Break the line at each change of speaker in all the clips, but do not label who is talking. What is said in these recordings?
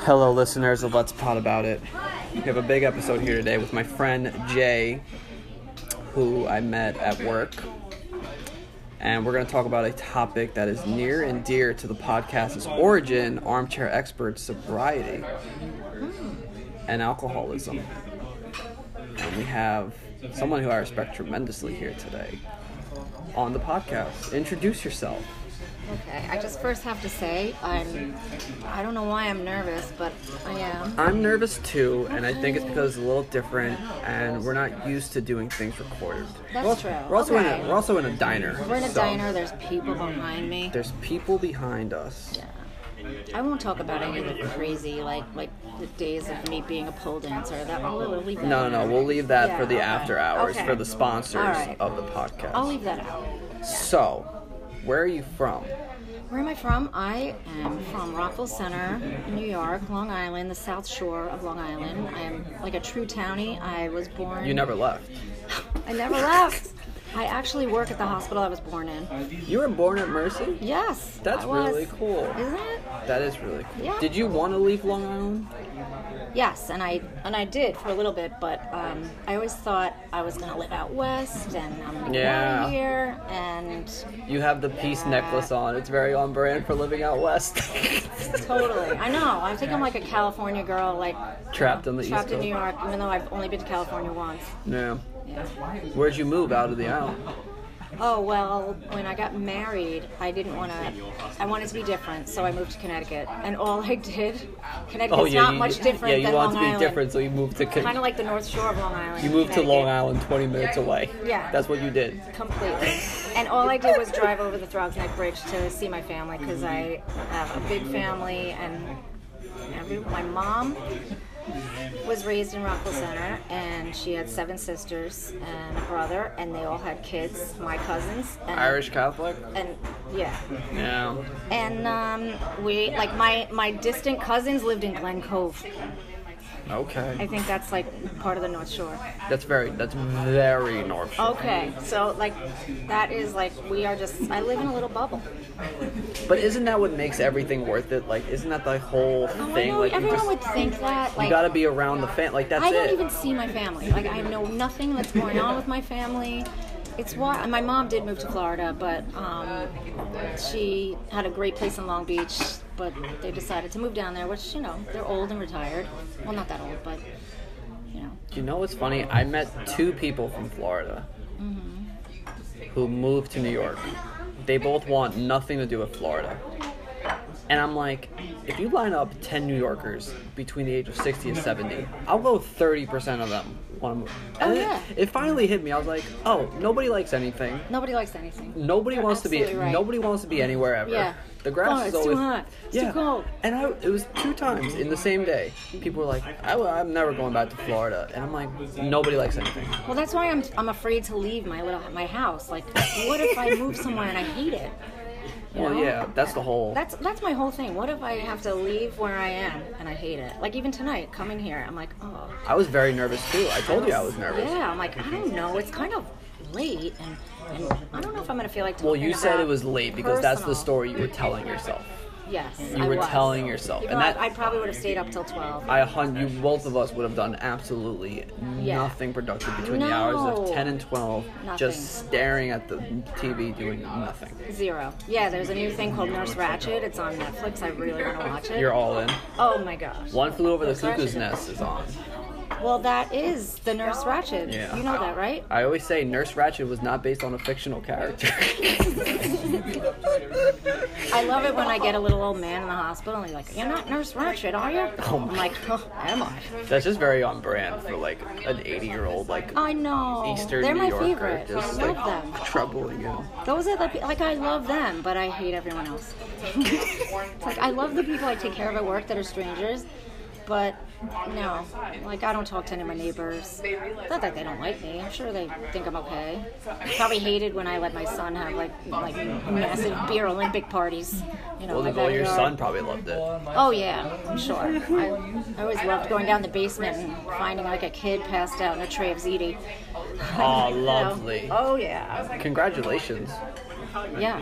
Hello, listeners of Let's Pot About It. We have a big episode here today with my friend Jay, who I met at work. And we're going to talk about a topic that is near and dear to the podcast's origin armchair expert sobriety and alcoholism. And we have someone who I respect tremendously here today on the podcast. Introduce yourself.
Okay, I just first have to say I'm. I don't know why I'm nervous, but I am.
I'm nervous too, and I think it's because it's a little different, and we're not used to doing things recorded.
That's
we're also,
true.
We're also in
Okay.
a we're also in a diner.
We're in a
so
diner. There's people behind me.
There's people behind us.
I won't talk about any of the crazy, like like the days of me being a pole dancer. That I'll I'll leave that.
No, no, no. We'll leave that
Yeah,
for the
okay.
after hours
Okay.
for the sponsors
All right.
of the podcast.
I'll leave that out.
So, where are you from?
Where am I from? I am from Rockville Center, New York, Long Island, the South Shore of Long Island. I am like a true townie. I was born.
You never left.
I never left. I actually work at the hospital I was born in.
You were born at Mercy.
Yes.
That's
I was.
really cool.
Isn't it?
That is really cool.
Yeah.
Did you want to leave Long Island?
Yes, and I and I did for a little bit, but um, I always thought I was gonna live out west, and I'm gonna get out
Yeah.
of here, and
You have the peace
Yeah.
necklace on. It's very on brand for living out west.
totally. I know. I think I'm like a California girl, like
Trapped on the
trapped
East
in New
Coast.
York, even though I've only been to California once.
Yeah.
Yeah.
Where'd you move out of the island?
Oh well, when I got married, I didn't want to. I wanted to be different, so I moved to Connecticut, and all I did, Connecticut's not
you-
much different
Oh, Yeah, you
than
want
Long
to be
Island.
different, so you moved to Con-
Kind of like the North Shore of Long Island.
you moved to Long
Connecticut.
Island, 20 minutes away.
Yeah.
that's what you did.
completely. And all I did was drive over the Throgs Neck Bridge to see my family because I have a big family and every, my mom was raised in Rockville Center and she had seven sisters and a brother and they all had kids, my cousins. And,
Irish Catholic.
And yeah,
Yeah.
and um, we like my my distant cousins lived in Glen Cove. I
Okay.
think that's like part of the North Shore.
That's very. That's very north. Shore.
Okay, so like that is like we are just I live in a little bubble.
But isn't that what makes everything worth it? Like, isn't that the whole
Oh, I
thing?
know
like, you
everyone
just
would think that. Like,
you gotta be around the fan. Like, that's
I don't
it.
even see my family. Like, I know nothing that's going on with my family. It's why my mom did move to Florida, but um, she had a great place in Long Beach. But they decided to move down there, which you know they're old and retired. Well, not that old, but you know.
You know what's funny? I met two people from Florida who moved to New York. They both want nothing to do with Florida. And I'm like, if you line up 10 New Yorkers between the age of 60 and 70, I'll go 30% of them want to move. And
Oh,
it-
yeah.
it, finally hit me. I was like, oh, nobody likes anything.
Nobody likes anything.
Nobody
You're
wants to be
absolutely right.
nobody wants to be anywhere ever.
Yeah.
The grass
Oh,
is
it's too
always
hot. It's too
yeah.
cold.
And I, it was two times in the same day. People were like, I, am never going back to Florida," and I'm like, "Nobody likes anything."
Well, that's why I'm I'm afraid to leave my little my house. Like, what if I move somewhere and I hate it? You
Well,
know?
yeah, that's the whole.
That's that's my whole thing. What if I have to leave where I am and I hate it? Like even tonight, coming here, I'm like, oh.
I was very nervous too. I told you I was nervous.
Yeah, I'm like, I don't know. It's kind of late, and, and I don't know if I'm gonna feel like.
Well, you
talking
said it
about
was late because that's the
personal-
story you were telling yourself.
Yes,
You
I
were
was.
telling yourself,
Even
and
though
that
I, I probably would have stayed up till twelve.
I hun you both of us would have done absolutely
Yeah.
nothing productive between the hours of
No.
10 and 12,
Nothing.
just staring at the TV doing nothing.
Zero. Yeah, there's a new thing called Nurse Ratchet. It's on Netflix. I really want to watch it.
You're all in.
Oh my gosh.
One flew over the
Sorry, I
cuckoo's
should've-
nest is on.
Well, that is the Nurse Ratchet.
Yeah.
You know that, right?
I always say Nurse Ratchet was not based on a fictional character.
I love it when I get a little old man in the hospital and he's like, You're not Nurse Ratchet, are you? I'm like, oh, Am I?
That's just very on brand for like an 80 year old like
I know.
Eastern
They're
New
my
Yorker,
favorite.
just
I
like
love them.
troubling you.
Those are the pe- like I love them, but I hate everyone else. it's like I love the people I take care of at work that are strangers, but no, like I don't talk to any of my neighbors. Not that they don't like me. I'm sure they think I'm okay. Probably hated when I let my son have like like massive beer Olympic parties. You know,
Well,
in my
then all your
backyard.
son probably loved it.
Oh yeah, I'm sure. I, I always loved going down the basement and finding like a kid passed out in a tray of ziti.
Aw,
You know?
lovely.
Oh yeah,
Congratulations.
yeah.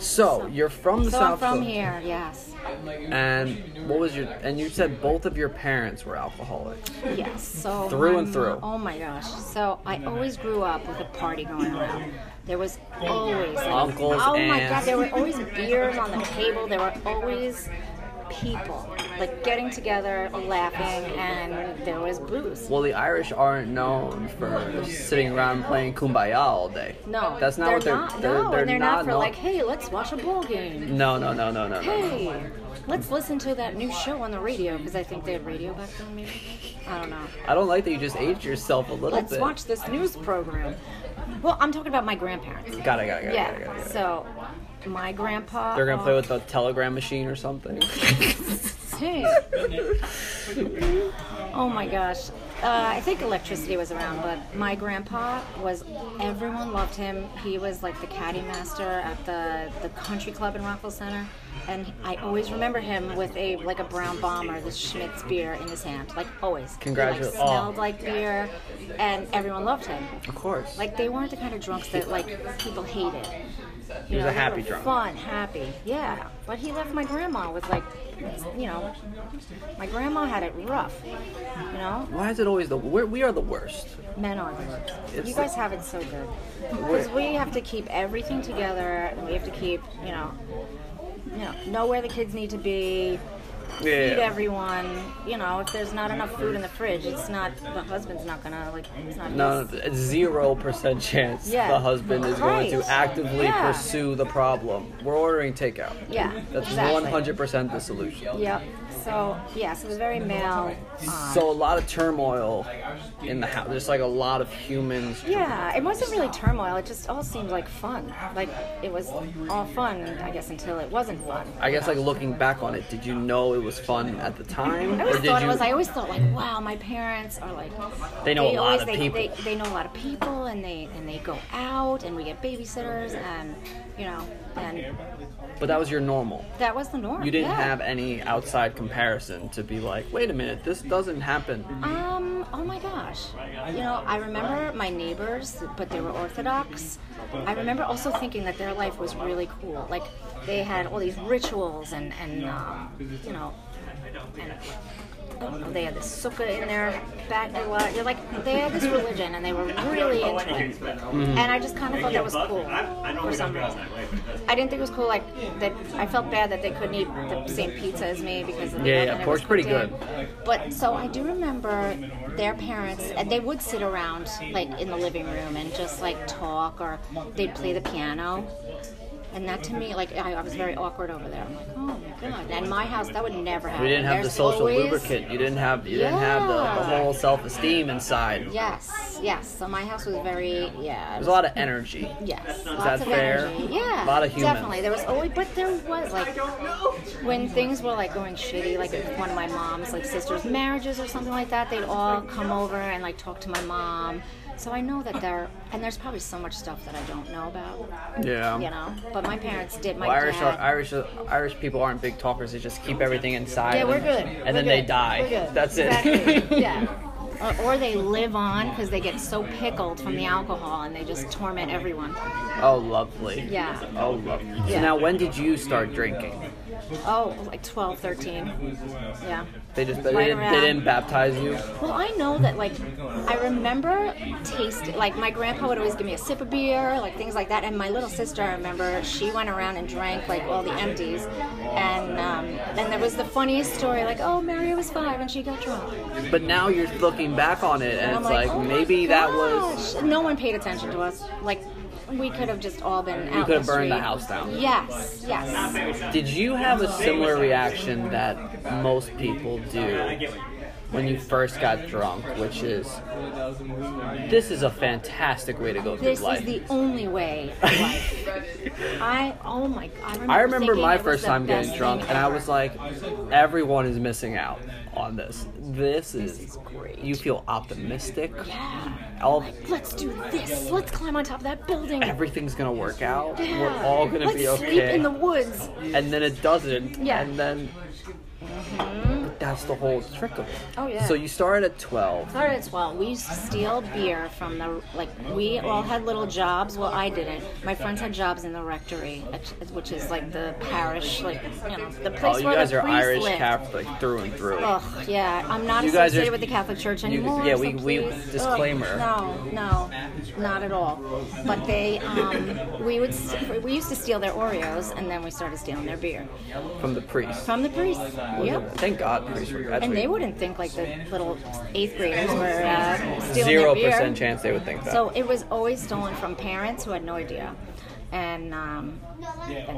So you're from the
So I'm
South.
from
Philly,
here, yes.
And what was your? And you said both of your parents were alcoholics.
Yes. So
Through
my
and
mo-
through.
Oh my gosh. So I always grew up with a party going around. There was always like,
Uncles,
Oh my
aunts.
god, there were always beers on the table. There were always people like getting together, laughing, and there was booze.
Well, the Irish aren't known for sitting around playing kumbaya all day.
No,
that's not
they're
what they're.
not.
they're,
no,
they're
and they're not, for
known-
like, hey, let's watch a ball game.
No, no, no, no, no, no. no.
Hey, let's listen to that new show on the radio because I think they had radio back then, maybe. I don't know.
I don't like that you just aged yourself a little
Let's
bit.
watch this news program. Well, I'm talking about my grandparents.
Got it, got it, got it, got it, got
Yeah.
it. got it.
So my grandpa.
They're gonna play with the telegram machine or something.
Hey. oh my gosh. Uh, I think electricity was around, but my grandpa was. Everyone loved him. He was like the caddy master at the the country club in Rockville Center, and I always remember him with a like a brown bomber, this Schmidt's beer in his hand, like always. He,
Congratulations.
Like, smelled like beer, and everyone loved him.
of course.
Like they weren't the kind of drunks that like people hated.
He was
know,
a
they
happy
were
drunk.
Fun, happy, yeah. But he left my grandma with like, you know, my grandma had it rough. You know,
Why is it always the we're, we are the worst?
men are good.
It's
You guys
like-
have it so good because we have to keep everything together, and we have to keep, you know, you know, know where the kids need to be. Feed everyone. You know, if there's not enough food in the fridge, it's not the husband's not gonna like. It's not
No,
his-
zero percent chance
Yeah.
the husband is going to
Right.
actively
Yeah.
pursue the problem. We're ordering takeout.
Yeah,
That's
exactly.
one hundred percent the solution.
Yep. So yes, it was very male. um,
So a lot of turmoil in the house. There's like a lot of humans.
yeah, it wasn't really turmoil. It just all seemed like fun. Like it was all fun, I guess, until it wasn't fun.
I guess like looking back on it, did you know it was fun at the time,
I
or
always
did
thought
you?
it was. I always thought like, wow, my parents are like.
They know a lot
always-
of
they,
people.
They, they know a lot of people, and they and they go out, and we get babysitters, and you know, and
but that was your normal.
that was the norm.
You didn't
yeah.
have any outside comparison to be like, wait a minute, this doesn't happen.
Um, oh my gosh. You know, I remember my neighbors, but they were Orthodox. I remember also thinking that their life was really cool. Like, they had all these rituals and, and um, you know, and, I don't know, they had this sukkah in their back. and what- You're like, they had this religion and they were really into it. And I just kind of thought that was cool for some reason. I didn't think it was cool, like, that I felt bad that they couldn't eat the same pizza as me because of the
Yeah,
oven
yeah,
it
pork's
was
pretty
cooked in.
good.
But so I do remember their parents, and they would sit around like in the living room and just like talk, or they'd play the piano. And that to me, like I, I was very awkward over there. I'm like, oh my god. And my house, that would never happen.
You didn't have the
There's
social
always-
lubricant. You didn't have you didn't have the, the
Yeah.
whole self esteem inside.
Yes, yes. So my house was very, yeah.
There's a lot of energy.
Yes, lots
that
of
fair?
energy. Yeah,
A lot of humans.
Definitely, there was always, but there was like when things were like going shitty, like with one of my mom's like sisters' marriages or something like that. They'd all come over and like talk to my mom. So I know that there, and there's probably so much stuff that I don't know about,
Yeah.
you know. But my parents did. My
Well, Irish are,
dad.
Irish Irish people aren't big talkers. They just keep everything inside.
yeah, we're
and-
good.
And
We're
then they
good.
die.
We're good.
That's it.
Exactly. yeah. Or, or they live on because they get so pickled from the alcohol and they just torment everyone.
oh, lovely.
Yeah.
Oh, lovely. So
Yeah.
now, when did you start drinking?
Oh, like 12, 13. Yeah.
They just they,
Right
didn't, they
around-
didn't baptize you.
Well, I know that, like, I remember tasting, like, my grandpa would always give me a sip of beer, like, things like that. And my little sister, I remember, she went around and drank, like, all the empties. And um, and there was the funniest story, like, oh, Mary was five and she got drunk. And
But now you're looking back on it, and, it's like,
"Oh my
maybe that was.
gosh." No one paid attention to us. Like, we could have just all been out.
could have
in the
burned the
street.
house down.
Yes, yes.
Did you have a similar reaction that most people do when you first got drunk, which is this is a fantastic way to go through
This
life?
is the only way of life. I, oh my God. I remember,
I remember
thinking
my
it was
first
the
time getting
best
drunk,
thing
and I
ever.
was like, everyone is missing out on this. This is,
is great.
You feel optimistic.
Yeah.
All,
Let's do this. Let's climb on top of that building.
everything's gonna work out.
Yeah.
We're all gonna
Let's
be
sleep
okay.
in the woods.
and then it doesn't.
Yeah.
And then. But that's the whole trick of it.
Mm-hmm. Oh, yeah.
So you started at twelve.
Started at 12. We used to steal beer from the, like, we all had little jobs. Well, I didn't. My friends had jobs in the rectory, at- which is like the parish, like, you know, the place
Oh, you
where
guys
the
are
priest
Irish
lived.
Catholic through and through.
Ugh, yeah. I'm not
You guys
associated
are-
with the Catholic Church
you-
anymore.
yeah,
so
we- we-
please- ugh,
disclaimer.
no, no, not at all. But they, um, we would, s- we used to steal their Oreos, and then we started stealing their beer
From the priest.
from the priests. Yep.
Thank God priests were that's
And
what-
they wouldn't think like the little eighth graders were uh, stealing
Zero
their beer.
percent chance they would think that.
So it was always stolen from parents who had no idea, and um, and, uh,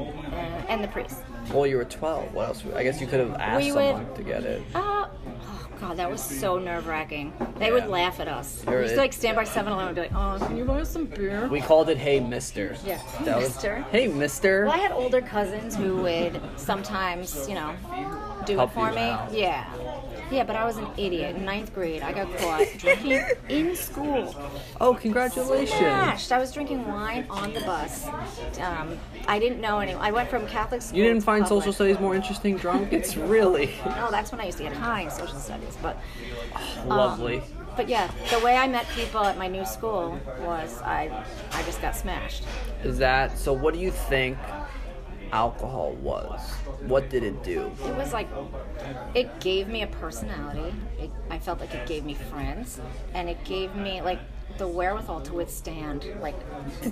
and the priests.
well, you were twelve. What else? I guess you could have asked
We would-
someone to get it.
Uh, oh god, that was so nerve wracking. They would laugh at us.
You're
we used
right.
to like stand by 7-Eleven and be like, "Oh, can you buy us some beer?"
We called it "Hey, Mister."
Yeah.
That was-
Mister.
hey, Mister.
Well, I had older cousins who would sometimes, you know, do
Help
it for
you
me.
out.
Yeah. Yeah, but I was an idiot. In ninth grade, I got caught drinking in school.
Oh, congratulations.
Smashed. I was drinking wine on the bus. Um, I didn't know any. I went from Catholic school.
You didn't
to
find
public.
social studies more interesting drunk? It's really
No, that's when I used to get high in social studies. But Um,
lovely.
But yeah, the way I met people at my new school was I I just got smashed.
Is that so? What do you think alcohol was? What did it do?
It was like it gave me a personality. It, I felt like it gave me friends, and it gave me like the wherewithal to withstand like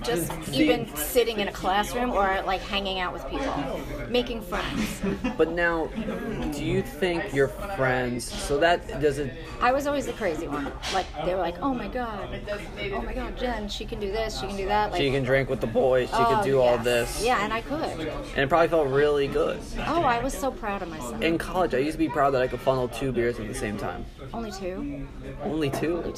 just even sitting in a classroom or like hanging out with people, making friends.
But now, do you think your friends? So that does it.
I was always the crazy one. Like they were like, "Oh my god, oh my god, Jen, she can do this, she can do that." Like
She can drink with the boys. She
oh,
can do all
yes.
this.
Yeah, and I could.
And it probably felt really good.
Oh, I was so proud of myself.
In college, I used to be proud that I could funnel two beers at the same time.
Only two.
Only two.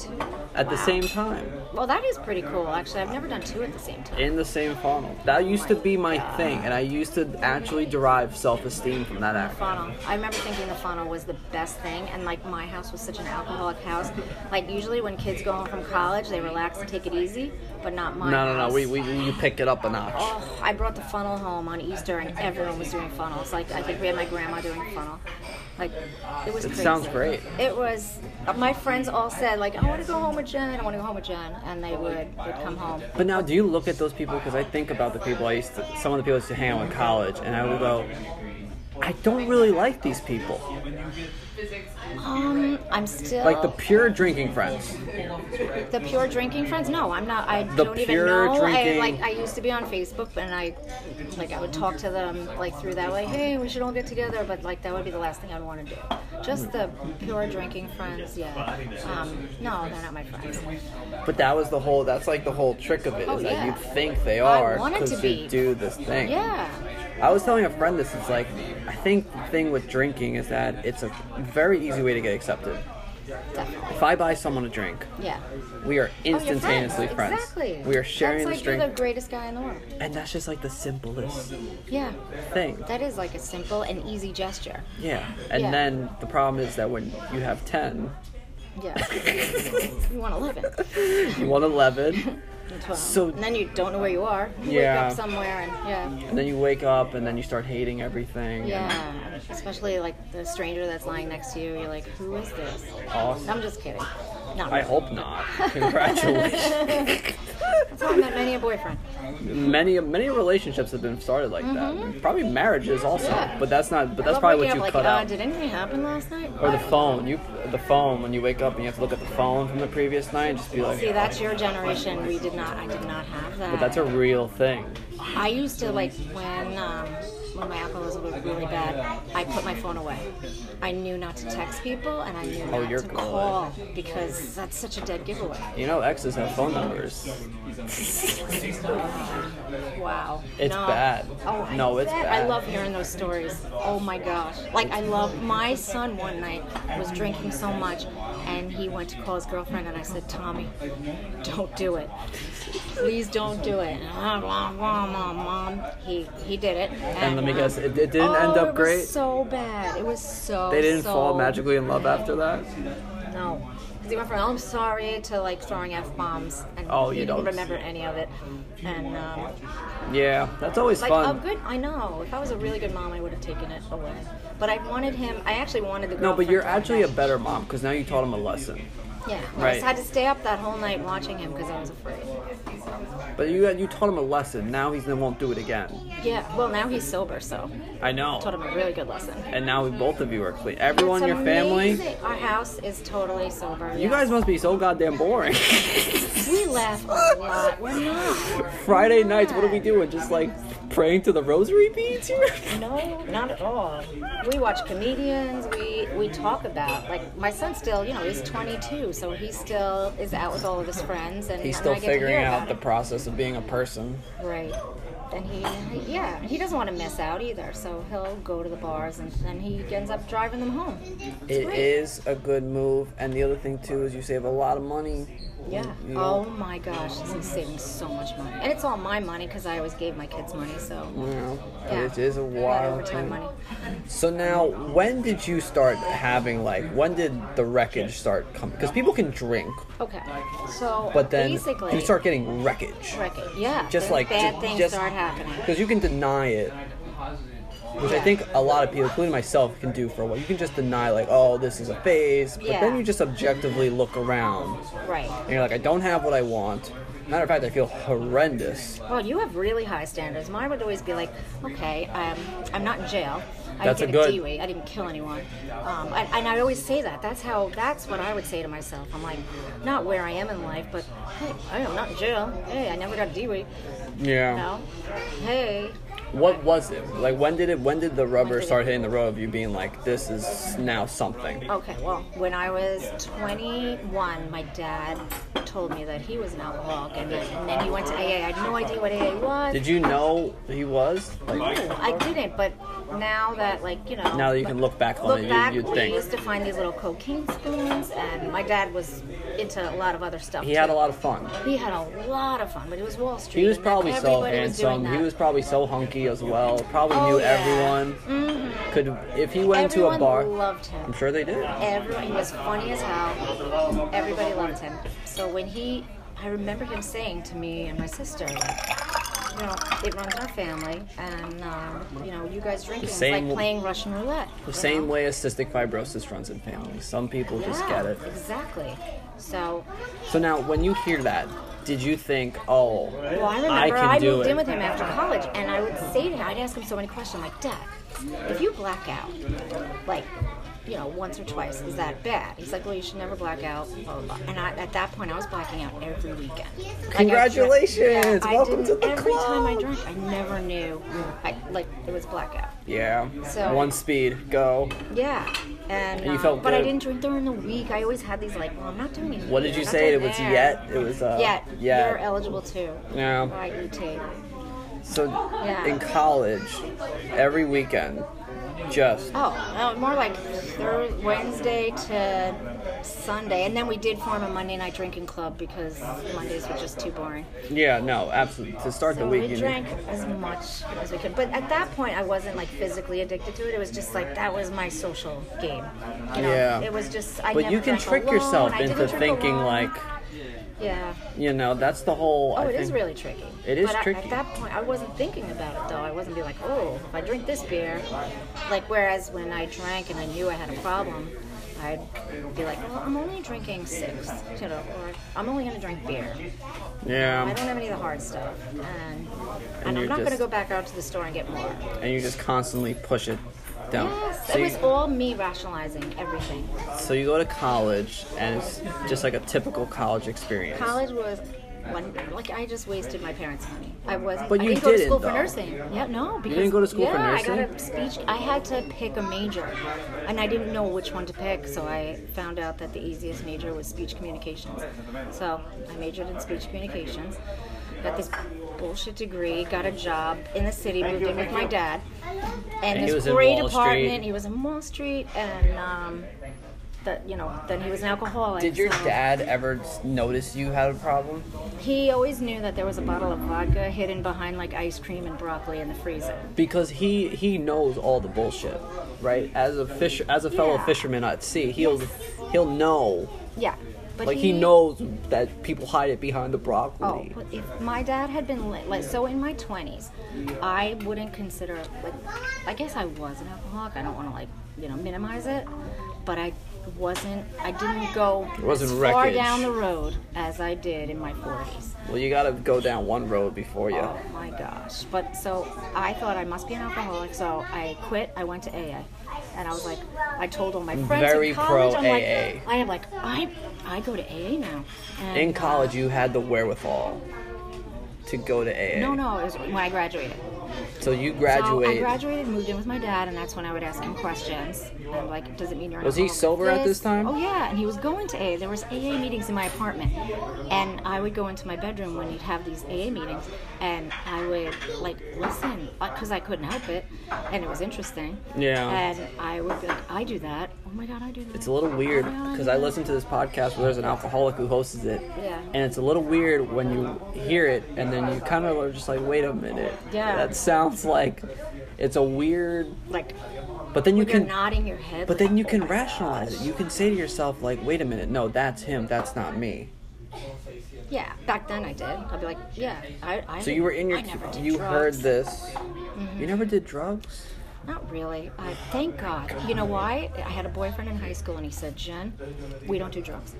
At the same time.
Well, that is pretty cool, actually. I've never done two at the same time.
In the same funnel. That used to be my thing, and I used to actually derive self esteem from that act.
Funnel. I remember thinking the funnel was the best thing, and like my house was such an alcoholic house. Like usually when kids go home from college, they relax and take it easy, but not my
No, no,
house.
no. We, we, you pick it up a notch.
Oh, I brought the funnel home on Easter, and everyone was doing funnels. Like I think we had my grandma doing funnel. Like it was.
It
crazy.
sounds great.
It was. uh, My friends all said like, I want to go home with Jen. I want to go home with Jen, and they would would come home.
But now, do you look at those people? Because I think about the people I used to, some of the people I used to hang out with in college, and I would go, I don't really like these people.
Um, I'm still
Like the pure drinking friends.
The pure drinking friends? No, I'm not. I
The
don't
pure
even know.
drinking-
I like. I used to be on Facebook, and I, like, I would talk to them like through that way. Hey, we should all get together, but like that would be the last thing I'd want to do. Just the pure drinking friends. Yeah. Um, no, they're not my friends.
But that was the whole. That's like the whole trick of it is
Oh,
that
yeah.
you think they
I
are
want it to
because
be.
you do this thing.
Yeah.
I was telling a friend this. It's like I think the thing with drinking is that it's a very easy way to get accepted.
Definitely.
If I buy someone a drink,
Yeah.
we are
Oh, you're
instantaneously friends.
Exactly.
We are sharing
That's
this
like you're
drink,
the greatest guy in the world.
and that's just like the simplest
Yeah.
thing.
That is like a simple and easy gesture.
Yeah, and
Yeah.
then the problem is that when you have ten,
Yeah. you want to live it.
you want eleven,
And 12.
So-
and then you don't know where you are. You
Yeah.
wake up somewhere and yeah.
and then you wake up and then you start hating everything.
Yeah, Um, especially like the stranger that's lying next to you. You're like, who is this?
Awesome.
I'm just kidding. No,
I hope not. Congratulations.
that's how I met many a boyfriend.
many many relationships have been started like that. Probably marriages also,
Mm-hmm. Yeah.
but that's not. But that's
Love
probably
waking
what you
up like,
cut
uh,
out.
Did anything happen last night?
Or the phone. You the phone when you wake up and you have to look at the phone from the previous night and just be like,
See, that's your generation. We did not. I did not have that.
but that's a real thing.
I used to like when um, when my alcoholism was really bad. I put my phone away. I knew not to text people, and I knew
Oh,
not
you're
to
good.
call because that's such a dead giveaway.
You know, exes have phone numbers.
Wow.
It's
no.
bad.
Oh, I
No, it's
bet.
bad.
I love hearing those stories. Oh my gosh. Like I love my son one night was drinking so much and he went to call his girlfriend and I said, Tommy, don't do it. Please don't do it. And "Ah, blah, blah, mom, mom. He he did it.
And let me
um,
guess, it, it didn't
oh,
end
it
up
was
great.
So bad. It was so
They didn't
so
fall magically in love after that.
No. Because he went from, oh, I'm sorry to like throwing F bombs and
Oh,
he
you
didn't
don't-
remember any of it. And um,
Yeah, that's always
like
fun.
a good, I know. If I was a really good mom, I would have taken it away. But I wanted him. I actually wanted the
no,
girlfriend.
but you're
to have
actually a
that.
better mom because now you taught him a lesson.
Yeah, I
Right.
just had to stay up that whole night watching him because I was afraid.
But you you taught him a lesson. Now he's he won't do it again.
Yeah, well now he's sober, so
I know.
taught him a really good lesson.
And now we both of you are clean. Everyone in
It's
your family.
amazing. Our house is totally sober.
You guys must be so goddamn boring.
we laugh a lot. We're not.
Friday nights, what are we doing? Just like praying to the rosary beads here?
No, not at all. We watch comedians. We we talk about like my son still, you know, he's 22, so he still is out with all of his friends, and
He's
and
still
I get to hear
figuring
about
out the
it.
process of being a person.
Right. And he, yeah, he doesn't want to miss out either, so he'll go to the bars and then he ends up driving them home.
It
great.
is a good move. And the other thing too is you save a lot of money.
Yeah.
You
Oh
know,
my gosh, this is saving so much money. And it's all my money because I always gave my kids money, so.
you know,
Yeah.
it is a
I got
wild
overtime
thing.
money.
So now, when did you start having like? When did the wreckage start coming? Because people can drink,
Okay. So
but then
basically,
you start getting wreckage.
wrecking. Yeah.
Just
then
like
bad
ju-
things
just-
start happening.
Because you can deny it, which I think a lot of people, including myself, can do for a while. You can just deny like, oh, this is a phase, but then
Yeah.
you just objectively look around
Right.
and you're like, I don't have what I want. Matter of fact, I feel horrendous.
Well, you have really high standards. Mine would always be like, okay, um, I'm not in jail. I
That's a
didn't get
good-
DUI. I didn't kill anyone. Um, and, and I always say that. That's how. That's what I would say to myself. I'm like, not where I am in life, but hey, I am not in jail. Hey, I never got a DUI.
Yeah.
No. Hey.
What was it like? When did it? When did the
When
rubber
did
start
it-
hitting the road of you being like, this is now something?
Okay. Well, when I was 21, my dad told me that he was an alcoholic, and, that, and then he went to AA. I had no idea what AA was.
Did you know he was? Like,
No, I didn't. But now that, like, you know,
Now that you
like-
can look back on
look
it, you-
back,
you'd
we
think.
used to find these little cocaine spoons, and my dad was into a lot of other stuff.
He had a
too.
lot of fun.
He had a lot of fun, but it was Wall Street.
He was
and then
probably so
everybody was doing
handsome. He
that.
was probably so hunky as well. Probably
Oh,
knew
yeah. Mm-hmm.
everyone. Could if he went
Everyone
to a bar,
Loved Uh-huh. him.
I'm sure they did.
Everyone, he was funny as hell. Everybody loved him. So when he, I remember him saying to me and my sister, like, you know, it runs our family, and um, you know, you guys drinking is like
same-
playing Russian roulette.
The same way as cystic fibrosis runs in families. Some people just get it.
Exactly. So,
So now, when you hear that, did you think, oh,
well, I
I
remember
can
I,
do
moved in
it?
with him after college, and I would say to him, I'd ask him so many questions, like, Dad, if you black out, like, you know, once or twice, is that bad? He's like, well, you should never black out. Blah, blah, blah. And I, at that point, I was blacking out every weekend. Like, I drank-
Congratulations!
I
Welcome
didn't-
to the
every time I
club!
drank, I never knew. I, like, it was blackout.
Yeah.
So-
One speed, go.
Yeah. And,
And you
uh,
felt
but I
good.
didn't drink during the week. I always had these like, well, I'm not doing it.
What did
here,
you
I'm not
say? It
doing
was
there.
yet. It was uh.
Yet,
Yeah.
you're eligible too.
Yeah.
By ET.
So
Yeah.
in college, every weekend, just
Oh, no, more like Thur- Wednesday to Sunday, and then we did form a Monday night drinking club because Mondays were just too boring.
yeah, no, absolutely. To start the
So
week,
we
you
drank
need,
as much as we could, but at that point, I wasn't like physically addicted to it. It was just like that was my social game. You know?
Yeah.
It was just I.
but
never
you can
drank
trick
alone.
yourself
I didn't
into
drink
thinking
alone.
like
Yeah.
you know that's the whole.
Oh,
I
it is
think-
really tricky.
It is
but I-
tricky.
at that point, I wasn't thinking about it though. I wasn't be like, oh, if I drink this beer, like whereas when I drank and I knew I had a problem, I'd be like, well, I'm only drinking six, you know, or I'm only going to drink beer. I
Yeah,
don't have any of the hard stuff, and
And
and
you're
I'm not going to
just-
go back out to the store and get more.
and you just constantly push it down.
Yes,
Oh. So
it
you-
was all me rationalizing everything.
So you go to college, and it's just like a typical college experience.
College was one like I just wasted my parents' money. I was
But
I
you
didn't go to
didn't,
school
though.
for nursing. Yeah, no, because
didn't go to school for
yeah, I got a
nursing?
speech I had to pick a major and I didn't know which one to pick, so I found out that the easiest major was speech communications. So I majored in speech communications. Got this bullshit degree, got a job in the city, moved in with my dad. And,
he
this
was in
great
Wall Street.
apartment, he was in Wall Street and um that you know that he was an alcoholic.
Did your
so-
dad ever s- notice you had a problem?
He always knew that there was a bottle of vodka hidden behind like ice cream and broccoli in the freezer.
Because he he knows all the bullshit, right? As a fish, as a fellow
Yeah.
fisherman at sea, he'll he'll know.
Yeah, but
Like he, knows that people hide it behind the
Oh,
broccoli.
but if my dad had been lit, like so in my twenties, I wouldn't consider like I guess I was an alcoholic. I don't want to like you know minimize it, but I wasn't. I didn't go
wasn't
as far
wreckage.
down the road as I did in my forties.
Well, you gotta go down one road before you.
Oh my gosh. But so I thought I must be an alcoholic, so I quit. I went to AA. And I was like, I told all my friends
Very
in college,
pro
I'm
AA.
like, I am like, I, I go to AA now. And,
In
uh,
college, you had the wherewithal to go to AA.
no, no, it was when I graduated.
So you
So I
graduate.
graduated, moved in with my dad, and that's when I would ask him questions. And I'm like, does it mean you're an
Was he
alcoholic?
sober at this time?
Oh yeah, and he was going to AA. There was AA meetings in my apartment, and I would go into my bedroom when he'd have these AA meetings, and I would like listen because I couldn't help it, and it was interesting.
Yeah.
And I would be like, I do that. Oh my god, I do that.
It's a little weird
Oh my God,
because
do
I
that."
listen to this podcast where there's an alcoholic who hosts it.
Yeah.
And it's a little weird when you hear it and then you kind of are just like, wait a minute.
Yeah.
That sounds like it's a weird.
Like
But then you
you're
can.
nodding your head.
But
like,
then you can rationalize it. You can say to yourself, like, wait a minute, no, that's him, that's not me.
yeah, back then I did. I'd be like, yeah, I. I
So you were in your.
I never did
you heard
drugs. Mm-hmm.
this. You never did drugs?
Not really. I, thank God. You know why? I had a boyfriend in high school, and he said, "Jen, we don't do drugs."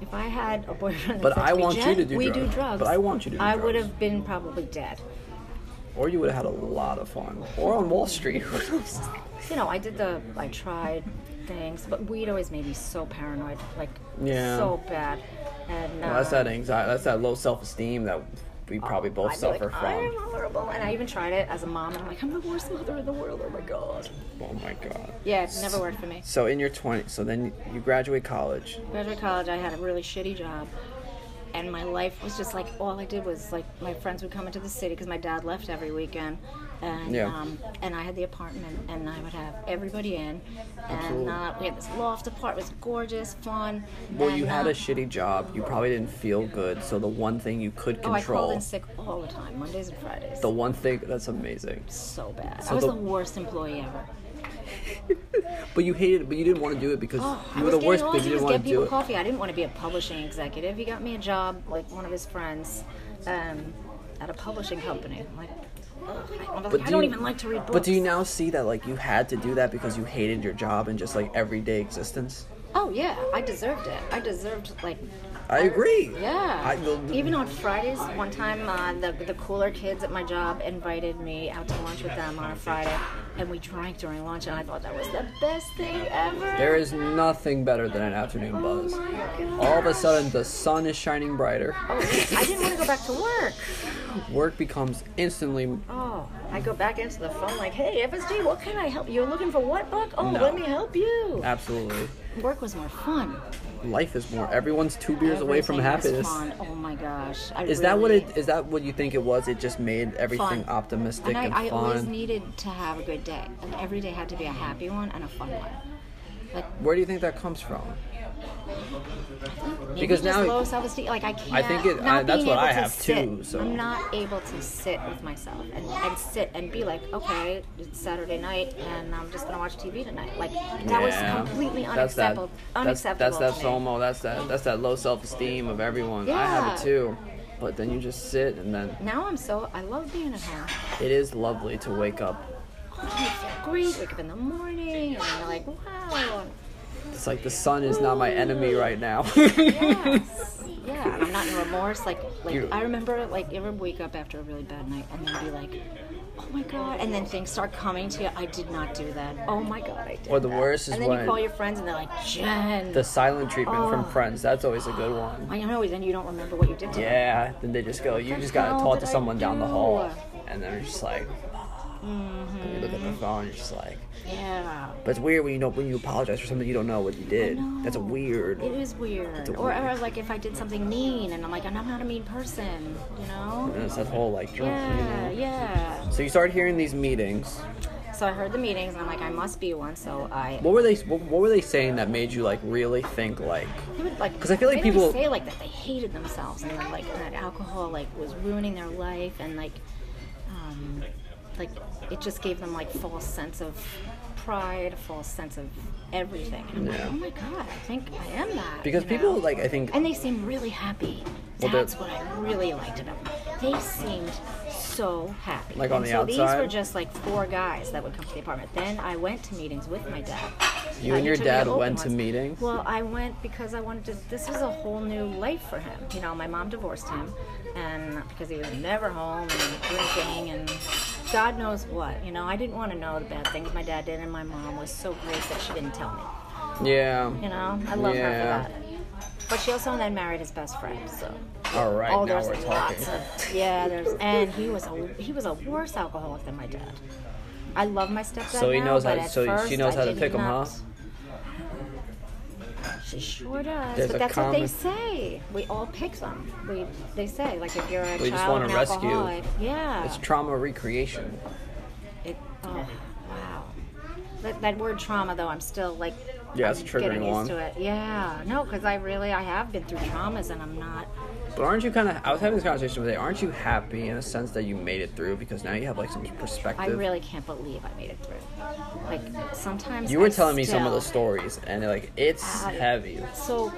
If I had a boyfriend, that
But
said
I
to me,
want you
"Jen,
to do
we
drugs."
do drugs.
But I want you to do
I
drugs.
would have been probably dead.
Or you would have had a lot of fun. Or on Wall Street.
Oh,
Who knows?
You know, I did the, I tried things, but weed always made me so paranoid, like
Yeah.
so bad. And uh,
Well, that's that anxiety. That's that low self-esteem that we probably both
I'd be like,
suffer
Oh, I am
from.
horrible, and I even tried it as a mom, and I'm like, I'm the worst mother in the world. Oh my god.
Oh my god.
Yeah, it never worked for me.
So in your 20s, so then you graduate college.
graduate college i had a really shitty job and my life was just like all i did was like my friends would come into the city because my dad left every weekend and
Yeah.
um, and i had the apartment and i would have everybody in and
Absolutely.
uh, we had this loft apartment it was gorgeous fun
Well,
and,
you had
uh,
a shitty job. You probably didn't feel good. So the one thing you could
oh i called
control,
in sick all the time mondays and fridays
the one thing that's amazing.
so bad
So
i was
the-
the, worst employee ever
But you hated, but you didn't want to do it because
oh, I
you were
was
the
getting
worst
all I
because
did
you
was
didn't
get
want to do
people
it.
coffee i didn't want to be a publishing executive he got me a job like one of his friends um, at a publishing company I'm like ugh, I, I'm like, I
do
don't
you-
even like to read books.
But do you now see that like you had to do that because you hated your job and just like everyday existence?
Oh yeah, I deserved it. I deserved like.
I agree.
Yeah.
I, the-
Even on Fridays, one time uh, the the cooler kids at my job invited me out to lunch with them on a Friday, and we drank during lunch, and I thought that was the best thing ever.
there is nothing better than an afternoon
oh
buzz.
my god.
All of a sudden, the sun is shining brighter.
Oh, I didn't want to go back to work.
Work becomes instantly.
Oh, I go back into the phone like, hey, FSG, what can I help you? You're looking for what book? Oh,
No. Uh,
let me help you.
Absolutely.
Work was more fun.
Life is more. Everyone's two beers away from
Everything
happiness.
was fun. Oh my gosh. I
Is that what
really-
it? Is that what you think it was? It just made everything
Fun.
optimistic and,
And I, I always
fun.
needed to have a good day. Like every day had to be a happy one and a fun one. Like
Where do you think that comes from?
maybe
Because
just
now-
low self-esteem. Like I can't.
think it-
Not
I- that's
being
what
able
I
to
have
sit.
too, so-
I'm not able to sit with myself and, and sit and be like, okay, it's Saturday night and I'm just gonna watch TV tonight. Like that
Yeah.
was completely
That's that-
unacceptable.
That's,
unacceptable.
that's that
to me.
FOMO. That's that. That's that low self-esteem of everyone. I have it
Yeah.
too. But then you just sit, and then
Now I'm so I love being at home.
it is lovely to wake up.
I feel great. Wake up in the morning and you're like, wow.
It's like the sun is not my enemy right now.
Yes. yeah, and I'm not in remorse. Like, like
You-
I remember, like, you ever wake up after a really bad night and then be like, "Oh my god," and then things start coming to you. I did not do that. Oh my god, I did.
Or the
that."
worst is
and then
when-
you call your friends and they're like, "Jen,"
the silent treatment from
Oh.
Friends. That's always a good one.
I know. Then you don't remember what you did. To them.
Yeah, then they just go, you
the
just gotta
hell
talk
did
to
I
someone down the hall.
do?
And then you're just like, and you look
Mm-hmm.
at the phone, you're just like,
Yeah.
but it's weird when you don't when you apologize for something you don't know what you did. That's a
know.
weird.
It is weird. Or, or like if I did something mean and I'm like, I'm not a mean person, you know?
Mm-hmm. And it's that whole like drunk.
Yeah, yeah.
So you start hearing these meetings.
So so I heard the meetings, and I'm like, I must be one. So I.
What were they? What, what were they saying that made you like really think like?
They would like
'Cause I feel like
they didn't
people-
say like that they hated themselves and then like that alcohol like was ruining their life and like um, like it just gave them like false sense of pride, a false sense of everything. And I'm
Yeah.
like, oh my god, I think I am that.
Because
you
people
know?
like I think
and they seemed really happy.
Well, they're-
That's what I really liked about them. They seemed so happy.
Like on
And
the
so these
outside?
were just like four guys that would come to the apartment. Then I went to meetings with my dad.
You
Uh,
and
he
your
took me to
dad
open
went to
ones.
meetings?
Well, I went because I wanted to. This was a whole new life for him. You know, my mom divorced him, and because he was never home and drinking and God knows what. You know, I didn't want to know the bad things my dad did, and my mom was so great that she didn't tell me.
yeah.
You know, I love
Yeah.
her for that. But she also then married his best friend, so
All right,
oh,
now
there's
we're talking.
lots of yeah. There's and he was a he was a worse alcoholic than my dad. I love my stepdad.
So he
now,
knows how
but
to-
at
so she
first
knows
I
how to
did
pick 'em,
not-
huh?
She sure does.
There's a
but that's what
common-
they say. We all pick them. We they say like if you're a
We just
child
wanna
of an
rescue.
alcoholic, yeah.
It's trauma recreation.
It, oh, wow. That, that word trauma, though, I'm still like.
Yeah, it's
I'm
triggering
Getting used
one.
to it. Yeah. No, because I really, I have been through traumas, and I'm not.
But aren't you kind of? I was having this conversation today. Aren't you happy in a sense that you made it through because now you have like some perspective?
I really can't believe I made it through. Like sometimes.
You were
I
telling me some of
still-
the stories, and like it's
Ah,
heavy.
So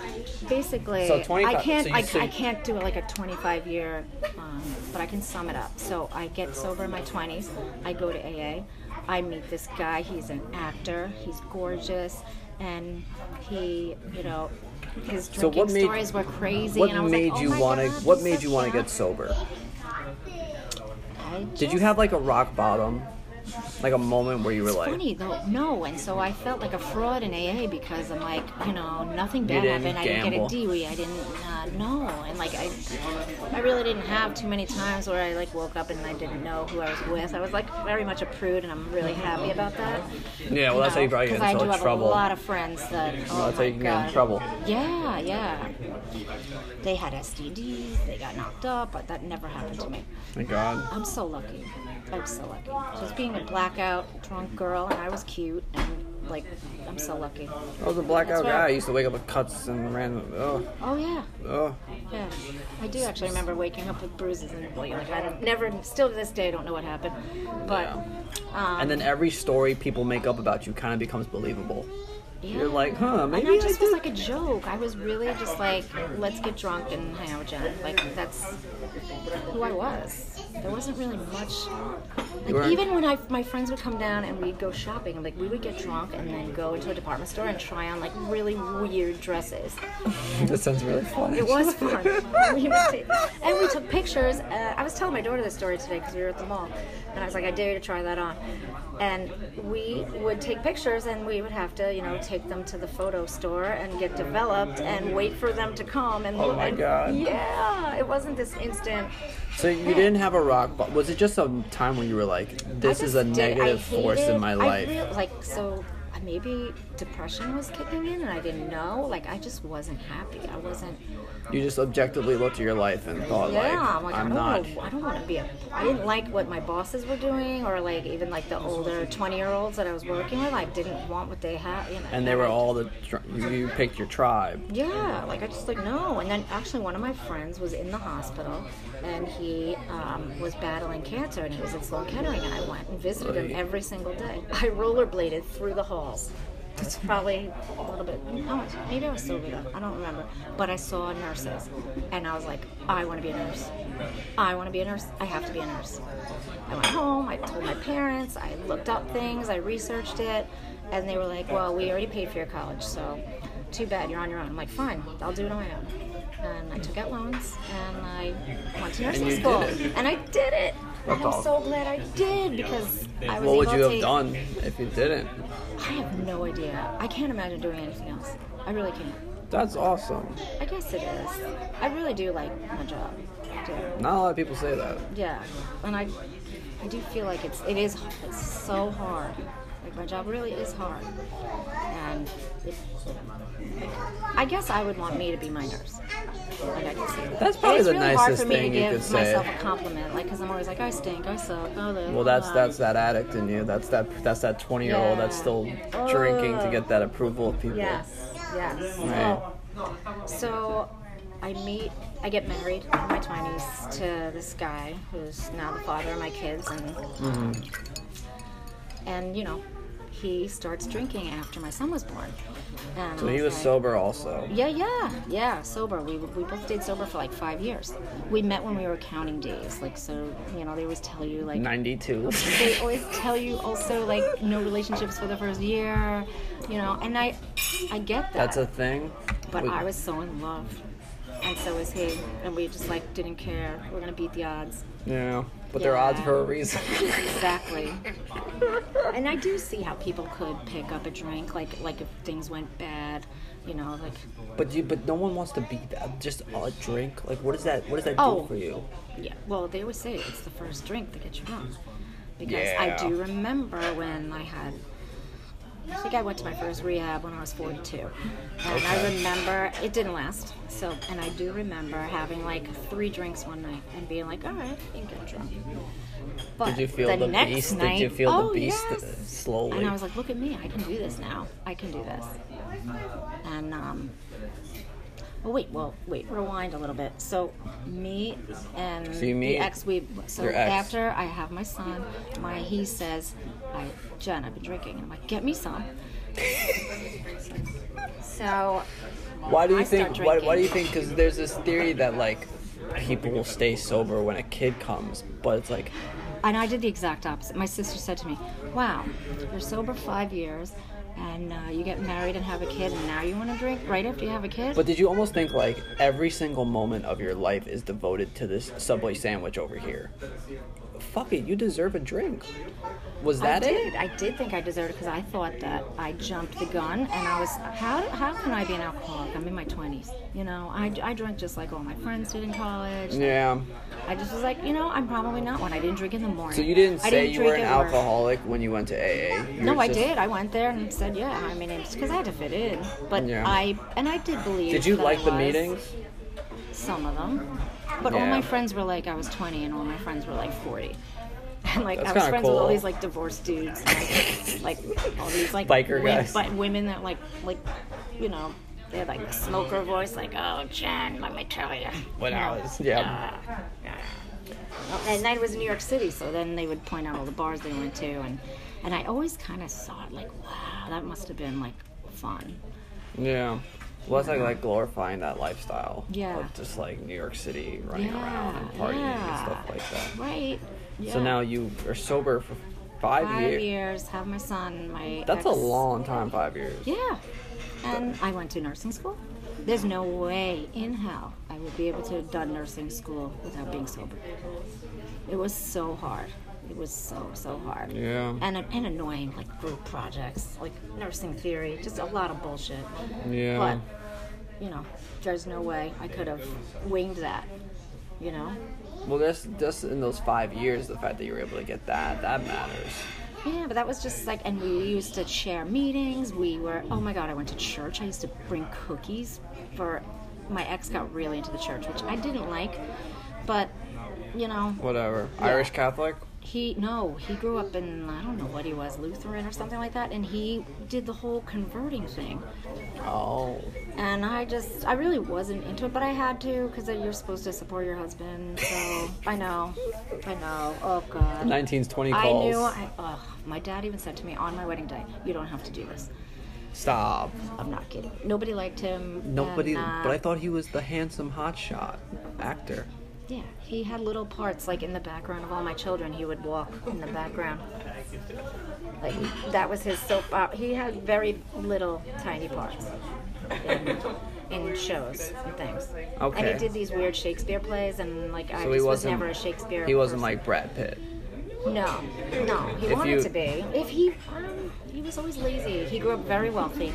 basically,
So 25
I can't
so you
I,
say-
I can't do like a 25 year, um, but I can sum it up. So I get sober in my 20s. I go to AA. I meet this guy. He's an actor. He's gorgeous, and he, you know, his
So
drinking
what made-
stories were crazy.
What
and I was
made
like,
you
oh
want to?
to?
What made you want to get sober? Did you have like a rock bottom, like a moment where you were like,
funny though no and so i felt like a fraud in aa because i'm like you know nothing
You
bad
didn't
happened i didn't get
gamble.
a dui i didn't uh, know and like i i really didn't have too many times where i like woke up and i didn't know who i was with i was like very much a prude and i'm really happy about that
yeah, well that's how you probably get
because i
into
do
like,
have
trouble.
a lot of friends that oh
that's how
my
you can get in
God.
trouble.
yeah yeah they had stds they got knocked up but that never happened to me
My God.
I'm so lucky. I'm so lucky. Just being a blackout drunk girl, and I was cute, and like, I'm so lucky.
I was a blackout
That's
guy.
right.
I used to wake up with cuts and ran. Oh,
Oh yeah,
oh.
yeah. I do actually remember waking up with bruises, and well, like I don't, never, still to this day, I don't know what happened, but
Yeah.
um,
And then every story people make up about you kind of becomes believable. You're
yeah.
like, huh, maybe
and
I
I just
did.
was like a joke. I was really just like, let's get drunk and hang out with Jen. Like that's who I was. There wasn't really much.
You
Like,
weren't-
even when I, my friends would come down and we'd go shopping, like we would get drunk and then go into a department store and try on like really weird dresses.
that sounds really funny.
It was fun. We would take- and we took pictures. Uh, I was telling my daughter this story today because we were at the mall, and I was like, "I dare you to try that on." And we would take pictures, and we would have to, you know, take them to the photo store and get developed and wait for them to come. And
Oh my
and-
God.
Yeah, it wasn't this instant.
So you didn't have a rock bottom. Was it just a time where you were like, this
I
is
just
a
did-
negative
I
force in
hated-
my
I
life?
real- like so, uh, maybe depression was kicking in, and I didn't know. Like I just wasn't happy. I wasn't.
You just objectively looked at your life and thought,
Yeah,
like,
I'm like, oh. I
I'm
don't
not.
know. I don't want to be a. I didn't like what my bosses were doing, or like even like the older 20 year olds that I was working with. I didn't want what they had. You know,
And they were all the. tr- You, you picked your tribe.
Yeah, like I just like no. And then actually, one of my friends was in the hospital, and he um, was battling cancer, and he was at Sloan Kettering, and I went and visited him
Right.
every single day. I rollerbladed through the halls. It's probably a little bit. No, maybe I was sober though. I don't remember. But I saw nurses, and I was like, I want to be a nurse. I want to be a nurse. I have to be a nurse. I went home. I told my parents. I looked up things. I researched it, and they were like, Well, we already paid for your college, so too bad you're on your own. I'm like, Fine, I'll do it on my own. And I took out loans, and I went to nursing
you did
school,
it.
and I did it.
That's
and I'm
awesome.
so glad I did because I was
What would
able
you
to
have done if you didn't?
I have no idea. I can't imagine doing anything else. I really can't.
That's awesome.
I guess it is. I really do like my job. I do.
Not a lot of people say that.
Yeah, and I, I do feel like it's it is it's so hard. Like hard. My job really is hard. And it, I guess I would want me to be my nurse. Like I could say that.
That's probably
it's
the
really hard
nicest
for me
thing
to
you
give
could say.
myself a compliment, like because I'm always like, I stink, I suck, oh this.
Well, that's
blah, blah."
that's that addict in you. That's that that's that twenty year old that's still
Yeah.
drinking to
Ugh.
get that approval of people.
Yes, yes.
Right.
So I meet, I get married in my 20s to this guy who's now the father of my kids, and
Mm-hmm.
and you know, he starts drinking after my son was born. And
So
I
he was
like-
sober also.
Yeah, yeah, yeah. Sober. We we both stayed sober for like five years. We met when we were counting days. Like so, you know, they always tell you like
Ninety two.
they always tell you also like no relationships for the first year, you know. And I I get that.
That's a thing.
But
We-
I was so in love, and so was he, and we just like didn't care. We're gonna beat the odds.
Yeah, but they're odds for a reason.
Exactly. and I do see how people could pick up a drink, like like if things went bad, you know, like
but you, but no one wants to be that. Just a drink. Like, what does that? What does that
Oh.
do for you?
yeah. Well, they always say it's the first drink that gets you drunk. Because
Yeah.
I do remember when I had. I think I went to my first rehab when I was 42, and I
Okay.
remember it didn't last. So, and I do remember having like three drinks one night and being like, "All right, I can get drunk." But
Did you feel the,
the, next
beast?
Night,
Did you feel
oh,
the beast
yes.
uh, slowly?
And I was like, look at me, I can do this now. I can do this. And um well, wait, well, wait, rewind a little bit. So me and
So you meet
the ex we so
your ex.
after I have my son, my he says, I Jen, I've been drinking and I'm like, get me some. so
Why do you
I start
think? Why, why do you think?
drinking.
Because there's this theory that like people will stay sober when a kid comes, but it's like
And I did the exact opposite. My sister said to me, Wow, you're sober five years and uh, you get married and have a kid, and now you want to drink right after you have a kid?
But did you almost think like every single moment of your life is devoted to this Subway sandwich over here? Fuck it, you deserve a drink. Was that
I
it?
did. I did think I deserved it because I thought that I jumped the gun, and I was how how can I be an alcoholic? I'm in my 20s. You know, I, I drank just like all my friends did in college.
Yeah.
I just was like, you know, I'm probably not one. I didn't drink in the morning.
So you didn't
I
say you were
drink
an
at work.
alcoholic when you went to AA. You
No,
were
I
just-
did. I went there and said, yeah. I mean, it's because I had to fit in. But
Yeah.
I and I did believe.
Did you
that I
like the
was.
meetings?
Some of them. But all
Yeah.
my friends were like, I was 20, and all my friends were like 40. And like,
That's
I was
kinda
friends with
cool.
all these like divorced dudes, and, like, like all these like
Biker
wi-
guys.
bi- women that like like you know they had like smoker voice, like, oh Jen, let me tell you.
When I was- yeah.
And I was in New York City, so then they would point out all the bars they went to, and and I always kind of saw it like, wow, that must have been like fun.
Yeah. Well, that's like, like glorifying that lifestyle.
Yeah.
Of just like New York City running
Yeah,
around and partying and
yeah.
stuff like that.
Right.
So
Yeah.
now you are sober for five,
five
years.
years, have my son, my
That's a
ex-
long time, five years.
Yeah. And I went to nursing school. There's no way in hell I would be able to have done nursing school without being sober. It was so hard. It was so, so hard.
Yeah.
And, and annoying, like group projects, like nursing theory, just a lot of bullshit.
Yeah.
But, you know, there's no way I could have winged that, you know?
Well, that's just in those five years, the fact that you were able to get that that matters.
Yeah, but that was just like, and we used to share meetings. We were, oh my God, I went to church. I used to bring cookies for, my ex got really into the church, which I didn't like. But, you know,
Whatever. Irish Catholic.
he, no, he grew up in, I don't know what he was, Lutheran or something like that. And he did the whole converting thing.
Oh,
And I just, I really wasn't into it, but I had to because you're supposed to support your husband. So I know, I know. Oh God.
1920
I
calls.
knew. I, ugh, my dad even said to me on my wedding day, "You don't have to do this."
Stop.
I'm not kidding. Nobody liked him.
Nobody.
and, uh,
but I thought he was the handsome hotshot actor.
Yeah, he had little parts like in the background of all my children. He would walk in the background. Like that was his soap. Op- he had very little tiny parts in, in shows and things. And
Okay.
he did these weird Shakespeare plays, and like I
So
just
he
was
wasn't.
never a Shakespeare.
He wasn't
person.
like Brad Pitt.
No, no, he
If
wanted
you-
to be. If he, um, he was always lazy. He grew up very wealthy.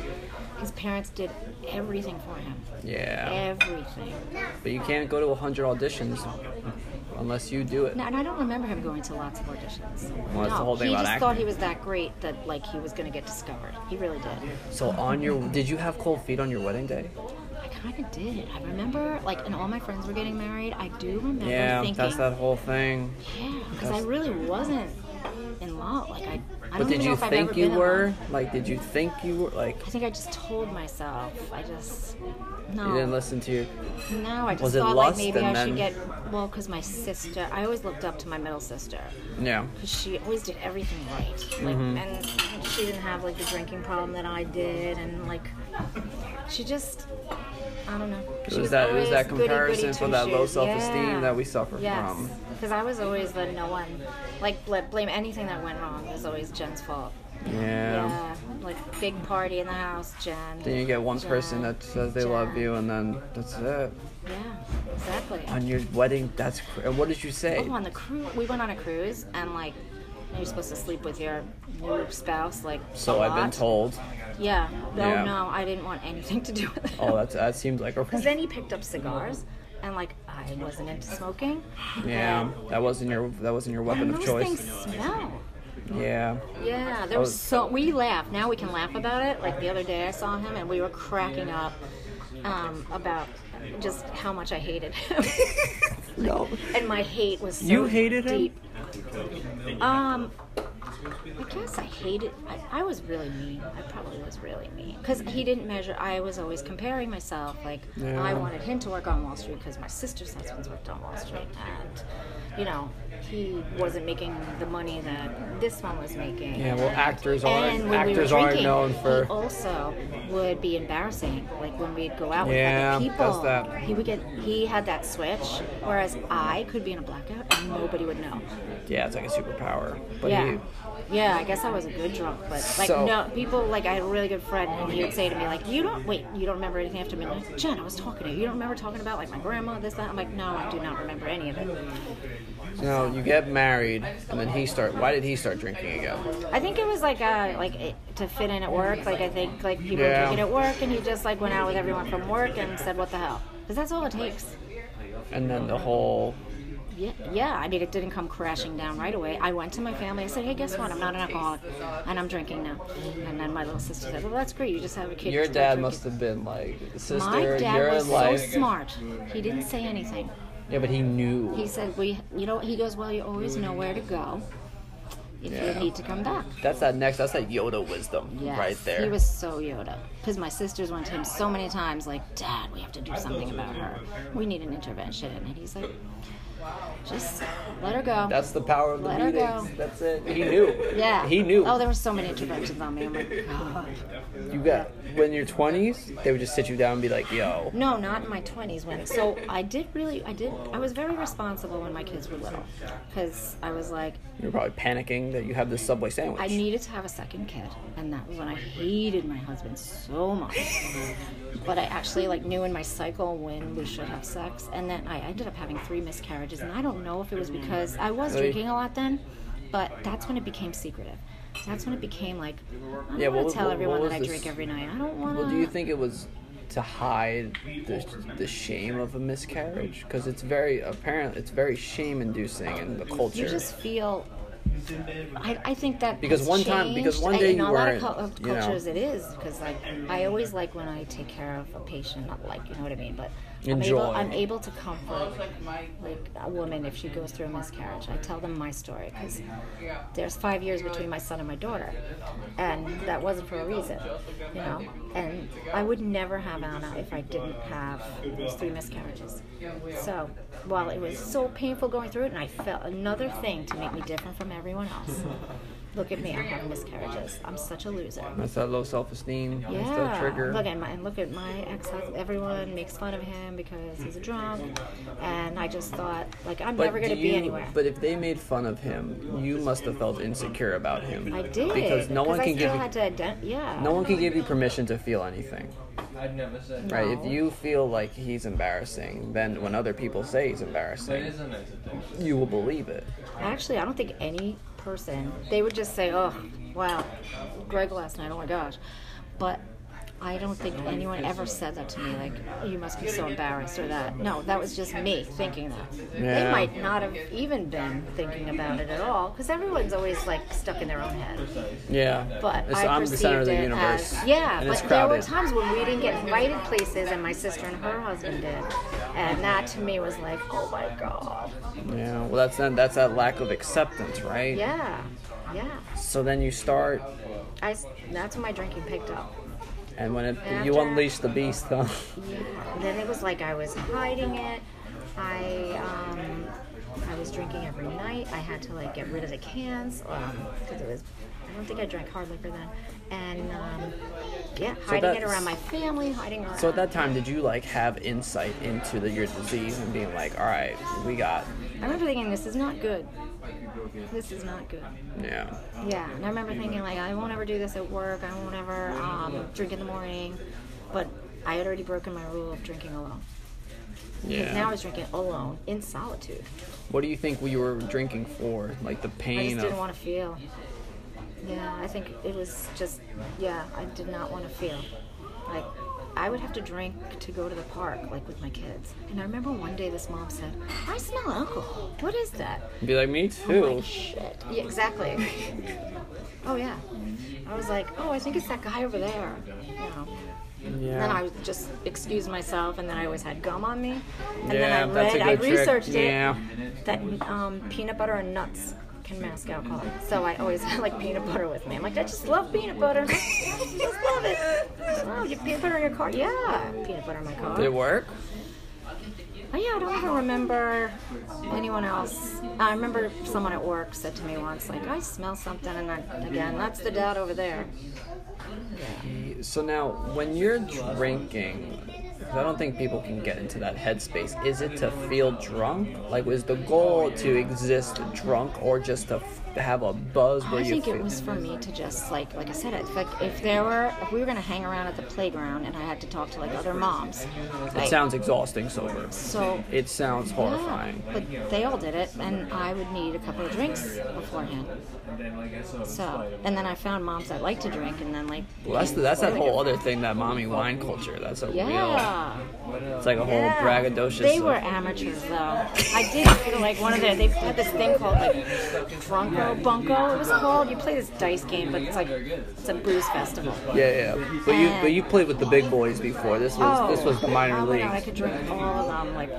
His parents did everything for him.
Yeah.
Everything.
But you can't go to 100 auditions unless you do it.
No, and I don't remember him going to lots of auditions.
Well,
no,
that's the whole thing
he
about
just thought
acting.
he was that great that like he was gonna get discovered. He really did.
So on your, did you have cold feet on your wedding day?
I kind of did. I remember like, and all my friends were getting married. I do remember
Yeah,
thinking,
that's that whole thing.
yeah, because I
that's-
really wasn't in love. Like I, I
But
don't
did
even know
you
if I've
think
ever
you
been in
were?
love.
Like, did you think you were? Like,
I think I just told myself. I just no.
you didn't listen to your.
No, I just
Was it
thought
lust
like maybe
and
I
then-
should get well because my sister. I always looked up to my middle sister
Yeah.
because she always did everything right. Like,
Mm-hmm.
and she didn't have like the drinking problem that I did, and like she just. I don't know.
It
She
was that. It was
always
that
goody-goody
comparison for that low
two-shoes.
self-esteem
Yeah.
that we suffer
Yes,
from.
because I was always the no one, like bl- blame anything that went wrong was always Jen's fault.
Yeah.
Yeah, like big party in the house, Jen.
Then you get one person
Jen,
that says they
Jen.
love you, and then that's it.
Yeah, exactly.
On your wedding, that's. cr- And what did you say?
Oh, on the cruise. We went on a cruise, and like, you're supposed to sleep with your new spouse, like.
So
i
I've been told.
Yeah. No,
Yeah.
no, I didn't want anything to do with it.
Oh, that's that seems like a.
Because then he picked up cigars, and like, I wasn't into smoking.
Yeah, that wasn't your that wasn't your weapon
And
of
those
choice.
things smell.
Yeah.
Yeah, there was so we laugh now. We can laugh about it. Like the other day, I saw him and we were cracking up um, about just how much I hated him,
No.
and my hate was so
You hated him?
deep. him. Um, I guess I hated. I, I was really mean. I probably was really mean because he didn't measure. I was always comparing myself. Like
Yeah.
I wanted him to work on Wall Street because my sister's husband's worked on Wall Street, and you know he wasn't making the money that this one was making.
Yeah. Well, actors are
And when
actors
we were
are
drinking,
known for.
He also would be embarrassing, like when we'd go out with
Yeah,
other people.
that's that.
He would get. He had that switch, whereas I could be in a blackout and nobody would know.
Yeah, it's like a superpower. But
yeah.
he,
yeah, I guess I was a good drunk, but like
So-
no people like I had a really good friend and he would say to me like you don't wait you don't remember anything after midnight Jen I was talking to you you don't remember talking about like my grandma this that I'm like no I do not remember any of it
you know, you get married, and then he start. Why did he start drinking again?
I think it was like uh like it, to fit in at work. Like I think like people
Yeah.
were drinking at work, and he just like went out with everyone from work and said, "What the hell?" Because that's all it takes.
And then the whole.
Yeah, yeah. I mean, it didn't come crashing down right away. I went to my family. I said, "Hey, guess what? I'm not an alcoholic, and I'm drinking now." And then my little sister said, "Well, that's great. You just have a kid."
Your
to
dad
drink
must
it."
have been like,
My
sister,
dad
you're
was
in life.
so smart. He didn't say anything.
Yeah, but he knew.
He said, "We, you know," he goes, "Well, you always know where to go if
Yeah.
you need to come back."
that's that next. That's that Yoda wisdom
Yes,
right there.
He was so Yoda. Because my sisters went to him so many times, like, Dad, we have to do something about her. We need an intervention. And he's like, just let her go.
that's the power of the
Let her
meetings.
go.
That's it. He knew.
yeah.
He knew.
Oh, there were so many interventions on me. I'm like, God.
You got when you're 20s, they would just sit you down and be like, "Yo,
No, not in my 20s when. So I did really, I did, I was very responsible when my kids were little. Because I was like,
you're probably panicking that you have this Subway sandwich."
I needed to have a second kid, and that was when I hated my husband so much. but I actually like knew in my cycle when we should have sex, and then I ended up having three miscarriages, and I don't know if it was because I was
Really?
drinking a lot then, but that's when it became secretive. That's when it became like I don't
Yeah, what
want
was-
to tell
what-
everyone
what
that I
was
drink
this-
every night. I don't want to.
Well, do you think it was to hide the, the shame of a miscarriage? Because it's very apparent. It's very shame-inducing in the culture.
You just feel. I, I think that
Because
has
one time-
changed.
because one
I-
day
in
you
a lot of
weren't,
cul- of
you know.
cultures it is because like I always like when I take care of a patient, not like you know what I mean, but
Enjoy.
I'm able, I'm able to comfort like a woman if she goes through a miscarriage. I tell them my story because there's five years between my son and my daughter, and that wasn't for a reason, you know. And I would never have Anna if I didn't have those three miscarriages. So while it was so painful going through it, and I felt another thing to make me different from everyone else. Look at me, I have miscarriages. I'm such a loser.
That's that low self-esteem. That's that
Yeah.
trigger.
Look at my and look at my ex. Everyone makes fun of him because he's a drunk, and I just thought like I'm never going to
do
be
you-
anywhere.
But if they made fun of him, you must have felt insecure about him.
I did
because no one
I
can
still
give you,
had to ident- yeah.
no one can give you permission to feel anything,
I'd never said
right? If
No.
you feel like he's embarrassing, then when other people say he's embarrassing,
a nice thing.
you will believe it.
Actually, I don't think any person they would just say, "Oh, wow, Greg last night. Oh my gosh," but I don't think anyone ever said that to me, like, you must be so embarrassed or that. No, that was just me thinking that.
Yeah.
They might not have even been thinking about it at all, because everyone's always, like, stuck in their own head.
Yeah.
But
It's-
I
I'm the
perceived
center of the
it
universe.
as yeah.
And
but
it's
there were
crowded.
times when we didn't get invited places, and my sister and her husband did, and that to me was like, oh my god,
Yeah. Well, that's that, that's that lack of acceptance, right?
yeah, yeah.
So then you start,
I s- that's when my drinking picked up.
and when it, you
After-
unleash the beast, though.
And then it was like I was hiding it. I um, I was drinking every night. I had to like get rid of the cans because it was. I don't think I drank hard liquor then. And um, yeah, hiding it
that's-
around my family, hiding around.
So at that time, did you like have insight into the, your disease and being like, all right, we got,
I remember thinking, this is not good. This is not good.
yeah,
Yeah, and I remember thinking, like, I won't ever do this at work. I won't ever um, drink in the morning. But I had already broken my rule of drinking alone. Because
yeah.
now I was drinking alone in solitude.
what do you think we were drinking for? Like the
I
pain
just didn't
of.
want to feel. Yeah, I think it was just, yeah, I did not want to feel. Like, I would have to drink to go to the park, like with my kids. And I remember one day this mom said, I smell alcohol. What is that?
Be like
Oh
me too.
Like, shit. Yeah, exactly. oh yeah. I was like, oh, I think it's that guy over there. You know. And then I
yeah.
was just excused myself, and then I always had gum on me. And
yeah,
then I
that's
read,
a
I
good trick.
researched it
Yeah.
that um, peanut butter and nuts can mask alcohol. So I always had like peanut butter with me. I'm like, I just love peanut butter. just love it. Oh, you peanut butter in your car? Yeah, peanut butter in my car.
Did it work?
Oh, yeah, I don't even remember anyone else. I remember someone at work said to me once, like, I smell something, and I, again, that's the dad over there.
So now, when you're drinking, 'cause I don't think people can get into that headspace. Is it to feel drunk? Like, was the goal to exist drunk, or just to f- have a buzz where
I
you
think
feel?
it was for me to just like, like I said, if like if there were, if we were gonna hang around at the playground and I had to talk to like other moms,
it
like,
sounds exhausting sober.
so
It sounds horrifying.
Yeah, but they all did it, and I would need a couple of drinks beforehand. So, and then I found moms that like to drink, and then like.
Well, that's that's that whole other thing that mommy wine culture. That's a
Yeah.
real. It's like a whole
yeah.
braggadocious.
They
of-
were amateurs, though. I did feel like one of their. They had this thing called like Drunko Bunko. It was called. You play this dice game, but it's like it's a booze festival.
Yeah, yeah. But you but you played with the big boys before. This was this was the minor
oh my
league.
God, I could drink all of them. Like,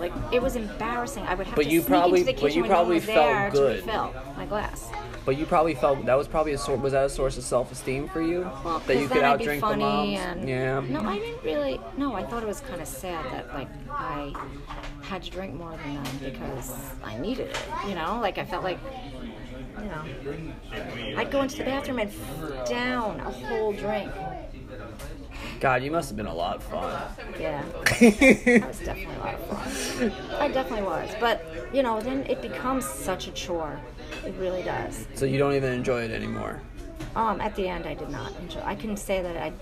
like it was embarrassing. I would have
But
to
you
sneak
probably-
into the
but
kitchen
you
when no one
probably
was
felt
there
good.
to refill my glass.
But you probably felt that was probably a sort was that a source of self esteem for you
Well,
that
'cause
you could
then I'd be
outdrink the
funny
moms.
And,
Yeah.
No, I didn't really. No, I thought it was kind of sad that like I had to drink more than them because I needed it. You know, like I felt like. You know, I'd go into the bathroom and down a whole drink.
God, you must have been a lot of fun.
Yeah, that was definitely a lot of fun. I definitely was, but you know, then it becomes such a chore. It really does.
so you don't even enjoy it anymore.
Um, at the end, I did not enjoy. I couldn't say that I.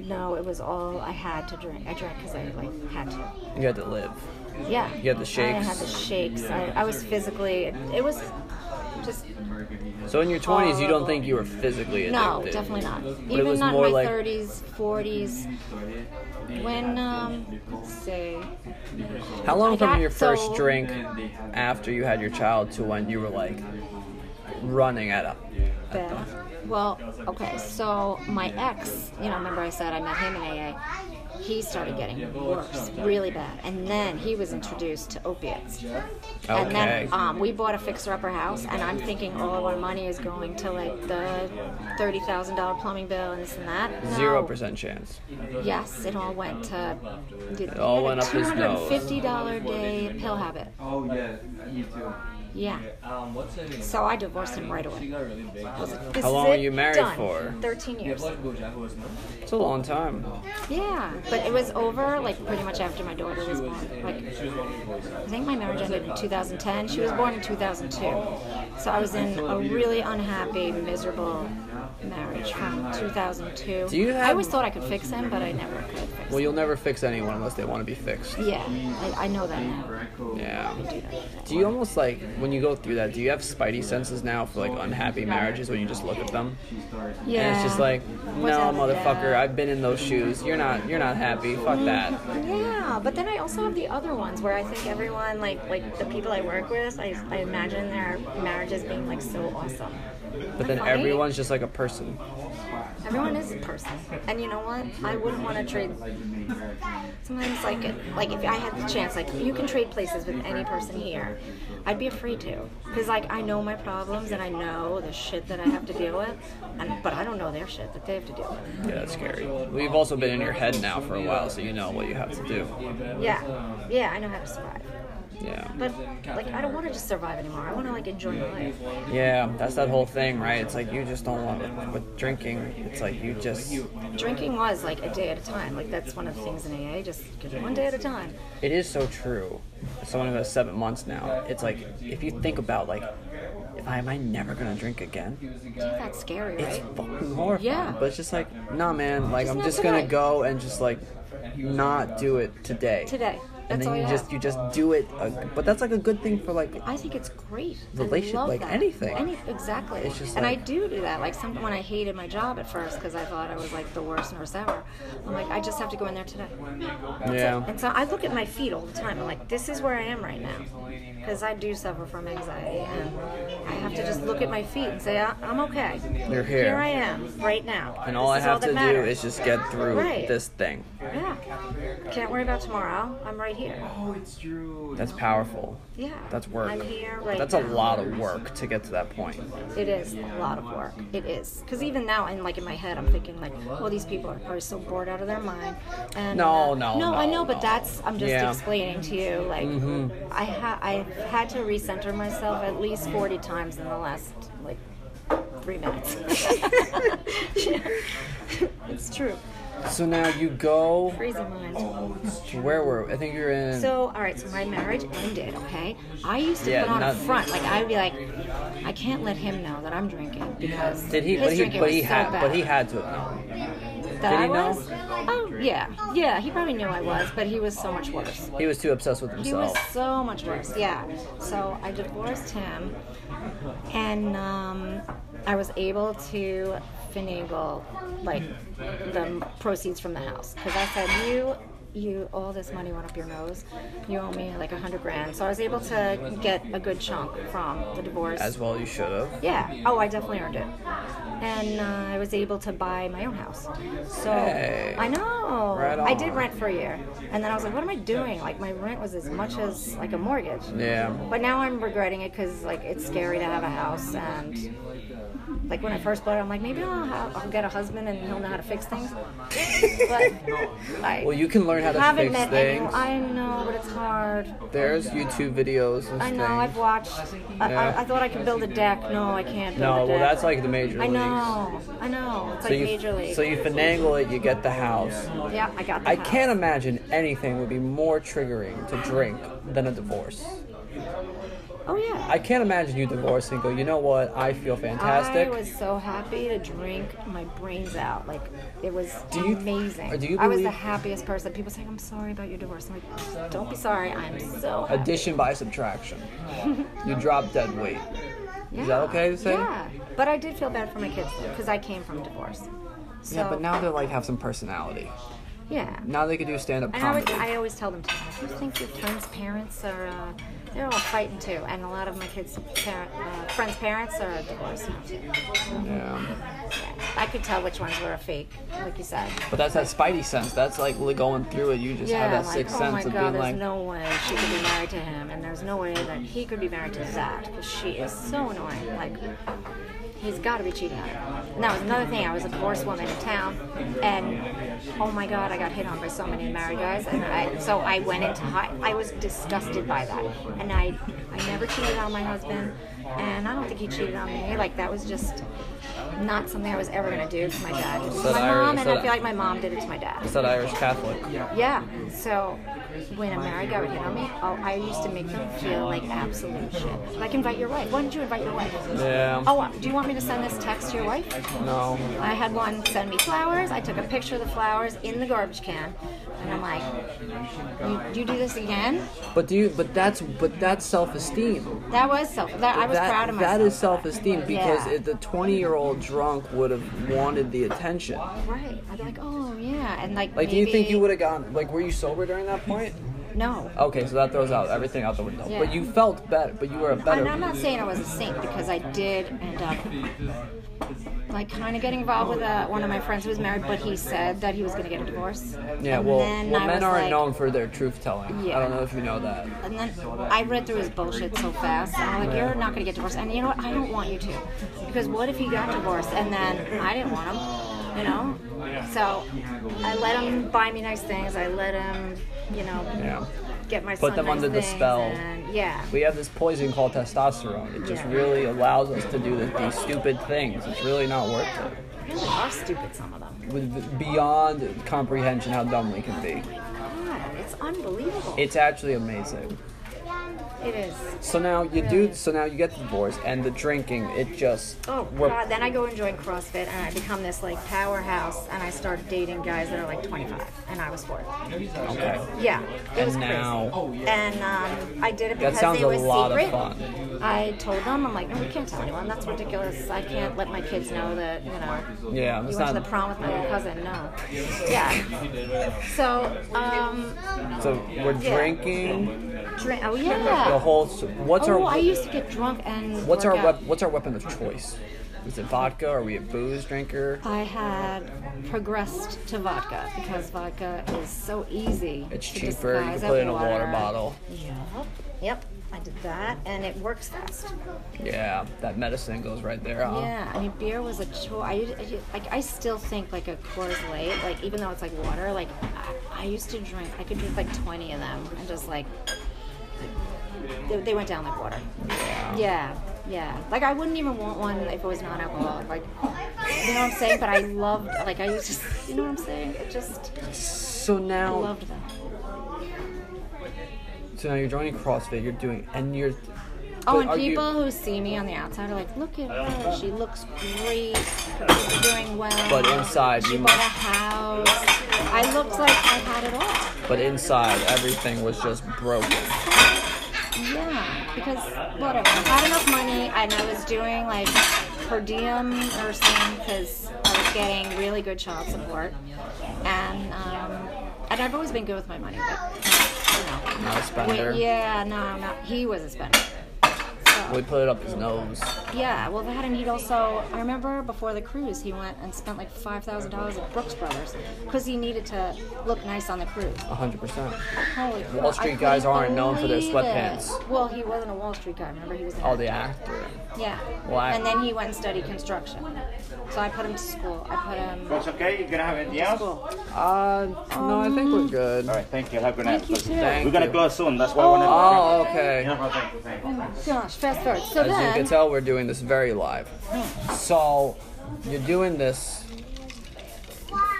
No, it was all I had to drink. I drank because I like had to.
You had to live.
Yeah.
You had the
I had the
shakes.
shakes. I, I was physically. It, it was just
So in your twenties, you don't think you were physically addicted.
no, definitely not.
it
Even
was
not
more
in my
like-
30s, 40s. When um, let's see,
How long
I
from
got
your first
so-
drink after you had your child to when you were like running at a
back. Well, okay, so my ex, you know, remember I said I met him in AA. He started getting worse, really bad, and then he was introduced to opiates. And
okay?
then um, we bought a fixer-upper house, and I'm thinking all of our money is going to like the thirty thousand dollar plumbing bill and this and that. No.
Zero percent chance.
Yes, it all went to. It
all went up
Two
his
hundred and
nose.
fifty dollar day pill habit.
Oh yeah, me too.
Yeah.
Um, what's her name?
So I divorced him right
She
away.
got really big.
I was like, this
How
is
long were
it,
you married
done.
for?
Thirteen years.
It's a long time.
Yeah, but it was over like pretty much after my daughter was born. Like I think my marriage ended in 2010. She was born in 2002, so I was in a really unhappy, miserable marriage from 2002.
Do you
I
have-
always thought I could fix him, but I never could fix
Well,
him.
you'll never fix anyone unless they want to be fixed.
Yeah, I, I know that now.
Yeah. Do you almost like when you go through that? Do you have spidey senses now for like unhappy marriages when you just look at them?
Yeah.
And it's just like,
What's
no,
up with
motherfucker,
that?
I've been in those shoes. You're not, you're not happy. Fuck that.
Yeah, but then I also have the other ones where I think everyone, like like the people I work with, I, I imagine their marriages being like so awesome.
But then everyone's just like a person.
Everyone is a person, and you know what? I wouldn't want to trade. Sometimes, like like if I had the chance, like you can trade places with any person here, I'd be afraid to, because like I know my problems and I know the shit that I have to deal with, and but I don't know their shit that they have to deal with.
Yeah, that's scary. We've also been in your head now for a while, so you know what you have to do.
Yeah,
um,
yeah, I know how to survive,
Yeah.
but like I don't want to just survive anymore. I want to like enjoy my life.
Yeah, that's that whole thing, right? It's like you just don't want it. With drinking, it's like you just.
Drinking was like a day at a time. Like that's one of the things in AA, just give it one day at a time.
It is so true. As Someone who has seven months now, it's like if you think about like, if I, am I never gonna drink again?
That's scary,
It's
right?
fucking horrifying.
Yeah.
But it's just like, nah, man. Like I'm
not
just gonna
today.
go and just like, not do it today.
Today.
And
That's
then
all
you
you
just
have.
you just do it. Uh, but that's like a good thing for like.
I think it's great. I
Relation-
love
like
that.
anything.
Any, exactly.
It's just
and
like-
I do do that. Like some when I hated my job at first because I thought I was like the worst nurse ever. I'm like, I just have to go in there today.
Yeah.
And so I look at my feet all the time. I'm like, this is where I am right now. Because I do suffer from anxiety, and I have to just look at my feet and say, "I- I'm okay.
You're here.
Here I am, right now.
And all
this
I
is
have
all that
to do
matters.
is just get through
Right.
this thing.
Yeah. Can't worry about tomorrow. I'm right here.
Oh,
That's powerful.
Yeah.
That's work.
I'm here
But
right
that's a
now.
lot of work to get to that point.
It is a lot of work. It is. Because even now, and like in my head, I'm thinking like, well, these people are probably so bored out of their mind. And
No,
uh,
no,
no. I
no,
know, but
no.
that's I'm just
Yeah. Mm-hmm.
explaining to you. Like, I ha- I had to recenter myself at least 40 times in the last like three minutes. it's true.
So now you go.
Crazy mind.
Where were I think you're in.
So, all right, so my marriage ended, okay? I used to
Yeah,
put on
not-
a front. Like, I'd be like, I can't let him know that I'm drinking because
Did he?
his
But he,
drinking
but
was
he
so
had,
bad.
but he had to have known.
that
did
I
he know?
was? Oh, yeah. Yeah, he probably knew I was, but he was so much worse.
He was too obsessed with
He was
himself.
so much worse, yeah. So I divorced him, and um, I was able to finagle like the m- proceeds from the house because I said you. You all this money went up your nose. You owe me like a hundred grand, so I was able to get a good chunk from the divorce.
As well, you should have.
yeah. Oh, I definitely earned it, and uh, I was able to buy my own house. So
Hey.
I know.
Right
I did
on.
rent for a year, and then I was like, what am I doing? Like my rent was as much as like a mortgage.
Yeah.
But now I'm regretting it because like it's scary to have a house and
uh,
like when I first bought it, I'm like maybe I'll, have, I'll get a husband and he'll know how to fix things. but like,
Well, you can learn how
I
to
haven't
fix
met
things.
anyone. I know, but it's hard.
There's YouTube videos and
Oh, I know. I've
things.
watched. I,
Yeah.
I, I thought I could build a deck. No, I can't. Build
No,
a deck.
well, that's like the major
I
leagues.
know. I know. It's
So
like
you,
major league.
so you finagle it, you get the house.
yeah, I got. The
I
house.
can't imagine anything would be more triggering to drink than a divorce.
Oh yeah.
I can't imagine you divorced and go, you know what? I feel fantastic.
I was so happy to drink my brains out. Like it was
Do you-
amazing.
or do you
I was the
believe-
happiest person. People saying, "I'm sorry about your divorce." I'm like, "Don't be sorry. I'm so happy."
Addition by subtraction. you drop dead weight.
yeah.
that okay to say?
Yeah, but I did feel bad for my kids because I came from divorce. So,
Yeah, but now they like have some personality.
yeah.
Now they could do stand up
And I, would,
comedy.
I always tell them, to, do you think your friends' parents are, uh, they're all fighting too. And a lot of my kids' parent, uh, friends' parents are divorced now too.
Yeah.
I could tell which ones were a fake, like you said.
But that's that spidey sense. That's like li- going through it. You just have that sixth
oh my
sense of
God,
being
there's
like,
no way she could be married to him, and there's no way that he could be married to that because she is so annoying. Like, he's got to be cheating on her. And that was another thing. I was a divorced woman in town, and oh my God, I got hit on by so many married guys, and I so I went into high. I was disgusted by that, and I I never cheated on my husband, and I don't think he cheated on me. Like that was just not something I was ever going to do to my dad. It was
that
my
Irish-
mom, and
that-
I feel like my mom did it to my dad.
It's that Irish Catholic.
Yeah. So when a married guy would hit on me, oh, I used to make them feel like absolute shit. Like invite your wife. Why didn't you invite your wife?
Yeah.
Oh, do you want me to send this text to your wife?
No.
I had one send me flowers. I took a picture of the flowers in the garbage can, and I'm like, "You, you do this again?"
But do you? But that's but that's self-esteem.
That was self. That I was
that,
proud of myself.
That is self-esteem because
Yeah.
if the 20-year-old drunk would have wanted the attention.
right. I'd be like, "Oh yeah," and like.
Like, do you think you
maybe-
would have gotten? Like, were you sober during that point?
No.
Okay, so that throws out everything out the window.
Yeah.
But you felt better. But you were a better.
And I'm not saying I was a saint because I did end up like kind of getting involved with uh one of my friends who was married, but he said that he was going to get a divorce.
yeah.
And
Well,
then
well
I
men
was
aren't
like-
known for their truth telling. I
Yeah.
don't know if you know that.
And then I read through his bullshit so fast. And I'm like, you're not going to get divorced. And you know what? I don't want you to. Because what if he got divorced and then I didn't want him? You know? So I let him buy me nice things. I let him, you know,
Yeah.
get my
Put
son
them
nice
under the
things
spell.
And, yeah.
We have this poison called testosterone. It just
Yeah.
really allows us to do th- these stupid things. It's really not worth it.
Really are stupid, some of them.
With beyond comprehension, how dumb we can be.
God, it's unbelievable.
It's actually amazing.
it is.
So now you do. So now you get the divorce and the drinking. It just.
Oh
we're-
God! Then I go and join CrossFit, and I become this like powerhouse, and I start dating guys that are like 25, and I was 40.
Okay.
Yeah, it
And
was
now-
crazy. And um, I did it
That
because
sounds
they
a
were
lot of
secret.
fun.
I told them, I'm like, no, you can't tell anyone. That's ridiculous. I can't let my kids know that, you know,
Yeah.
you
It's
went to
not.
the prom with my cousin. No. Yeah. So, um,
So we're
Yeah.
drinking
drink. Oh
the
yeah.
whole. s- What's
Oh,
our
I used to get drunk and.
what's our
work out.
wep- what's our weapon of choice? Is it vodka? Are we a booze drinker?
I had progressed to vodka because vodka is so easy.
It's
to
cheaper. You
disguise
can
as
put it in a water
water
bottle.
Yep. Yep. I did that, and it works fast.
Yeah, that medicine goes right there. Huh?
Yeah, I mean, beer was a chore. I, I like, I still think like a Coors Light, like even though it's like water, like I, I used to drink. I could drink like twenty of them, and just like they, they went down like water. Yeah. yeah, Like I wouldn't even want one if it was non-alcoholic. Like you know what I'm saying? But I loved. Like I used to. You know what I'm saying? It just
So
I
now,
loved them.
so now you're joining CrossFit. You're doing, and you're.
Oh,
but
and
are you-
people who see me on the outside are like, "Look at her. She looks great. She's doing well."
But inside,
she
you
bought a
must.
house. I looked like I had it all.
But inside, everything was just broken.
Yeah, because whatever. I had enough money, and I was doing like per diem nursing because I was getting really good child support, and um, and I've always been good with my money, but you know.
Not a spender.
Wait, yeah, no, I'm not. He was a spender.
We put it up his nose.
Yeah, well, that and he'd also. I remember before the cruise, he went and spent like five thousand dollars at Brooks Brothers because he needed to look nice on the cruise.
100. percent
Holy crap!
Wall Street
I
guys
couldn't
aren't known for their
believe
sweatpants.
it. Well, he wasn't a Wall Street guy. Remember, he was. An
Oh, the
actor.
actor.
Yeah.
Well, I-
and then he went and studied construction. So I put him to school. I put him
That's okay. You gonna have anything else? All
school.
Uh, no, I think we're
Um,
good.
right. Thank you. Have a good night.
Thank you too.
Thank
We're gonna
you.
go soon. That's why I wanna.
Oh, okay.
Yeah, no, thank you, thank you.
Gosh, fast forward. So
As you
then,
can tell, we're doing this very live. So, you're doing this,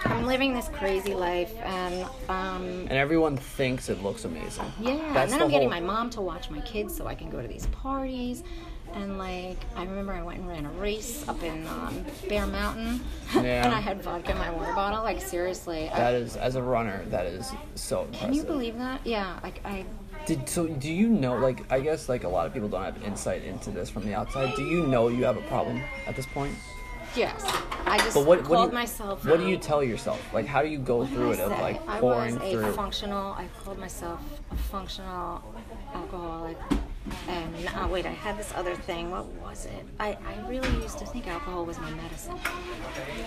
I'm living this crazy life, and um,
and everyone thinks it looks amazing.
Yeah,
That's
and then
the
I'm getting
whole-
my mom to watch my kids so I can go to these parties. And like, I remember I went and ran a race up in um, Bear Mountain,
Yeah.
and I had vodka in my water bottle. Like seriously,
That
I,
is, as a runner, that is so impressive.
can you believe that? Yeah, like I,
Did, so, do you know, like, I guess, like, a lot of people don't have insight into this from the outside. Do you know you have a problem at this point?
yes, I just
But what, what
called
do you,
myself.
What do you
out.
tell yourself? Like, how do you go through
I
it of,
say?
like,
I was
pouring
a
through?
functional. I called myself a functional alcoholic. And oh, wait, I had this other thing. What was it? I, I really used to think alcohol was my medicine.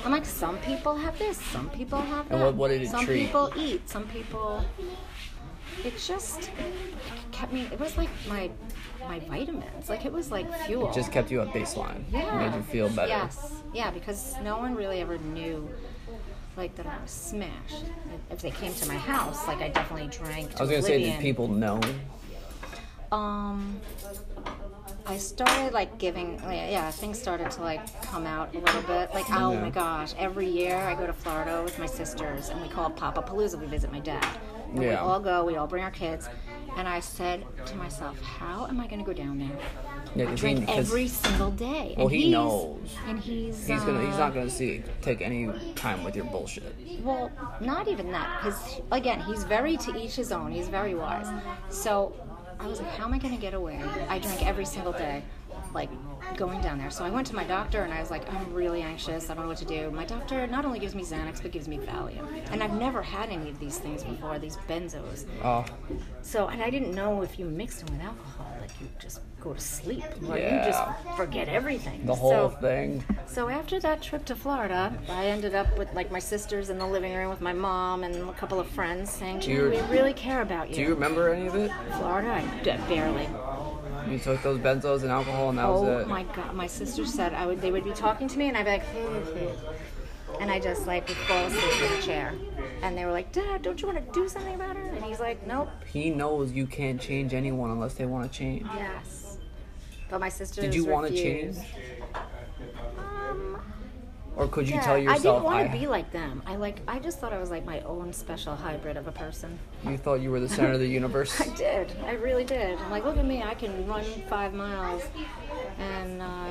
I'm like, some people have this, some people have that.
And what- what did it
some
treat?
people eat, some people. It just kept me. It was like my my vitamins. Like it was like fuel.
Just kept you at baseline.
Yeah.
Made you feel better.
Yes. Yeah, because no one really ever knew, like, that I was smashed. If they came to my house, like, I definitely drank. To
I was gonna say,
oblivion.
did people know?
Um, I started like giving, like, yeah, things started to like come out a little bit. Like, oh my gosh, every year I go to Florida with my sisters and we call it Papa Palooza. We visit my dad. And We
Yeah.
all go, we all bring our kids. And I said to myself, how am I going to go down there?
Yeah,
I
'cause
drink
he- 'cause
every single day.
Well,
and
he
he's-
knows.
And he's
He's gonna. He's
uh,
not gonna see. Take any time with your bullshit.
well, not even that, because again, he's very to each his own. He's very wise. So I was like, how am I going to get away? I drink every single day, like going down there. So I went to my doctor and I was like, I'm really anxious. I don't know what to do. My doctor not only gives me Xanax, but gives me Valium. And I've never had any of these things before, these benzos.
Oh,
So, and I didn't know if you mixed them with alcohol, like you just go to sleep or you
Yeah.
just forget everything.
the whole
so,
thing.
so after that trip to Florida, I ended up with like my sisters in the living room with my mom and a couple of friends saying,
Do you-
"We really care about you."
Do you remember any of it?
Florida? I d- barely.
You took those benzos and alcohol, and that
Oh
was it.
my god! My sister said I would. They would be talking to me, and I'd be like, "Mhm." and I just like would fall asleep in a chair. And they were like, "Dad, don't you want to do something about her?" And he's like, "Nope."
He knows you can't change anyone unless they want to change.
Yes. But my sister.
Did you want to change,
Um,
or could you
yeah,
tell yourself?
I didn't want to be like them. I like. I just thought I was like my own special hybrid of a person.
You thought you were the center of the universe.
I did. I really did. I'm like, look at me. I can run five miles and, uh,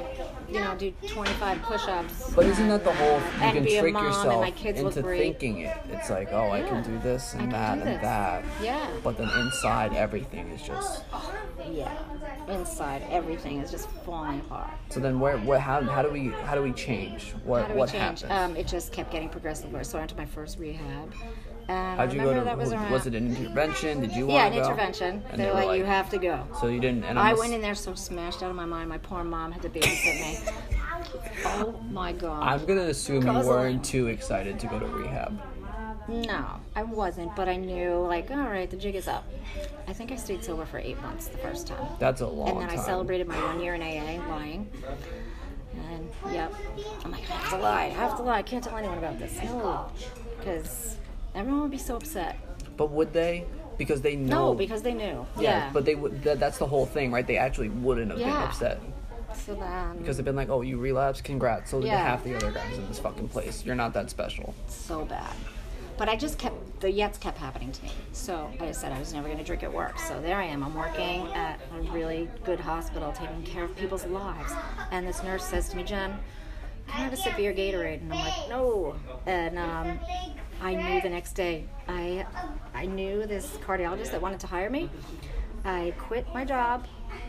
you know, do 25 push ups.
But isn't that the whole? You
And
can
be a
trick
mom, and
yourself
my kids look
into
great.
thinking it. It's like, oh, I
Yeah.
can do this
I
and
can
that
do
and
this.
that.
Yeah.
But then inside, everything is just.
Yeah. Inside, everything is just falling apart.
So then, where? What? How? How do we? How do we change? What?
How do
what
we change?
happens?
Um, it just kept getting progressively worse. So I went to my first rehab. And I
How'd you go
remember
to?
that was
Was,
around.
it an intervention? Did you
yeah,
want
an
to go?
intervention.
And
They were like, you have to go.
So you didn't. And I'm
I
ass-
went in there so smashed out of my mind. My poor mom had to babysit me. oh my god.
I'm gonna assume you
Guzzling.
weren't too excited to go to rehab.
No, I wasn't, but I knew, like, all right, the jig is up. I think I stayed sober for eight months the first time.
That's a long
and then
time.
I celebrated my one year in AA lying. And, yep. I'm like, I have to lie. I have to lie. I can't tell anyone about this. No. Because everyone would be so upset.
But would they? Because they
No,
know.
because they knew. Yeah.
yeah. But they would. That, that's the whole thing, right? They actually wouldn't have been
Yeah.
upset.
so then,
Because they've been like, oh, you relapsed, congrats. So did
Yeah.
half the other guys in this fucking place. You're not that special.
so bad. But I just kept the yets kept happening to me. So I just said I was never going to drink at work. So there I am. I'm working at a really good hospital, taking care of people's lives. And this nurse says to me, Jen, can I have a sip of your Gatorade? And I'm like, no. And um, I knew the next day. I I knew this cardiologist that wanted to hire me. I quit my job,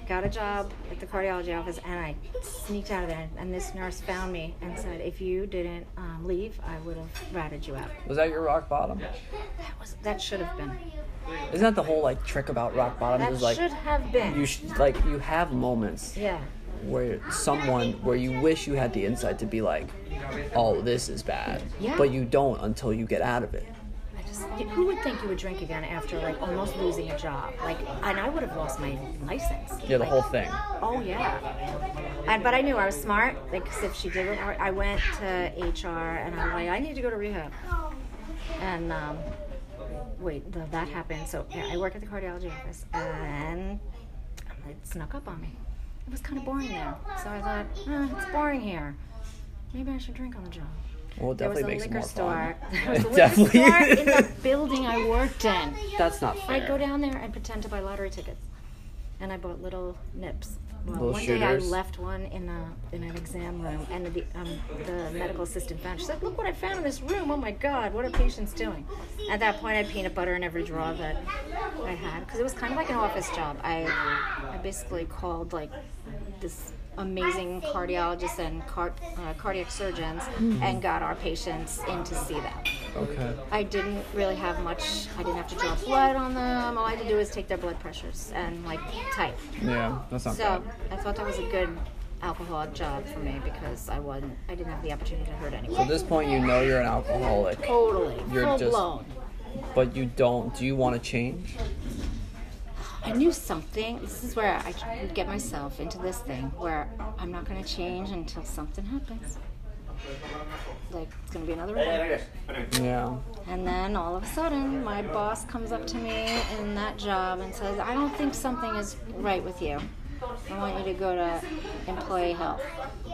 got a job at the cardiology office, and I sneaked out of there. And this nurse found me and said, if you didn't um, leave, I would have ratted you out.
Was that your rock bottom?
That was that should have been.
Isn't that the whole like trick about rock bottom?
That
is like
should have been.
you sh- like you have moments
yeah.
where someone where you wish you had the insight to be like, oh, this is bad.
Yeah.
But you don't until you get out of it.
I just who would think you would drink again after like almost losing a job? Like and I would have lost my license.
Yeah, the
Like,
whole thing.
Oh yeah. And but I knew I was smart. Like 'cause if she did, I I went to HR and I'm like, I need to go to rehab. And um, wait, th- that happened. So yeah, I work at the cardiology office, and it snuck up on me. It was kind of boring there, so I thought, eh, it's boring here. Maybe I should drink on the job.
Well, it
There was
definitely
a
makes it
liquor
more
store.
fun.
There was a liquor
Definitely.
store in the building I worked in.
That's not fair.
I'd go down there and pretend to buy lottery tickets, and I bought little nips. Well,
Little
one day
shooters?
I left one in a in an exam room, and the um, the medical assistant found. She's like, "Look what I found in this room! Oh my God, what are patients doing?" At that point, I had peanut butter in every drawer that I had because it was kind of like an office job. I I basically called like this amazing cardiologists and car, uh, cardiac surgeons and got our patients in to see them.
Okay.
I didn't really have much. I didn't have to draw blood on them. All I had to do was take their blood pressures and like type.
Yeah, that's not
So
bad.
I thought that was a good alcoholic job for me because I wasn't. I didn't have the opportunity to hurt
At
anyone.
this point, you know you're an alcoholic,
Totally,
You're
full
just-
blown.
but you don't. Do you want to change?
I knew something. This is where I tr- get myself into this thing where I'm not going to change until something happens. Like it's going to be another. event.
Yeah.
And then all of a sudden, my boss comes up to me in that job and says, I don't think something is right with you. I want you to go to employee health.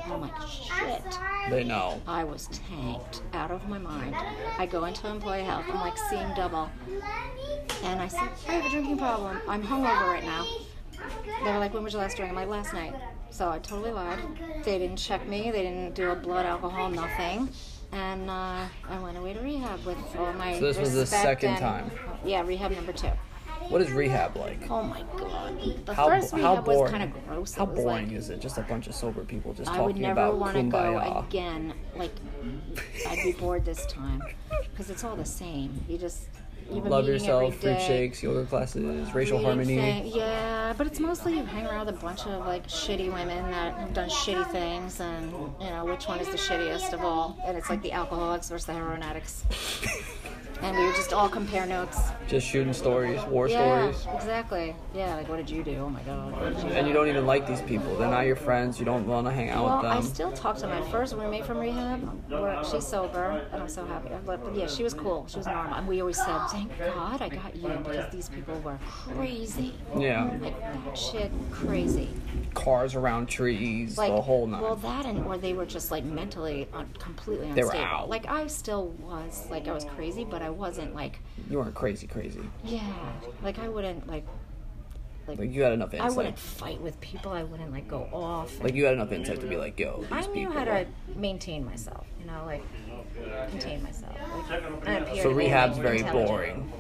I'm like, shit.
They know.
I was tanked out of my mind. I go into employee health. I'm like seeing double. And I said, I have a drinking problem. I'm hungover right now. They were like, when was your last drink? I'm like, last night. So I totally lied. They didn't check me. They didn't do a blood alcohol, nothing. And uh, I went away to rehab with all my.
So this was the
respect
second
and-
time.
Yeah, rehab number two.
What is rehab like?
Oh my god. The
How,
first
bo- how
rehab was
boring?
kind of gross. It
How
was
boring
like,
is it? Just a bunch of sober people just
I would
talking
never
about
want to go
kumbaya.
again. Like, I'd be bored this time because it's all the same. You just you
Love yourself, fruit shakes, yoga classes, racial harmony.
yeah, but it's mostly you hang around with a bunch of like shitty women that have done shitty things, and you know which one is the shittiest of all. And it's like the alcoholics versus the heroin addicts, and we would just all compare notes.
Just shooting stories, war
Yeah,
stories.
exactly. Yeah, like what did you do? Oh my god. what did you
And you don't even like these people. They're not your friends. You don't want to hang out
Well, I
with them.
still talk to my first roommate from rehab. Where she's sober, and I'm so happy. I love- yeah, she was cool. She was normal. And we always said, "Thank God I got you," because these people were crazy,
yeah.
like shit crazy.
Cars around trees,
Like
the whole nine.
Well, that and or they were just like mentally un- completely
They were
unstable.
out.
Like I still was, like I was crazy, but I wasn't like
you weren't crazy, crazy.
yeah, like I wouldn't like
Like you had enough
I
insight.
wouldn't fight with people. I wouldn't like go off. and-
Like you had enough insight to be like, yo, these
I knew
people.
how to maintain myself, you know, like contain myself. Like, I appeared to
so
be,
rehab's
like,
very
intelligent.
boring.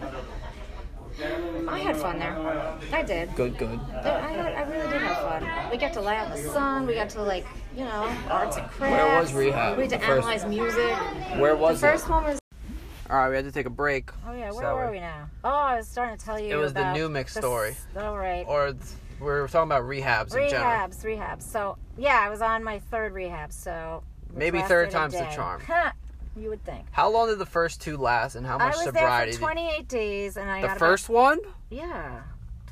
I had fun there. I did.
Good, good.
I, had, I really did have fun. We got to lie out in the sun. We got to like, you know, arts and crafts.
Where was rehab?
We had to
The first-
analyze music.
Where
The
was
first
it?
one was.
All right, we had to take a break.
Oh yeah, where
So
were we now? Oh, I was starting to tell you.
It was the
about
new mix
the s-
story.
All right.
Or th- we we're talking about rehabs in general.
Rehabs, rehabs. So yeah, I was on my third rehab. So which
Maybe third
lasted a
time's the
day.
charm.
you would think.
How long did the first two last, and how
I
much
was there
sobriety?
for
did-
28 days, and I
the
got
first one?
About, yeah,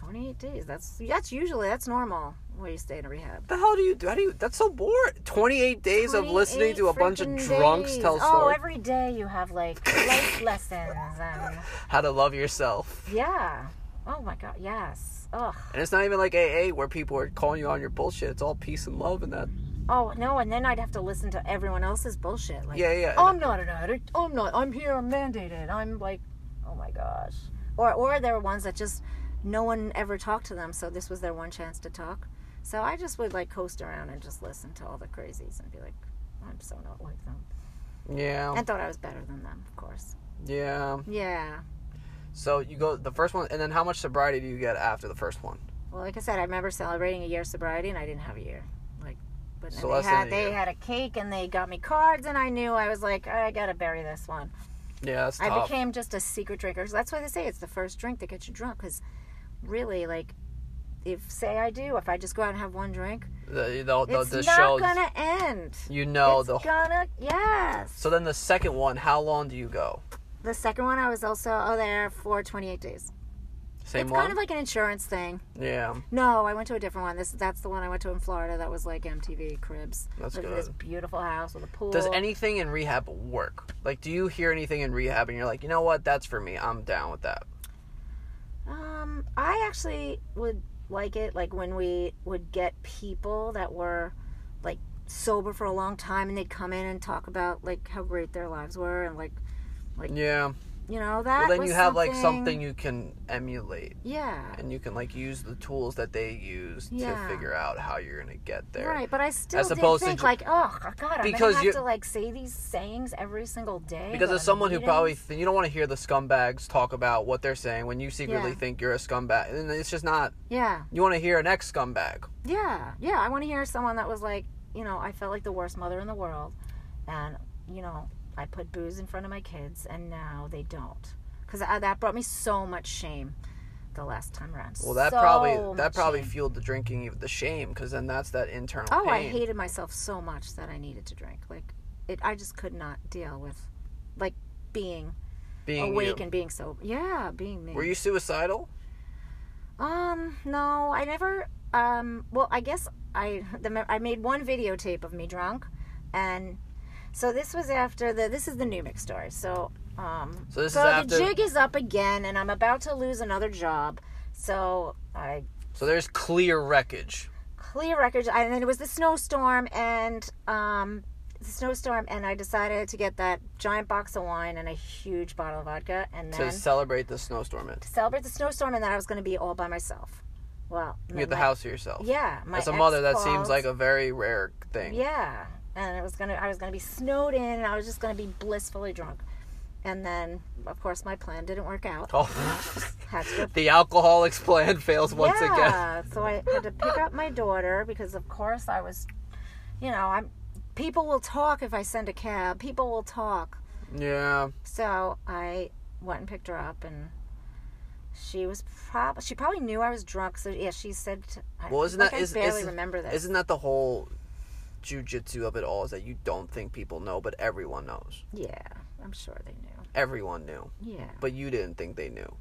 28 days. That's that's usually that's normal where you stay in a rehab.
The hell do you do? How do you? That's so bored. Twenty-eight days of listening
28
to a bunch of
freaking
drunks
days.
tell
Oh,
stories.
every day you have like life lessons and
How to love yourself.
yeah. Oh my God, yes. Ugh.
And it's not even like AA where people are calling you on your bullshit. It's all peace and love and that.
Oh no, and then I'd have to listen to everyone else's bullshit. Like,
Yeah, yeah, and-
I'm not an addict. I'm not. I'm here. I'm mandated. I'm like, oh my gosh. Or or there were ones that just no one ever talked to them, so this was their one chance to talk. So I just would like coast around and just listen to all the crazies and be like, I'm so not like them,
Yeah,
and thought I was better than them, of course.
yeah.
Yeah.
So you go the first one, and then how much sobriety do you get after the first one?
Well, like I said, I remember celebrating a year of sobriety, and I didn't have a year. Like, but
So
and
less
they
than
had
a
they
year.
had a cake and they got me cards, and I knew I was like, I gotta bury this one.
Yeah, that's
I
tough.
became just a secret drinker. So that's why they say it's the first drink that gets you drunk. Because really, like, if say I do, if I just go out and have one drink,
the the, the,
it's
the
not
shows.
gonna end.
You know
it's
the.
gonna yes.
So then the second one, how long do you go?
The second one, I was also oh there for 28 days.
Same
it's
one.
kind of like an insurance thing.
yeah,
No, I went to a different one. This that's the one I went to in Florida. That was like MTV Cribs.
That's
Lived in This
good.
beautiful house with a pool.
Does anything in rehab work? Like, do you hear anything in rehab and you're like, you know what, that's for me. I'm down with that.
Um, I actually would like it like when we would get people that were like sober for a long time and they'd come in and talk about like how great their lives were and like
Yeah.
you know that
Well, then
was
you have like something you can emulate
yeah
and you can like use the tools that they use
Yeah.
to figure out how you're gonna get there.
right but i still
As
did
opposed to
think
ju-
like oh god i'm
Because
gonna have
you-
to like say these sayings every single day
Because
go
as
to
someone who probably
meetings.
th- you don't want to hear the scumbags talk about what they're saying when you secretly
Yeah.
think you're a scumbag, and it's just not.
yeah
You want to hear an ex scumbag.
Yeah, yeah. I want to hear someone that was like, you know, I felt like the worst mother in the world, and you know, I put booze in front of my kids, and now they don't, because that brought me so much shame the last time around.
Well, that
So
probably that
much
probably
shame.
fueled the drinking, of the shame, because then that's that internal
Oh,
pain.
I hated myself so much that I needed to drink. Like, it. I just could not deal with, like, being,
being you.
awake and being sober. Yeah, being me.
Were you suicidal?
Um, no, I never. Um, well, I guess I the, me- I made one videotape of me drunk, and so this was after the this is the new mix story. So, um,
So this
so
is
the
after.
jig is up again, and I'm about to lose another job. So I
so there's clear wreckage.
clear records. And then it was the snowstorm and um, the snowstorm, and I decided to get that giant box of wine and a huge bottle of vodka, and then
to celebrate the snowstorm. It.
celebrate the snowstorm, and then I was going to be all by myself. Well,
You get the house to yourself.
Yeah, my
As a
ex
mother, that seems
called.
like a very rare thing.
Yeah, and it was gonna. I was gonna be snowed in, and I was just gonna be blissfully drunk. And then, of course, my plan didn't work out.
Oh.
Had to go
the alcoholic's plan fails once again.
yeah. So I had to pick up my daughter because, of course, I was, you know, I'm. People will talk if I send a cab. People will talk.
Yeah.
So I went and picked her up, and she was prob. She probably knew I was drunk. So yeah, she said. I-
Well, isn't
like,
that
I
is,
barely
isn't-
remember this.
Isn't that the whole jujitsu of it all? Is that you don't think people know, but everyone knows.
yeah, I'm sure they knew.
Everyone knew,
Yeah.
but you didn't think they knew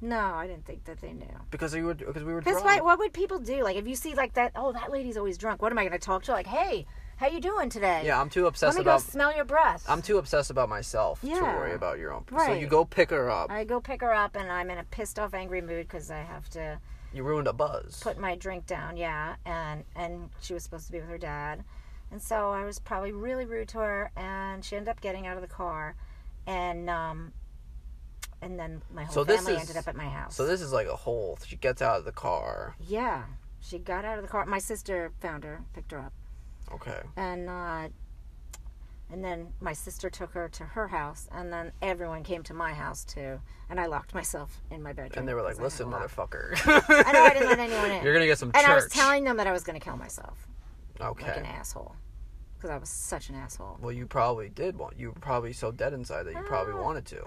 No, I didn't think that they knew.
because you were because we were
Because
drunk.
what, what would people do? Like, if you see, like, that, oh, that lady's always drunk. What am I going to talk to? Like, hey, how you doing today?
yeah, I'm too
Let
obsessed
me
about
go smell your breath.
I'm too obsessed about myself to
Yeah.
worry about your own. So you
Right.
go pick her up.
I go pick her up, and I'm in a pissed off, angry mood because I have to
You ruined a buzz.
put my drink down. Yeah, and and she was supposed to be with her dad, and so I was probably really rude to her, and she ended up getting out of the car, and um, and then my whole
So this
family
is-
ended up at my house.
so this is like a whole. She gets out of the car.
yeah, she got out of the car. My sister found her, picked her up.
Okay.
and uh, and then my sister took her to her house, and then everyone came to my house too, and I locked myself in my bedroom.
And they were like,
'cause I
"Listen,
had a lock."
motherfucker,
I know I didn't let anyone in.
you're gonna get some
and
church."
I was telling them that I was going to kill myself, like
okay.
an asshole, because I was such an asshole.
well, you probably did want. You were probably so dead inside that you probably
Mm.
wanted to.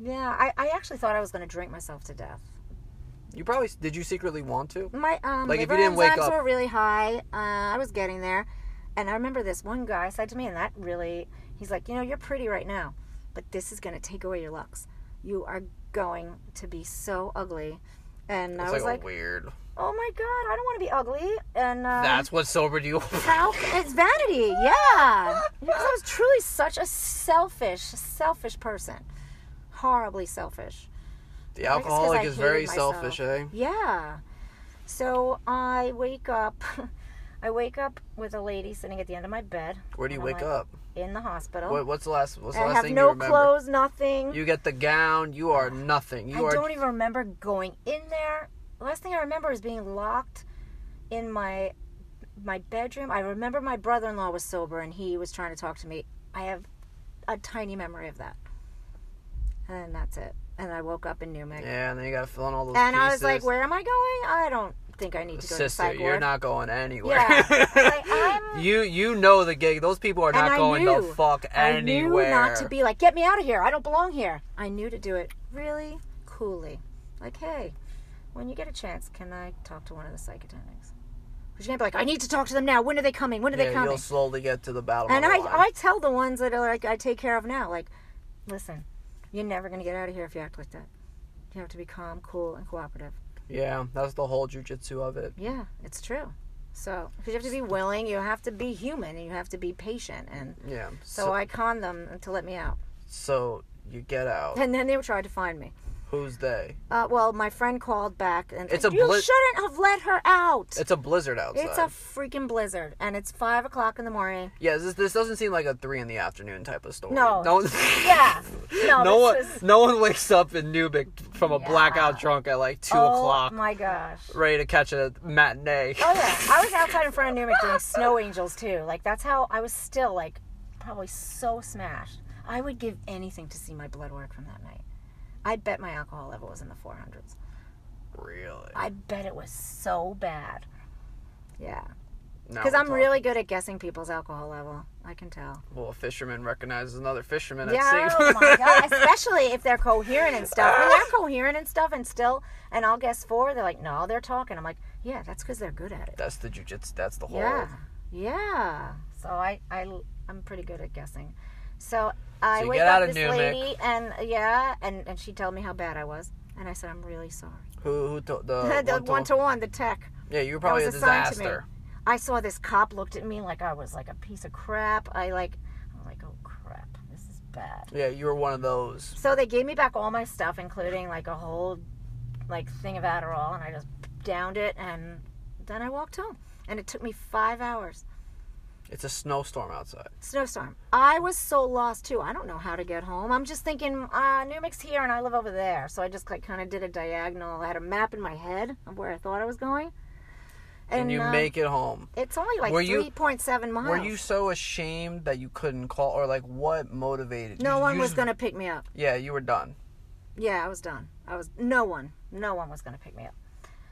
Yeah, I, I actually thought I was going to drink myself to death.
You probably did. You secretly want to?
My um,
Like, if
liver
you didn't wake
enzymes
up-
were really high. Uh, I was getting there, and I remember this one guy said to me, and that really, he's like, you know, you're pretty right now, but this is gonna take away your looks. You are going to be so ugly. And I
It's
was
like, oh,
like,
a weird.
oh my god, I don't want to be ugly. And uh,
That's what sobered you. up.
how it's vanity, yeah. Because I was truly such a selfish, selfish person, horribly selfish.
the
I guess 'cause I
alcoholic is
hated
very
myself.
selfish, eh?
Yeah. So I wake up. I wake up with a lady sitting at the end of my bed
Where do you
And I'm
wake
like,
up?
in the hospital.
What, what's the last? What's the
I
last
have
thing you
no
remember?
clothes, nothing.
You get the gown. You are nothing.
I
You are.
don't even remember going in there. The last thing I remember is being locked in my my bedroom. I remember my brother-in-law was sober and he was trying to talk to me. I have a tiny memory of that. And that's it. And I woke up in Newman.
yeah, and then you gotta fill in all those
and
pieces.
I was like, where am I going? I don't think I need to go to
Sister,
psych
you're
ward.
not going anywhere.
Yeah. Like, I'm-
you you know the gig. Those people are
And
not
I
going the
knew.
fuck
I
anywhere.
knew not to be like, get me out of here. I don't belong here. I knew to do it really coolly. Like, hey, when you get a chance, can I talk to one of the psych attendings? Because you can't be like, I need to talk to them now. When are they coming? When are they
yeah,
coming?
you'll slowly get to the battle.
And
of
I,
the line.
I tell the ones that are like I take care of now, like, listen, you're never gonna get out of here if you act like that. You have to be calm, cool, and cooperative.
yeah, that's the whole jujitsu of it.
Yeah, it's true. So, 'cause you have to be willing, you have to be human, and you have to be patient. And
Yeah.
so, I conned them to let me out,
so you get out.
and then they tried to find me.
Who's they?
Uh, well, my friend called back and
It's
it's
a
you
bli-
shouldn't have let her out. It's,
It's a blizzard outside.
a freaking blizzard, and it's five o'clock in the morning.
yeah, this this doesn't seem like a three in the afternoon type of story.
No.
No.
Yeah, no,
No one,
this was-
no one wakes up in Nubik from a
Yeah.
blackout drunk at like two
oh
o'clock,
my gosh.
ready to catch a matinee.
Oh yeah, I was outside in front of Newman doing snow angels too. Like that's how I was still like probably so smashed. I would give anything to see my blood work from that night. I bet my alcohol level was in the 400s.
Really?
I bet it was so bad. Yeah,
Now
because
we're
I'm
talking.
really good at guessing people's alcohol level. I can tell.
Well, a fisherman recognizes another fisherman at
Yeah,
sea.
oh my god! Especially if they're coherent and stuff. When they're coherent and stuff, and still, and I'll guess four. They're like, no, they're talking. I'm like, yeah, that's because they're good at it.
That's the jujitsu. That's the whole.
Yeah, yeah. So I, I, I'm pretty good at guessing. So I
So you
wake
get out
up
of
this
Numic.
lady, and yeah, and and she told me how bad I was, and I said, I'm really sorry.
Who? Who? To, the
the
Uh, one to-
one to one, the tech.
yeah, you were probably a
was assigned to me.
disaster.
I saw this cop looked at me like I was like a piece of crap. I like, I'm like, oh crap, this is bad.
Yeah, you were one of those.
So they gave me back all my stuff, including like a whole like thing of Adderall, and I just downed it, and Then I walked home, and it took me five hours.
It's a snowstorm outside.
Snowstorm. I was so lost too. I don't know how to get home. I'm just thinking, uh, New Mix here, and I live over there. So I just like kind of did a diagonal. I had a map in my head of where I thought I was going.
And, you
uh,
make it home.
It's only like
Were you-
three point seven miles.
Were you so ashamed that you couldn't call, or like what motivated?
no
you,
one
you
was
just-
gonna pick me up.
Yeah, you were done.
Yeah, I was done. I was no one, no one was gonna pick me up.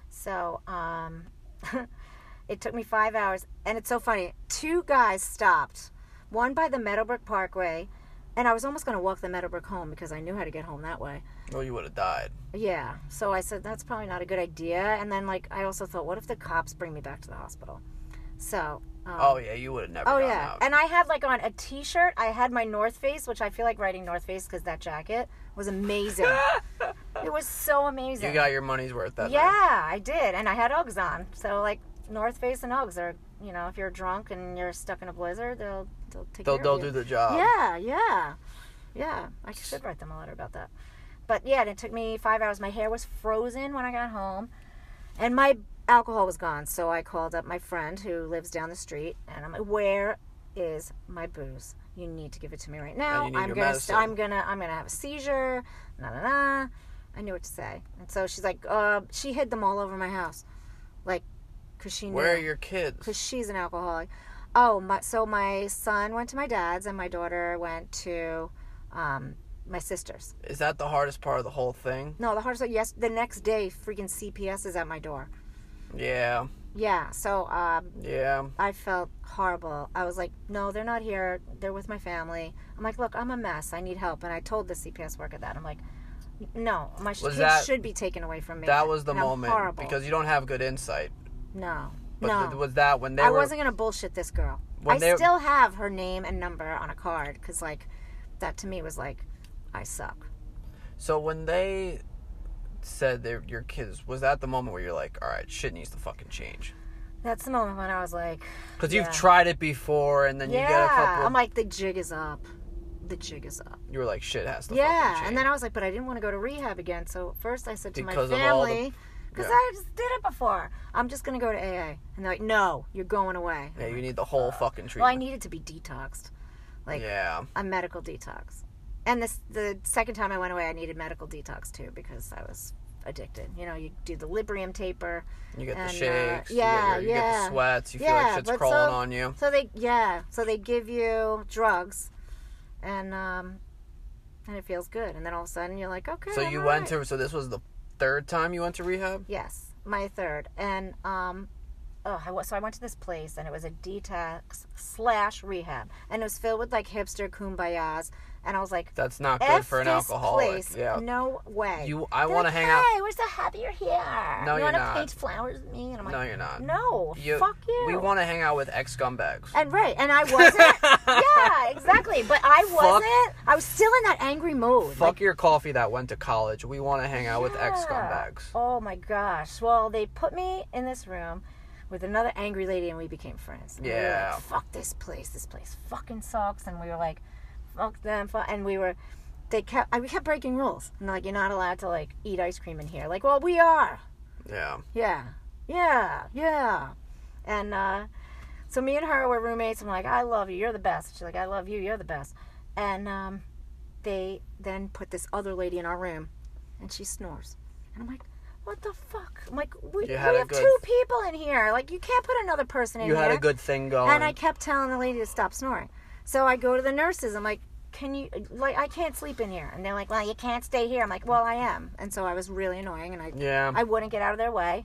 So um, it took me five hours, and it's so funny. Two guys stopped, one by the Meadowbrook Parkway, and I was almost gonna walk the Meadowbrook home because I knew how to get home that way.
Or you would have died.
Yeah, so I said that's probably not a good idea. And then like I also thought, what if the cops bring me back to the hospital? So. Um,
Oh yeah, you would have never.
Oh
gotten
yeah,
out.
and I had like on a T-shirt. I had my North Face, which I feel like writing North Face because that jacket was amazing. it was so amazing.
you got your money's worth that. night.
yeah, I did, and I had Uggs on. So like North Face and Uggs are, you know, if you're drunk and you're stuck in a blizzard, they'll they'll take
They'll
care
they'll
of
do
you.
the job.
Yeah, yeah, yeah. I should write them a letter about that. But yeah, and it took me five hours. My hair was frozen when I got home, and my alcohol was gone. So I called up my friend who lives down the street, and I'm like, "Where is my booze? You need to give it to me right now.
And you need
I'm
your
gonna,
medicine."
I'm gonna, I'm gonna have a seizure." Na na na. I knew what to say, and so she's like, uh, she hid them all over my house, like, cause she knew
Where are your kids?
because she's an alcoholic. Oh, my, so my son went to my dad's, and my daughter went to um, my sister's.
Is that the hardest part of the whole thing?
No, the hardest. part- Yes, the next day, freaking CPS is at my door.
Yeah,
Yeah, so um,
yeah.
I felt horrible. I was like, no, they're not here. They're with my family. I'm like, look, I'm a mess. I need help. And I told the CPS worker that. I'm like, no, my sh-
Was
kids
that-
should be taken away from me.
That was the
And I'm
moment
horrible.
because you don't have good insight.
no,
But
no.
th- was that when they
I
were?
wasn't gonna bullshit this girl.
When
I
they-
still have her name and number on a card because, like, that to me was like, I suck.
So when they said they your kids, was that the moment where you're like, all right, shit needs to fucking change?
That's the moment when I was like,
Because
Yeah.
you've tried it before, and then you get a
yeah.
couple.
I'm like, the jig is up. The jig is up.
you were like, shit has to. fucking
yeah,
change.
and then I was like, but I didn't want to go to rehab again. So first I said to
Because
my
of all the-
family, because
yeah.
I just did it before. I'm just gonna go to AA, and they're like, no, you're going away.
yeah, you need the whole fucking treatment.
Uh, Well, I needed to be detoxed, like
yeah,
a medical detox. And this the second time I went away, I needed medical detox too because I was addicted. You know, you do the Librium taper.
you get
and,
the
uh,
shakes.
yeah,
you get, your, you get
yeah.
the sweats. You feel
Yeah,
like shit's
but
crawling
so-
on you.
So they yeah, so they give you drugs, and um, and it feels good. And then all of a sudden you're like, okay.
So
I'm
you
all
went
right.
to. So this was the third time you went to rehab.
yes, my third, and um. Oh, I, wa- so I went to this place and it was a detox slash rehab, and it was filled with like hipster kumbayas, and I was like,
That's not good
F
for an
this
alcoholic.
place.
Yeah.
No way.
You, I
They're
want to
like,
hang out.
Hey, we're so happy you're here.
No,
you
you're
wanna
not.
paint flowers with me? And I'm like,
No, you're not.
No,
You-
fuck you.
We want to hang out with ex scumbags.
And right, and I wasn't. yeah, exactly. But I wasn't. I was still in that angry mode.
Fuck your coffee that went to college. We want to hang out with ex scumbags.
Oh my gosh. Well, they put me in this room with another angry lady and we became friends. And we were like,
Yeah.
fuck this place. This place fucking sucks. And we were like, fuck them. Fuck. And we were, they kept, I, we kept breaking rules. And like, you're not allowed to like eat ice cream in here. Like, well, we are.
Yeah.
Yeah. Yeah. Yeah. And uh, so me and her were roommates. I'm like, I love you. You're the best. She's like, I love you. You're the best. And um, they then put this other lady in our room and she snores. And I'm like, what the fuck? I'm like, we, we
You had a
have
good-
two people in here. Like, you can't put another person in
You
here.
had a good thing going.
And I kept telling the lady to stop snoring. So I go to the nurses. I'm like, can you, like, I can't sleep in here. And they're like, well, you can't stay here. I'm like, well, I am. And so I was really annoying and I
yeah. Mm-hmm.
I wouldn't get out of their way.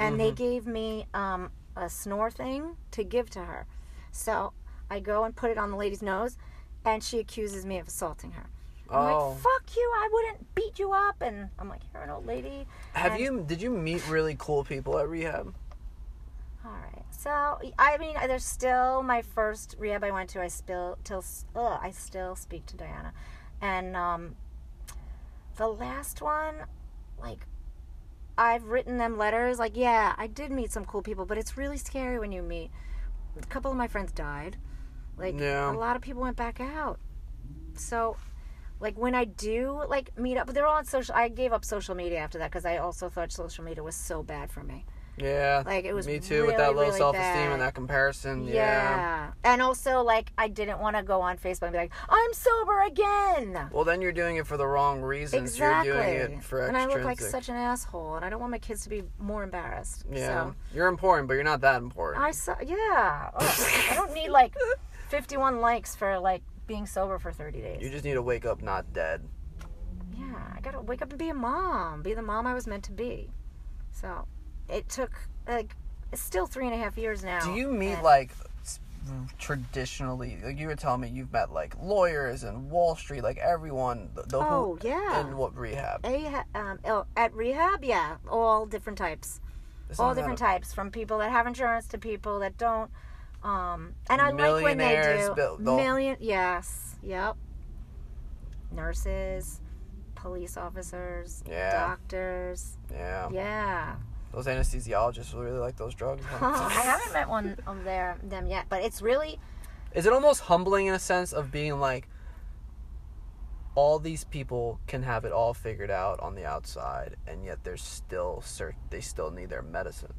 And they gave me um, a snore thing to give to her. So I go and put it on the lady's nose, and she accuses me of assaulting her. I'm
oh.
like, fuck you, I wouldn't beat you up. And I'm like, you're an old lady.
Have
and-
you? Did you meet really cool people at rehab?
All right. So, I mean, there's still my first rehab I went to. I still, till, ugh, I still speak to Diana. And um, the last one, like, I've written them letters. Like, yeah, I did meet some cool people, but it's really scary when you meet. A couple of my friends died. Like,
Yeah.
a lot of people went back out. So, like, when I do, like, meet up, they're all on social. I gave up social media after that because I also thought social media was so bad for me.
Yeah.
Like, it was
Me too with that
really,
low
really
self esteem
bad.
and that comparison.
Yeah.
yeah.
And also, like, I didn't want to go on Facebook and be like, I'm sober again.
Well, then you're doing it for the wrong reasons.
Exactly.
You're doing it for
and I
extrinsic.
look like such an asshole, and I don't want my kids to be more embarrassed.
yeah.
So
You're important, but you're not that important.
I saw, yeah. Oh, I don't need like 51 likes for like being sober for 30
you
days.
just need to wake up not dead.
Yeah, I gotta wake up and be a mom, be the mom I was meant to be. So it took like it's still three and a half years now.
Do you meet
and-
like s- traditionally? Like you were telling me, you've met like lawyers and Wall Street, like everyone. The, the
Oh
who,
yeah.
And what rehab?
A, um, oh, at rehab, yeah, all different types.
It's
all
not
different
about
types from people that have insurance to people that don't um and i like when they
Millionaires,
do
bill- the-
million yes yep nurses police officers
Yeah. Oh.
doctors
Yeah.
yeah
Those anesthesiologists really like those drugs.
i haven't met one of their them yet but it's really
Is it almost humbling in a sense of being like, all these people can have it all figured out on the outside, and yet they're still cert- they still need their medicine.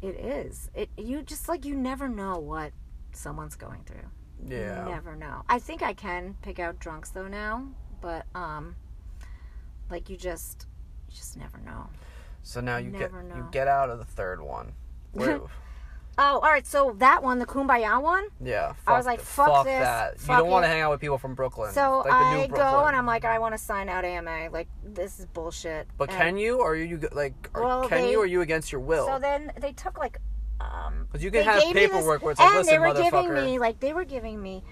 it is it you just like you never know what someone's going through
Yeah.
You never know. I think I can pick out drunks though now, but um, like you just, you just never know.
So now you get
Never
you
know.
get out of the third one. Where,
Oh, all right. So that one, the Kumbaya one.
yeah.
I
fuck
was like,
th-
fuck this,
that.
fuck
you don't want
it.
to hang out with people from Brooklyn.
So
like the
I
new
go
Brooklyn.
and I'm like, I want to sign out AMA. Like this is bullshit.
But
And
can you? Or are you like? Are,
Well,
can
they-
you? Or are you against your will?
So then they took like, um,
Because you
they
can have
gave me this-
paperwork where it's like,
and
listen,
they were giving
motherfucker.
me like they were giving me.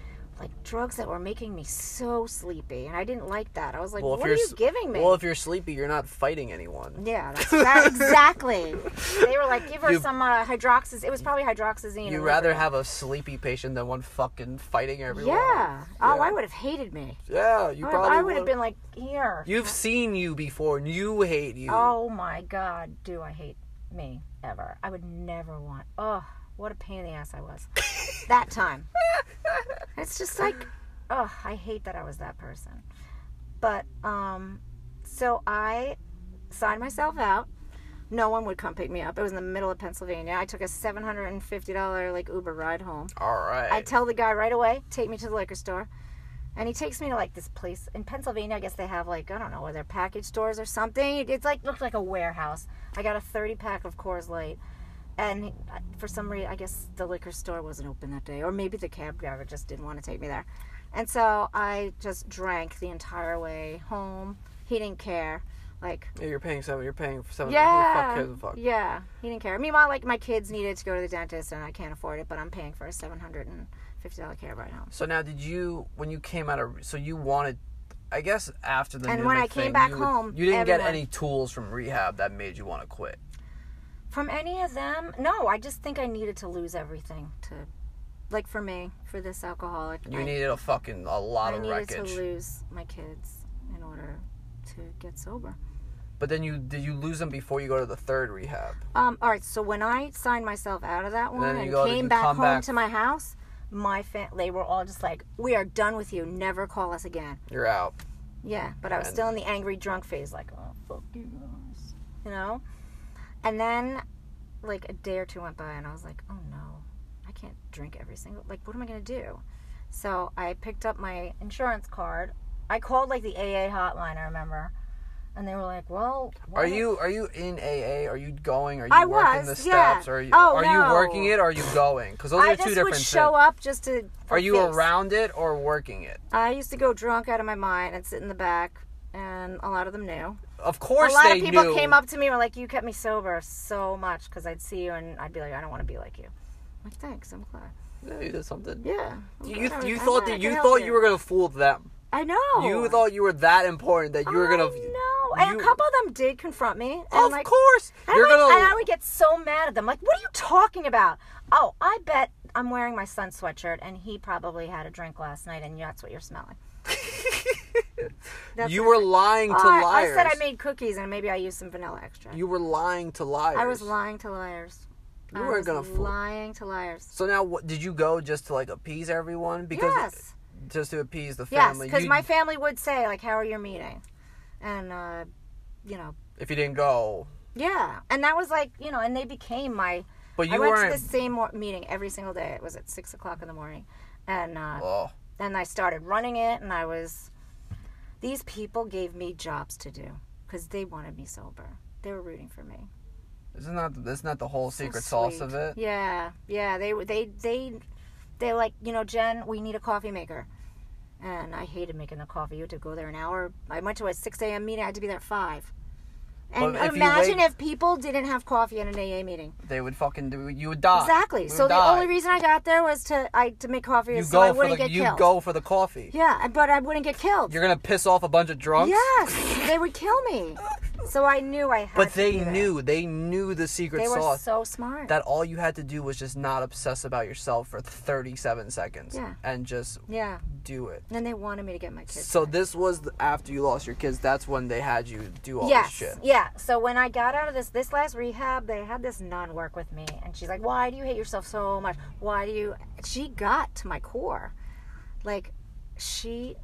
Like drugs that were making me so sleepy, and I didn't like that. I was like,
well, if
"What are
you're
you
s-
giving me?"
Well, if you're sleepy, you're not fighting anyone.
Yeah, that's that, exactly. They were like, give her
You-
some uh, hydroxyz. It was probably hydroxyzine.
You'd
and
rather
Liberty.
have a sleepy patient than one fucking fighting everyone.
Yeah. Oh,
Yeah.
I would have hated me.
Yeah, you
I,
probably
would have been like, here.
You've seen you before, and you hate you.
Oh my God, do I hate me ever? I would never want. Oh, what a pain in the ass I was that time. It's just like, oh, I hate that I was that person. But um, so I signed myself out. No one would come pick me up. It was in the middle of Pennsylvania. I took a seven hundred and fifty dollar like Uber ride home.
All right.
I tell the guy right away, take me to the liquor store. And he takes me to like this place in Pennsylvania. I guess they have like I don't know, where they're package stores or something. It's like looked like a warehouse. I got a thirty pack of Coors Light, and he- for some reason, I guess the liquor store wasn't open that day, or maybe the cab driver just didn't want to take me there. And so I just drank the entire way home. He didn't care. Like
yeah, you're paying seven. You're paying for seven.
yeah,
Oh, Fuck, who the fuck.
yeah. He didn't care. Meanwhile, like my kids needed to go to the dentist, and I can't afford it, but I'm paying for a seven hundred and fifty dollar cab ride home.
So now, did you when you came out of so you wanted, I guess after the
And
Newman
when I came
thing,
back
you,
home,
you didn't get
everyone-
any tools from rehab that made you want to quit.
From any of them? No, I just think I needed to lose everything to, like for me, for this alcoholic.
You
I,
needed a fucking a lot
I
of
needed
wreckage.
to lose my kids in order to get sober.
But then you did you lose them before you go to the third rehab?
Um, all right, so when I signed myself out of that one
then
and,
you go to-
came
you
back
come
home
back-
to my house, my fam- they were all just like, "We are done with you. Never call us again."
You're out.
Yeah, but I was
And-
still in the angry drunk phase, like, oh, fuck you guys. You know? And then, like, a day or two went by, and I was like, oh no, I can't drink every single, like, what am I going to do? So I picked up my insurance card. I called, like, the AA hotline, I remember. And they were like, well,
Are
why don't-
you are you in AA? Are you going? Are you
I
working the
was, yeah.
steps? Are you
Oh,
are
no.
you working it? or Are you going? Because those
I
are two
just
different
would show
things.
up just to. for
Are you
face.
around it or working it?
I used to go drunk out of my mind and sit in the back, and a lot of them knew.
Of course,
a lot
they
of people
knew.
came up to me and were like, "You kept me sober so much because I'd see you and I'd be like, I don't want to be like you." I'm like, thanks, I'm glad.
Yeah, you did something.
Yeah. I'm
You
glad I-
you
I'm
thought
glad I
that
could
you
help
thought you were gonna fool them.
I know.
You thought you were that important that you were gonna.
No, and
you-
a couple of them did confront me. And
Of
like,
course,
and,
you're
like-
gonna.
and I would get so mad at them. Like, what are you talking about? Oh, I bet I'm wearing my son's sweatshirt, and he probably had a drink last night, and that's what you're smelling. That's
you
what-
were lying to
Oh, I-
liars.
I said I made cookies, and maybe I used some vanilla extract.
You were lying to liars.
I was lying to liars.
You
I
weren't
was
gonna fool.
lying to liars.
So now, what, did you go just to like appease everyone? Because
yes,
just to appease the
yes,
family.
because
you-
my family would say like, "How are your meeting?" And uh, you know,
if you didn't go,
Yeah, and that was like you know, and they became my.
But you
I went
weren't.
to the same mor- meeting every single day. It was at six o'clock in the morning, and uh,
Oh,
then I started running it, and I was. These people gave me jobs to do because they wanted me sober. They were rooting for me.
isn't that isn't that the whole secret
So
sauce of
sweet.
it?
Yeah, yeah. They they they they like you know Jen. We need a coffee maker, and I hated making the coffee. You had to go there an hour. I went to a six a.m. meeting. I had to be there at five. And
But if you
imagine
wait-
if people didn't have coffee at an AA meeting.
They would fucking do. You would die.
Exactly.
Ah, We
so
would
the
die.
only reason I got there was to I to make coffee
you
so I
go for
wouldn't
the
get
you
killed.
go for the coffee.
Yeah, but I wouldn't get killed.
You're gonna piss off a bunch of drunks.
yes, they would kill me. So I knew I had.
But
to
they
do that.
knew. They knew the secret
They were
sauce.
so smart.
that all you had to do was just not obsess about yourself for 37 seconds
Yeah.
and just
yeah.
do it.
And then they wanted me to get my kids.
So this was th- after you lost your kids. That's when they had you do all
yes.
this shit.
Yeah. So when I got out of this this last rehab, they had this nun work with me, and she's like, "Why do you hate yourself so much? Why do you?" She got to my core, like she,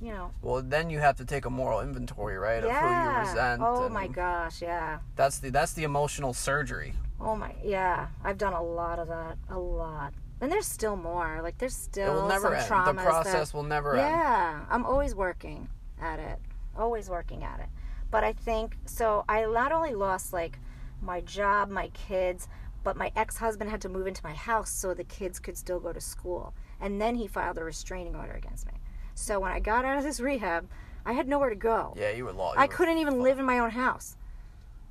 you know,
Well, then you have to take a moral inventory, right? Of who you
yeah.
resent.
oh
and
my gosh, yeah.
That's the that's the emotional surgery.
Oh my, yeah. I've done a lot of that, a lot, and there's still more. Like there's still
it will never end.
Oh, some traumas.
The process
that,
will never end.
Yeah, I'm always working at it. Always working at it. But I think so I not only lost like my job, my kids, but my ex-husband had to move into my house so the kids could still go to school. And then he filed a restraining order against me. So when I got out of this rehab, I had nowhere to go.
Yeah, you were lost.
I couldn't even live in my own house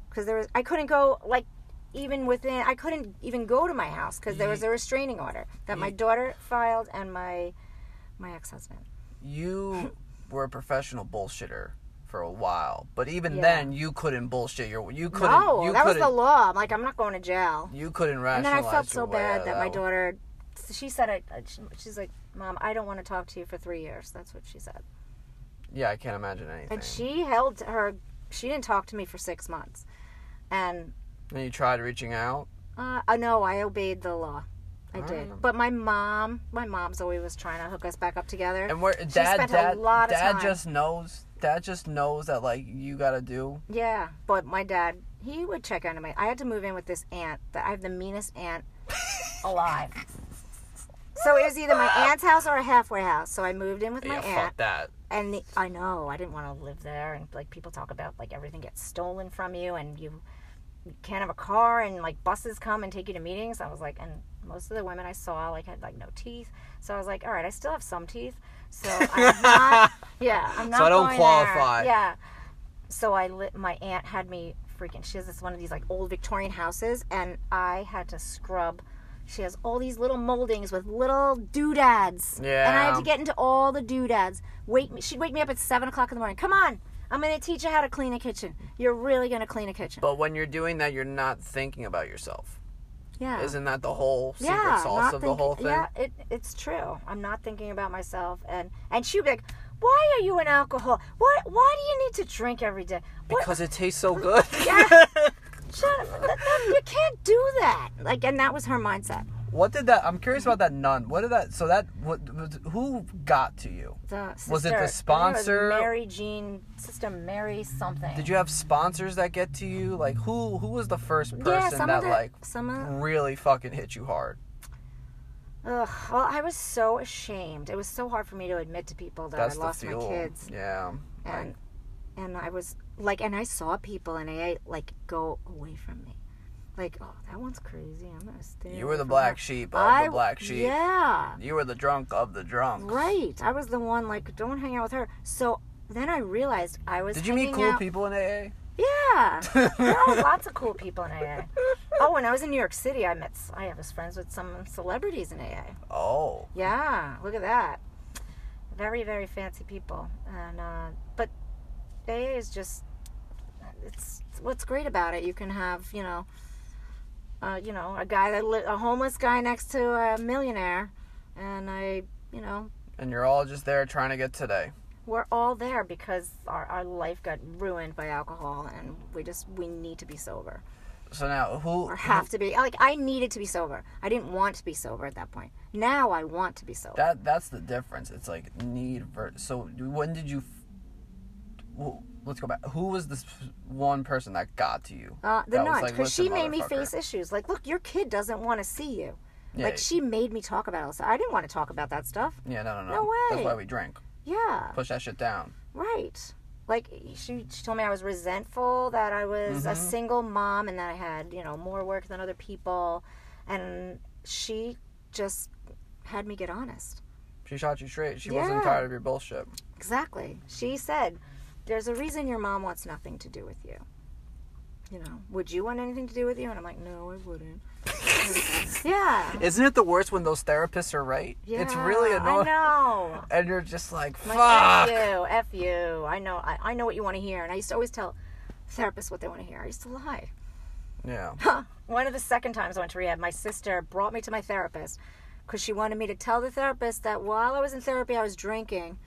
because there was I couldn't go like even within I couldn't even go to my house because there was a restraining order that my daughter filed and my my ex-husband.
You were a professional bullshitter for a while, but even
Yeah.
then you couldn't bullshit your. You couldn't.
No,
you
that was
couldn't,
the law. I'm like, I'm not going to jail.
You couldn't
And
rationalize.
then I felt so
your way out
bad
of
that, my
one.
daughter, she said, I, I- she- she's like, Mom, I don't want to talk to you for three years. That's what she said.
Yeah, I can't imagine anything.
And she held her, she didn't talk to me for six months. And
And you tried reaching out.
Uh, uh, no, I obeyed the law. I
All
did.
right.
But my mom, my mom's always was trying to hook us back up together.
And where
She
dad,
spent a
dad,
lot of
dad
time.
just knows. Dad just knows that like you gotta do.
yeah, but my dad, he would check on me. I had to move in with this aunt that I have the meanest aunt alive. So it was either my aunt's house or a halfway house. So I moved in with my
yeah,
aunt.
fuck that.
and the, I know I didn't want to live there, and like people talk about like everything gets stolen from you, and you, you can't have a car, and like buses come and take you to meetings. I was like, and most of the women I saw like had like no teeth, so I was like, all right, I still have some teeth, so I'm not, yeah, I'm not.
I don't
going there.
qualify.
Yeah, so I lit. My aunt had me freaking. She has this one of these like old Victorian houses, and I had to scrub. She has all these little moldings with little doodads, and I had
Yeah.
to get into all the doodads. Wake me. She'd wake me up at seven o'clock in the morning. Come on, I'm gonna teach you how to clean a kitchen. You're really gonna clean a kitchen.
But when you're doing that, you're not thinking about yourself.
yeah.
Isn't that the whole secret
yeah,
sauce of the
thinking-
whole thing?
Yeah, it, it's true. I'm not thinking about myself, and and she'd be like, "Why are you an alcohol? Why why do you need to drink every day? What-
Because it tastes so good.
Yeah. Shut up. That- that- you can't do that. Like, and that was her mindset.
what did that? I'm curious about that nun. What did that? So that what? Who got to you?
The
Was it the
sister- I think
sponsor?
was Mary Jean, Sister Mary something.
Did you have sponsors that get to you? Like who? Who was the first person
some
that
of the,
like
some of.
really fucking hit you hard?
Ugh, well, I was so ashamed. It was so hard for me to admit to people that
That's
I lost
the
my
fuel.
kids,
Yeah.
and and I was like, and I saw people in AA like go away from me, like, oh, that one's crazy. I'm gonna stay.
You
away
were the
from
black
her."
sheep of
I-
the black sheep.
Yeah.
You were the drunk of the drunk.
Right. I was the one like, don't hang out with her. So then I realized I was.
Did you meet
hanging
cool
out-
people in AA?
Yeah. there are lots of cool people in AA. Oh, when I was in New York City, I met I was friends with some celebrities in AA.
Oh,
Yeah, look at that. Very very fancy people, and uh, but AA is just it's what's great about it. You can have you know. Uh, you know, a guy that li- a homeless guy next to a millionaire, and I, you know,
and you're all just there trying to get today.
we're all there because our, our life got ruined by alcohol and we just we need to be sober
So now who?
or have to be like i needed to be sober i didn't want to be sober at that point now i want to be sober
That that's the difference. It's like need ver So when did you? f- wh- let's go back. Who was this one person that got to you?
Uh,
That
the
was
nudge,
like,
because she
"Listen,
made me
motherfucker."
face issues. Like, look, your kid doesn't want to see you.
Yeah.
Like, she made me talk about all this. I didn't want to talk about that stuff.
Yeah, no, no, no.
No
That's
way.
why we drink.
Yeah,
Push that shit down.
right. Like, she, she told me I was resentful, that I was
Mm-hmm.
a single mom, and that I had, you know, more work than other people. And she just had me get honest.
She shot you straight. She wasn't
Yeah.
tired of your bullshit.
Exactly. She said, There's a reason your mom wants nothing to do with you. You know, would you want anything to do with you? And I'm like, No, I wouldn't. yeah.
Isn't it the worst when those therapists are right?
Yeah,
It's really
I
annoying.
know.
And you're just like, fuck.
Like, F you, F you. I know, I, I know what you want to hear. And I used to always tell therapists what they want to hear. I used to lie.
Yeah.
One of the second times I went to rehab, my sister brought me to my therapist because she wanted me to tell the therapist that while I was in therapy, I was drinking.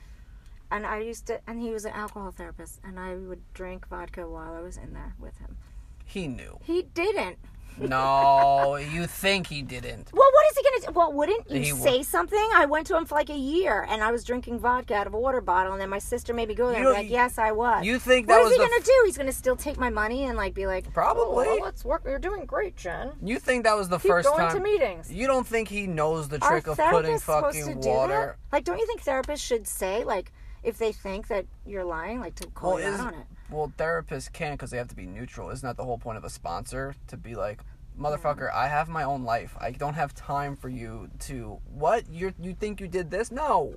And I used to, and he was an alcohol therapist, and I would drink vodka while I was in there with him.
He knew.
He didn't.
No, you think he didn't.
Well, what is he gonna do? Well, wouldn't you
He wa-
say something? I went to him for like a year, and I was drinking vodka out of a water bottle, and then my sister made me go there.
You
and
know,
be like, yes, I was.
You think that
What
was
is he
the
gonna do? He's gonna still take my money and like be like,
Probably.
"Oh, well, let's work. You're doing great, Jen.
You think that was the
Keep
first
going
time?
to meetings.
You don't think he knows the
Are
trick of putting
therapists supposed to
fucking
do
water?
that? Like, don't you think therapists should say like if they think that you're lying, like to call
Well,
you out
is-
on it?
Well, therapists can because they have to be neutral. Isn't that the whole point of a sponsor to be like,
Mm.
motherfucker, I have my own life. I don't have time for you to what you you think you did this? No,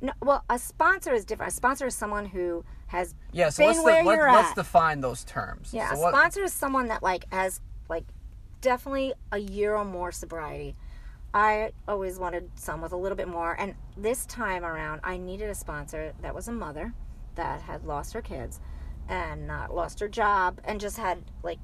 No, well, a sponsor is different. A sponsor is someone who has
yeah. So
Been
let's,
where
let,
you're
let's
at.
define those terms.
Yeah,
So
a
what-
sponsor is someone that like has like definitely a year or more sobriety. I always wanted some with a little bit more, and this time around, I needed a sponsor that was a mother that had lost her kids and uh, lost her job and just had like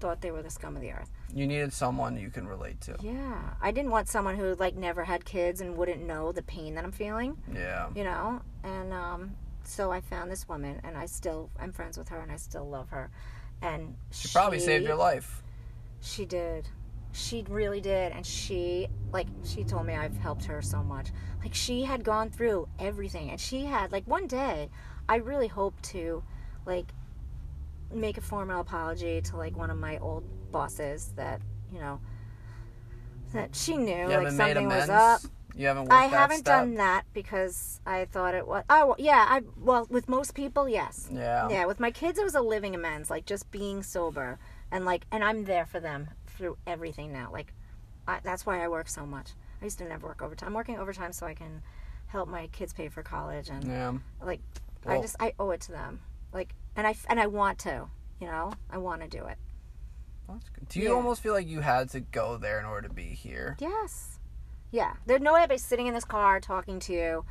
thought they were the scum of the earth.
you needed someone you can relate to.
Yeah, I didn't want someone who like never had kids and wouldn't know the pain that I'm feeling
Yeah.
you know and um so i found this woman and i still i'm friends with her and i still love her and she
You probably saved your life.
she did she really did and she like she told me i've helped her so much like she had gone through everything and she had like one day i really hope to like make a formal apology to like one of my old bosses that you know that she knew
You
like
haven't made
something
amends.
was up
You haven't. Worked
I
that
haven't
step.
done that because I thought it was. Oh, yeah. I well, with most people, yes.
Yeah.
Yeah, with my kids, it was a living amends, like just being sober and like, and I'm there for them through everything now. Like, I, that's why I work so much. I used to never work overtime. I'm working overtime so I can help my kids pay for college and
Yeah.
like, I
Well-
just I owe it to them. Like, and I and I want to, you know, I want to do it.
That's good. Do you
Yeah.
almost feel like you had to go there in order to be here?
Yes. Yeah. There's no way I'd be sitting in this car talking to you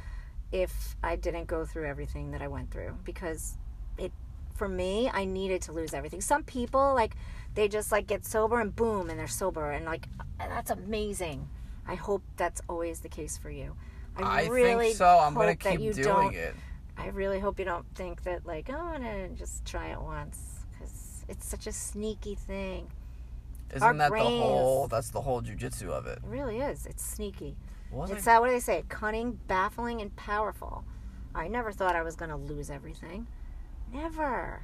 if I didn't go through everything that I went through because it for me, I needed to lose everything. Some people like they just like get sober and boom and they're sober and like that's amazing. I hope that's always the case for you.
I think so. I'm gonna
hope that
keep
you
doing
don't-
it.
I really hope you don't think that like, oh, I'm gonna just try it once because it's such a sneaky thing. our
Isn't that the
brains.
whole? That's the whole jujitsu of it.
It really is. It's sneaky.
Was
It's that what do they say? Cunning, baffling, and powerful. I never thought I was gonna lose everything. Never.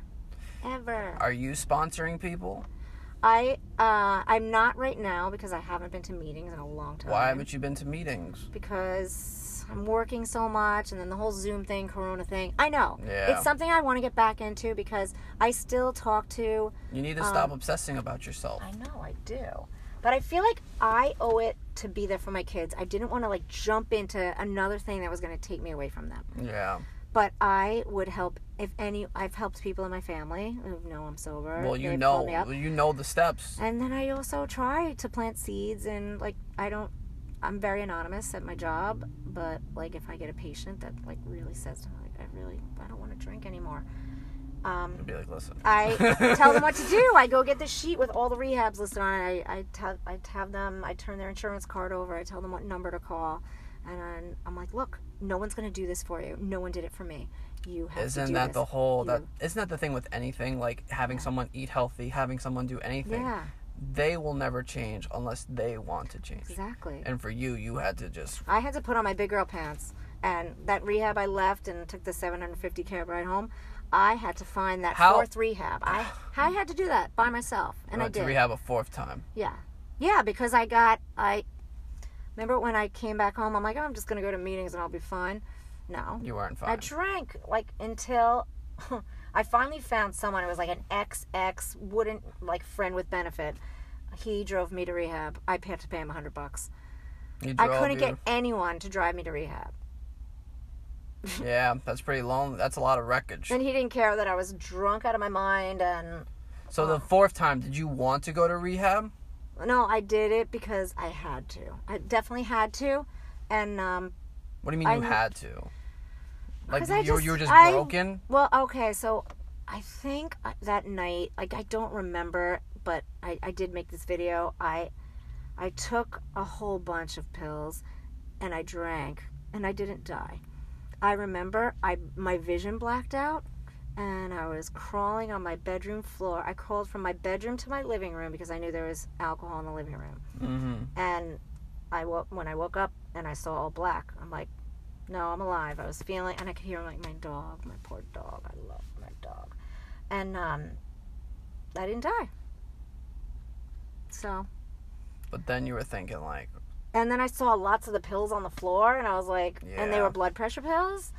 Ever.
Are you sponsoring people?
I uh I'm not right now because I haven't been to meetings in a long time.
Why haven't you been to meetings?
Because I'm working so much and then the whole Zoom thing, Corona thing. I know.
Yeah.
It's something I want to get back into because I still talk to
You need to stop obsessing about yourself.
um, I know I do. But I feel like I owe it to be there for my kids. I didn't want to like jump into another thing that was going to take me away from them.
Yeah.
but I would help if any. I've helped people in my family who know I'm sober.
Well, you
They've
know,
called me up. Uh,
you know the steps.
And then I also try to plant seeds, and like I don't. I'm very anonymous at my job, but like if I get a patient that like really says to me, like I really I don't want to drink anymore. Um,
Be like, listen.
I tell them what to do. I go get the sheet with all the rehabs listed on it. I, I, tell, I have them, I turn their insurance card over, I tell them what number to call. And I'm, I'm like, look, no one's going to do this for you. No one did it for me. You have to
Isn't
do
that
this.
the whole? That
You-
isn't that the thing with anything? Like having someone eat healthy, having someone do anything.
Yeah.
They will never change unless they want to change.
Exactly.
And for you, you had to just
I had to put on my big girl pants and that rehab I left and took the 750 cab ride home. I had to find that
How-
fourth rehab. I I had to do that by myself, and I
Went
did.
to rehab a fourth time.
Yeah. Yeah, because I got I remember when I came back home, I'm like, oh, I'm just gonna go to meetings and I'll be fine. No.
You weren't
I
fine.
drank like until I finally found someone who was like an XX wouldn't like friend with benefit. He drove me to rehab. I had to pay him a hundred bucks.
You
I
drove
couldn't
you.
get anyone to drive me to rehab.
Yeah, that's pretty long. That's a lot of wreckage.
And he didn't care that I was drunk out of my mind and
So the fourth time, did you want to go to rehab?
no, I did it because I had to. I definitely had to. And um
What do you mean
I
you
kn-
had to? Like
'Cause I
you, you were
just-
just
I-
broken.
Well, okay, so I think uh, that night, like I don't remember, but I, I did make this video. I I took a whole bunch of pills and I drank and I didn't die. I remember I my vision blacked out and I was crawling on my bedroom floor. I crawled from my bedroom to my living room because I knew there was alcohol in the living room.
Mm-hmm.
And I woke when I woke up and I saw all black. I'm like, no, I'm alive. I was feeling, and I could hear like my dog, my poor dog. I love my dog, and um, I didn't die. So,
But then you were thinking like,
and then I saw lots of the pills on the floor, and I was like, and they
Yeah.
were blood pressure pills,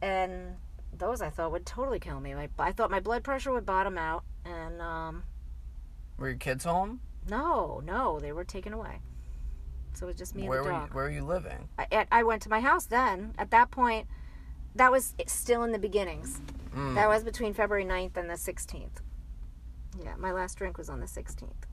and those I thought would totally kill me. Like I thought my blood pressure would bottom out, and um,
were your kids home?
no, no, they were taken away. So it was just me
where
and the
were
dog.
you, where were you living?
I, and I went to my house then. At that point, that was still in the beginnings.
Mm.
That was between February 9th and the 16th. Yeah, my last drink was on the 16th.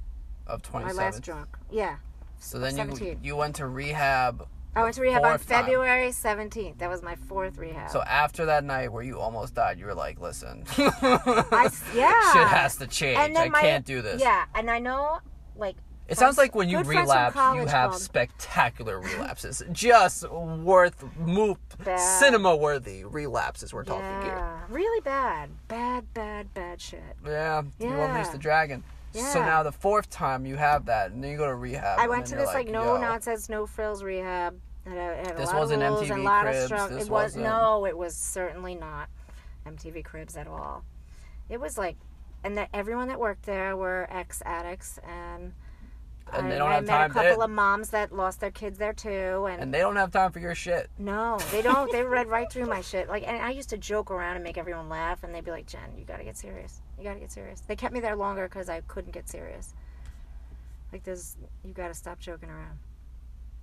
Of
My
27.
last drunk. Yeah.
So then you
17.
you went to rehab.
I went to rehab on
fourth time.
February 17th. That was my fourth rehab.
So after that night where you almost died, you were like, "Listen,
I, yeah.
shit has to change. I can't do this."
Yeah, and I know, like,
It sounds
friends-
like when you
good friends from
relapse, you
college
have
called-
spectacular relapses. Just worth move
Bad.
cinema worthy relapses we're talking here.
yeah, really bad. Bad, bad, bad shit.
Yeah, you unleash
Yeah.
the dragon. So
Yeah.
now the fourth time you have that, and then you go to rehab.
I
and
went
then
to
you're
this like, no
yo.
nonsense, no frills rehab. And I had a
This
lot of
wasn't
rules
MTV
and a lot
Cribs,
Of strong-
this
it was
wasn't-
no, it was certainly not MTV Cribs at all. It was like, and that everyone that worked there were ex addicts, and,
And
I,
they don't
I
have
met
time.
a
They-
couple of moms that lost their kids there too, and,
and they don't have time for your shit.
no, they don't. they read right through my shit. Like, and I used to joke around and make everyone laugh, and they'd be like, "Jen, you gotta get serious. You gotta get serious." They kept me there longer because I couldn't get serious. Like, there's you gotta stop joking around.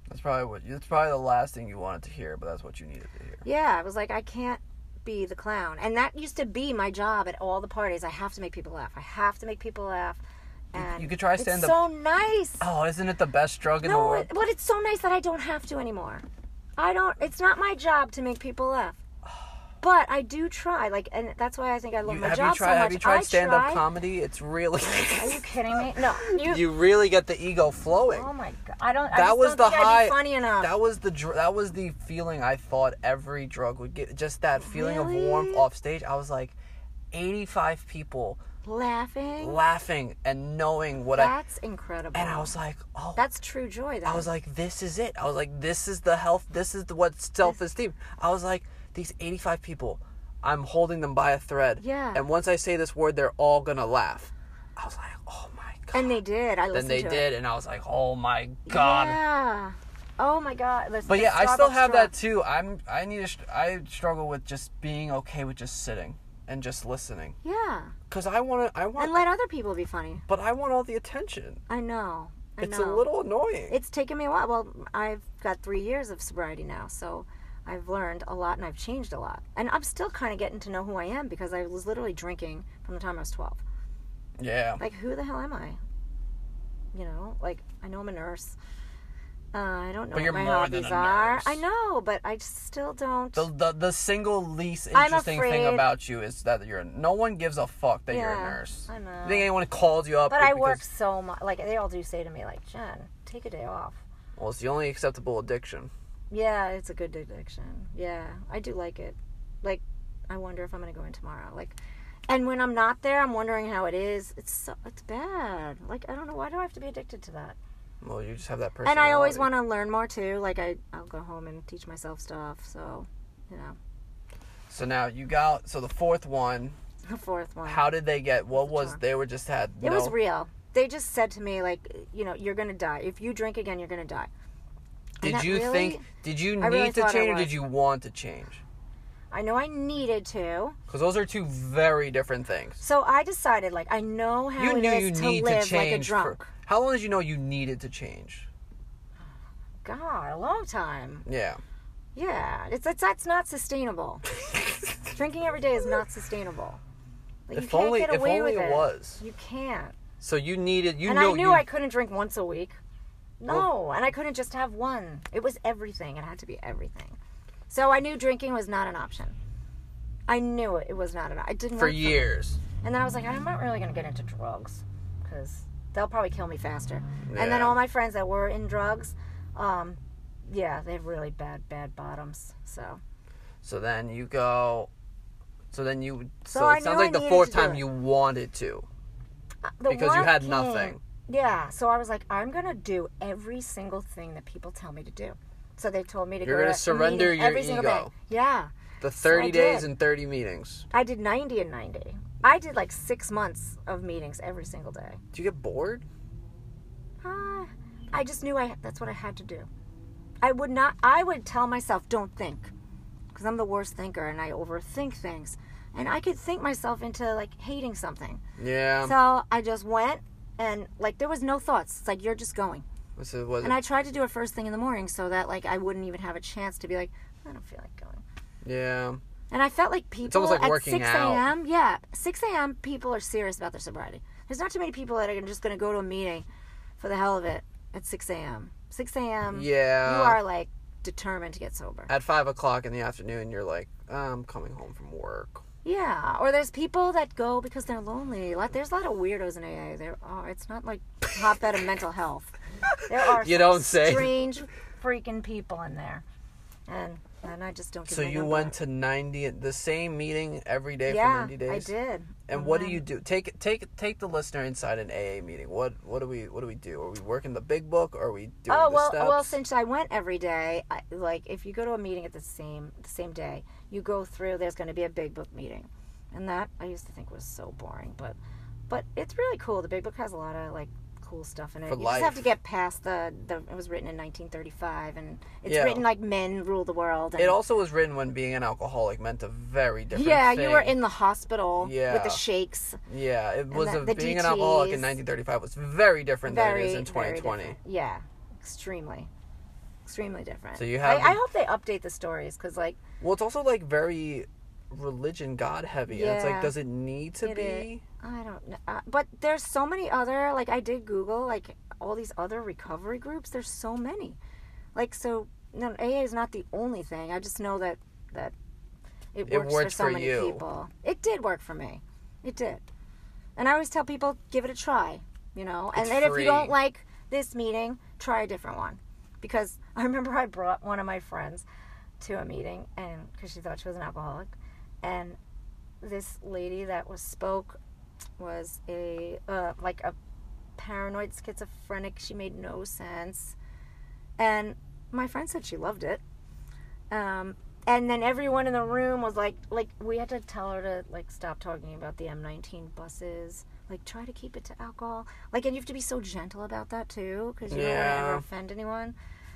That's probably what. That's probably the last thing you wanted to hear, but that's what you needed to hear.
Yeah, I was like, I can't be the clown. And that used to be my job at all the parties. I have to make people laugh. I have to make people laugh. And
you could try
It's
stand-up.
so nice.
Oh, uh, isn't it the best drug in the
no,
world?
it, but it's so nice that I don't have to anymore. I don't. It's not my job to make people laugh. But I do try. Like, and that's why I think I love
You-
my
have
job
you tried?
so much.
have you tried
I
stand-up
try-
comedy? It's really.
Are you kidding me? No, you.
you really get the ego flowing.
oh my god! I don't. I
That
just
was the
don't think I'd be
high-
funny enough.
That was the dr- that was the feeling I thought every drug would get. Just that feeling of warmth
Really?
off stage. I was like, eighty-five people
Laughing.
laughing and knowing what
That's incredible.
I and I was like, oh,
That's true joy. That
I was like, this is it. I was like, this is the health. This is the, what self-esteem. I was like, these eighty-five people, I'm holding them by a thread.
Yeah.
And once I say this word, they're all gonna laugh. I was like, oh my god.
And they did. I
then
listened
they
to it.
did, and I was like, oh my god.
Yeah. Oh my god. Listen,
But yeah, I
Starbucks
still have
straw.
that too. I'm I need to str- I struggle with just being okay with just sitting and just listening
Yeah.
cuz I want to I want
And let other people be funny.
but I want all the attention.
I know. I
It's
know.
a little annoying.
It's taken me a while. Well, I've got three years of sobriety now, so I've learned a lot and I've changed a lot. And I'm still kind of getting to know who I am because I was literally drinking from the time I was 12.
yeah.
Like, who the hell am I? You know, like I know I'm a nurse. Uh, I don't know
But you're
what my
more
hobbies
than a
are.
nurse.
I know, but I just still don't.
The, the, the single least
I'm
interesting thing
afraid-
about you is that you're no one gives a fuck that you're a
Yeah,
nurse.
I know.
You think anyone calls you up?
But
because-
I work so much. Like they all do say to me, like Jen, take a day off.
Well, it's the only acceptable addiction.
Yeah, it's a good addiction. Yeah, I do like it. Like, I wonder if I'm gonna go in tomorrow. Like, and when I'm not there, I'm wondering how it is. It's so it's bad. Like I don't know why do I have to be addicted to that?
Well, you just have that person.
and I always want to learn more too. Like I, I'll go home and teach myself stuff. So, you know,
So now you got. So the fourth one.
the fourth one.
How did they get? What was
Sure.
they were just had?
it
no,
was real. They just said to me, like, you know, you're gonna die if you drink again. You're gonna die. And
Did
that
you
really-
think? Did you
I
need
really
to
thought I
change, or did
was.
you want to change?
I know I needed to.
Because those are two very different things.
So I decided, like, I know how
you
it
knew
is
you
to
need
live
to change.
like a
for-
drunk.
how long did you know you needed to change?
God, a long time.
Yeah.
Yeah, it's, it's that's not sustainable. Drinking every day is not sustainable. Like, you
if
can't
only,
get
if
away
only
with
it
it.
was.
You can't.
So you needed. You
and
know
I knew
you,
I couldn't drink once a week. No, and I couldn't just have one. It was everything. It had to be everything. So I knew drinking was not an option. I knew it, it was not an. I didn't
for
work me.
years.
And then I was like, I'm not really going to get into drugs because they'll probably kill me faster. And then
Yeah.
all my friends that were in drugs, um, yeah, they have really bad, bad bottoms. So
So then you go. So then you. So,
I
it sounds
knew I
like the
needed
fourth
to do
time
it.
you wanted to
uh, the
because you
one
had
came-
nothing.
Yeah, so I was like, I'm going to do every single thing that people tell me to do. So they told me to
You're
go
gonna
to a
surrender
meeting
your
every single day.
ego.
Yeah.
The thirty
did.
days and thirty meetings.
I did 90 and 90. I did like six months of meetings every single day.
Do you get bored?
Uh, I just knew I that's what I had to do. I would not I would tell myself don't think because I'm the worst thinker and I overthink things and I could think myself into like hating something.
Yeah.
so I just went and like there was no thoughts. It's like you're just going.
this is what.
And I tried to do it first thing in the morning so that like I wouldn't even have a chance to be like I don't feel like going.
yeah.
And I felt like people
almost like
at
working
6
out.
a.m. Yeah, 6 a.m. People are serious about their sobriety. There's not too many people that are just going to go to a meeting for the hell of it at 6 a.m. 6 a.m.
Yeah.
you are like determined to get sober.
At five o'clock in the afternoon, you're like, I'm coming home from work.
Yeah, or there's people that go because they're lonely. Like there's a lot of weirdos in AA. There are. It's not like hotbed of mental health. There are
You
some
don't say.
strange freaking people in there, and and I just don't. Give
So
my
you
number.
went to ninety the same meeting every day for
Yeah,
ninety days.
I did. Mm-hmm.
And what do you do? Take take take the listener inside an AA meeting. What what do we what do we do? Are we working the big book? Are we doing
oh
the
well,
steps?
well. Since I went every day, I, like if you go to a meeting at the same the same day, you go through. There's going to be a big book meeting, and that I used to think was so boring, but but it's really cool. The big book has a lot of like cool stuff in it.
For
you just have
life.
to get past the, the it was written in 1935, and it's
Yeah.
written like men rule the world. And,
it also was written when being an alcoholic meant a very different
yeah, you were
thing.
in the hospital with
Yeah.
the shakes.
Yeah, it was
the-
a,
the
being an alcoholic in
DTs.
1935 was very different than
Very
it is in
very
2020.
different. Yeah, extremely. Extremely different.
So you have
I, I
the-
hope they update the stories because, like,
Well, it's also like very religion god heavy, and it's
Yeah.
like, does it need to
It
be?
is. I don't know. Uh, but there's so many other, like, I did Google, like, all these other recovery groups. There's so many. Like, so, no, AA is not the only thing. I just know that, that it
It
works, for
works
so
for
many
you.
people. It did work for me. It did. And I always tell people, give it a try, you know? And
It's
then if you don't
free.
like this meeting, try a different one. Because I remember I brought one of my friends to a meeting and because she thought she was an alcoholic and this lady that was spoke was a uh, like a paranoid schizophrenic she made no sense and my friend said she loved it um, and then everyone in the room was like like we had to tell her to like stop talking about the m19 buses like try to keep it to alcohol like and you have to be so gentle about that too because you don't want to
Yeah.
ever offend anyone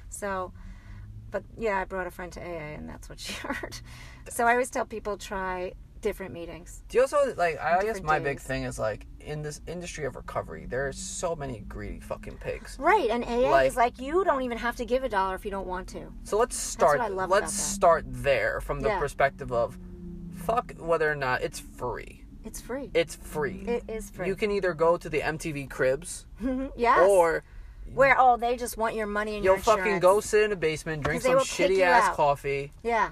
so but yeah, I brought a friend to AA, and that's what she heard. So I always tell people try different meetings.
Do you also like? I guess
Different
my big
days.
thing is like in this industry of recovery, there are so many greedy fucking pigs.
Right, and AA is
Like-
like you don't even have to give a dollar if you don't want to.
So let's start.
I love
let's
about that.
start there from the
Yeah.
perspective of, fuck whether or not it's free.
It's free.
It's free.
it is free.
You can either go to the MTV Cribs
yes.
or
where oh they just want your money and
you'll
your
fucking
insurance.
go sit in a basement, drink
'Cause they
some
will kick
shitty
you
ass
out.
coffee,
Yeah,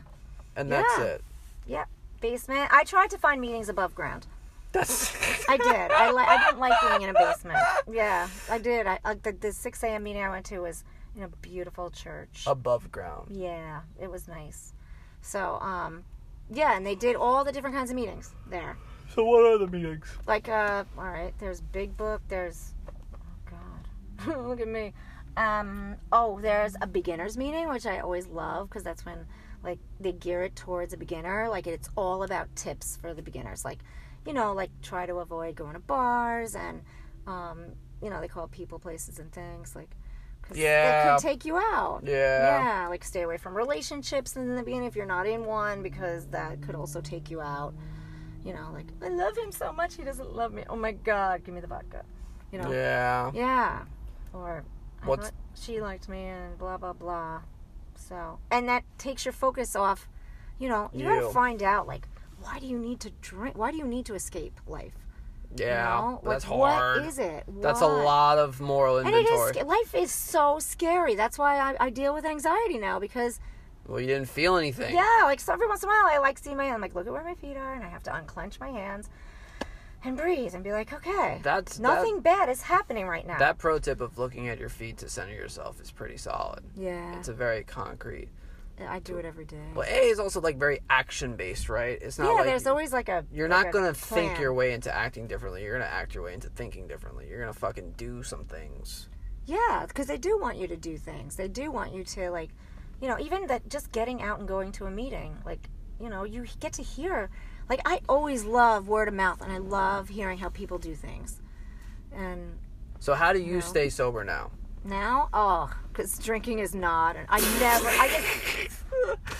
and that's
Yeah.
it.
yep. Basement. I tried to find meetings above ground.
That's
I did. I li- I didn't like being in a basement. Yeah, I did. I like the, the six a.m. meeting I went to was in a beautiful church.
above ground.
Yeah, it was nice. So, um, yeah, and they did all the different kinds of meetings there.
So what are the meetings?
Like, uh, all right, there's Big Book, there's, oh God, look at me. Um, oh, there's a beginner's meeting, which I always love because that's when like they gear it towards a beginner. Like it's all about tips for the beginners. Like, you know, like try to avoid going to bars and, um, you know, they call it people, places, and things. Like, cause
Yeah.
it could take you out.
Yeah.
Yeah, like stay away from relationships in the beginning if you're not in one because that could also take you out. You know, like I love him so much he doesn't love me. Oh my God, give me the vodka. You know.
Yeah.
Yeah. Or I
What's-
thought she liked me and blah blah blah. So and that takes your focus off. You know, you
You.
gotta find out like why do you need to drink? Why do you need to escape life?
Yeah.
you know?
That's
like,
hard.
What is it?
That's a
Why?
lot of moral
And it is.
inventory.
sca- Life is so scary. That's why I, I deal with anxiety now because
Well, you didn't feel anything.
yeah, like so every once in a while, I like see my I'm like look at where my feet are, and I have to unclench my hands and breathe and be like, okay,
That's-
nothing bad is happening right now.
That pro tip of looking at your feet to center yourself is pretty solid.
yeah,
It's a very concrete.
I do it every day.
Well, A is also like very action based, right? It's not
yeah,
like
there's always like a.
you're
like
not
a
gonna think
plan.
your way into acting differently. You're gonna act your way into thinking differently. You're gonna fucking do some things.
Yeah, because they do want you to do things. They do want you to like, you know, even that just getting out and going to a meeting. Like, you know, you get to hear. Like, I always love word of mouth, and I love hearing how people do things. And
So how do you
No.
stay sober now?
now, oh, because drinking is not. And I never. I just.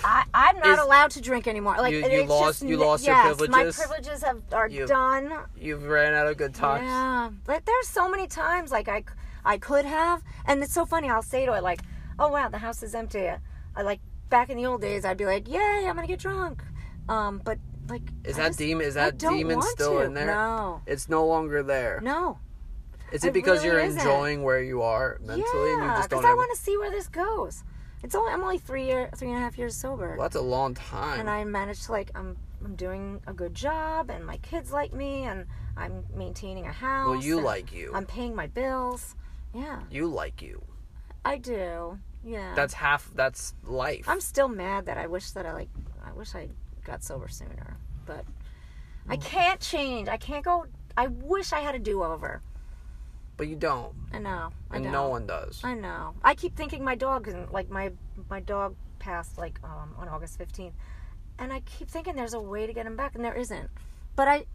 I, I'm
Is-
not allowed to drink anymore. Like
You-
it-
you
it's
lost-
just,
you
n-
lost your
yes, My
privileges?
privileges have are
You-
done.
You've ran out of good talks.
Yeah, but there's so many times like I, c- I could have, and it's so funny. I'll say to it like, "Oh wow, the house is empty." I like back in the old days, I'd be like, "Yay, I'm gonna get drunk," um, but like,
Is
I
that
just-
demon? Is
I
that
don't
demon
want
still
to.
in there?
No,
It's no longer there.
no,
Is it
it
because
really
you're
isn't.
enjoying where you are mentally and you
yeah,
just
because
don't?
I
Have...
want to see where this goes. It's only I'm only three year, three and a half years sober,
Well, that's a long time.
and I managed to like I'm I'm doing a good job, and my kids like me, and I'm maintaining a house.
Well, you
and
like you.
I'm paying my bills. Yeah.
You like you.
I do. Yeah.
That's half. That's life.
I'm still mad that I wish that I like I wish I got sober sooner, but
Mm.
I can't change. I can't go I wish I had a do-over.
But you don't,
I know. I
and
don't.
no one does.
I know. I keep thinking my dog and like my my dog passed like um on August 15th. And I keep thinking there's a way to get him back and there isn't. But I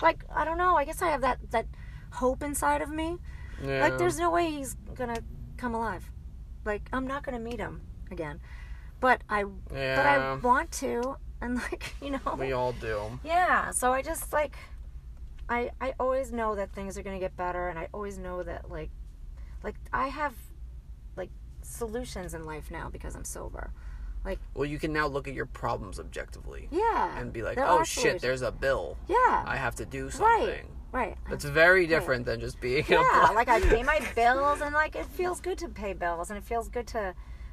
like I don't know. I guess I have that that hope inside of me.
Yeah.
Like, there's no way he's gonna come alive. Like, I'm not gonna meet him again. But I, but I
Yeah.
want to, and like, you know.
we all do.
yeah. So I just like, I I always know that things are gonna get better, and I always know that like, like I have, like, solutions in life now because I'm sober.
Well, you can now look at your problems objectively
Yeah.
and be like,
there
"Oh
are
shit,
solutions."
there's a bill.
Yeah.
I have to do something."
right. Right.
It's very different than just being a
yeah,
black-
like I pay my bills, and like it feels good to pay bills, and it feels good to,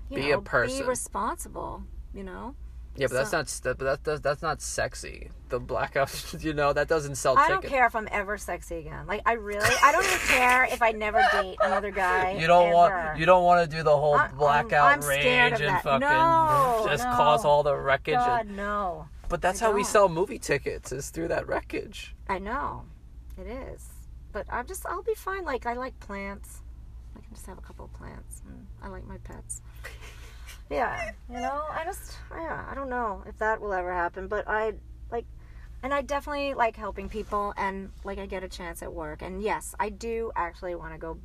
you
Be a
know,
person.
be responsible. You know.
yeah, but that's not s- that, but that, that, that's not sexy. The blackout, you know, that doesn't sell
I
tickets.
don't care if I'm ever sexy again. Like I really, I don't even care if I never date another guy.
You don't
ever.
want you don't want to do the whole
I- uh, I'm-
blackout
I'm scared
rage
of
and
that.
fucking
No,
just
no.
cause all the wreckage.
God
And,
no.
but that's
I
how we
don't.
sell movie tickets is through that wreckage.
I know, it is. But I'm just, I'll be fine. Like I like plants. I can just have a couple of plants. And I like my pets. Yeah, you know, I just, yeah, I don't know if that will ever happen, but I like, and I definitely like helping people, and like I get a chance at work, and yes, I do actually want to go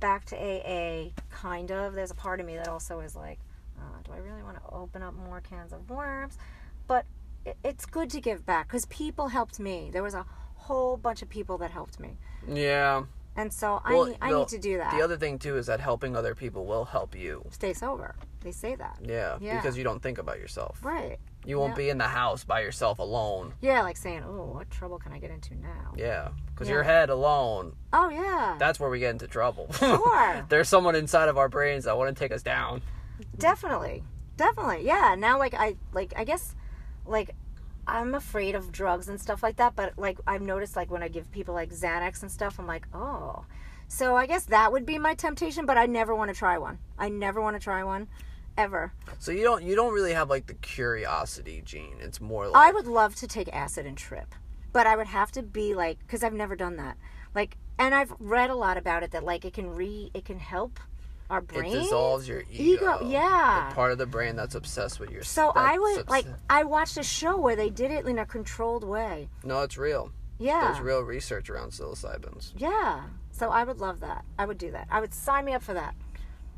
back to AA, kind of. There's a part of me that also is like, uh, do I really want to open up more cans of worms? But it, it's good to give back because people helped me. There was a whole bunch of people that helped me,
Yeah.
and so I
Well,
need, I
no,
need to do that.
The other thing too is that helping other people will help you.
Stay sober. They say that,
Yeah,
Yeah.
because you don't think about yourself.
right?
You won't
Yeah.
be in the house by yourself alone.
Yeah, like saying, oh, what trouble can I get into now?
Yeah, because
Yeah.
your head alone,
Oh yeah,
that's where we get into trouble.
Sure.
There's someone inside of our brains that want to take us down.
definitely, definitely. Yeah. Now, like I, like I guess, like I'm afraid of drugs and stuff like that. But like I've noticed, like when I give people like Xanax and stuff, I'm like, oh. So I guess that would be my temptation, but I never want to try one. I never want to try one, ever.
So you don't you don't really have like the curiosity gene. It's more like
I would love to take acid and trip, but I would have to be like, because I've never done that. Like, and I've read a lot about it that like it can re, it can help our
It
brain
dissolves your
Ego,
ego.
yeah.
The part of the brain that's obsessed with your.
So
that
I was
subs-
like, I watched a show where they did it in a controlled way.
No, it's real. There's
Yeah,
real research around psilocybins.
yeah. So I would love that. I would do that. I would sign me up for that.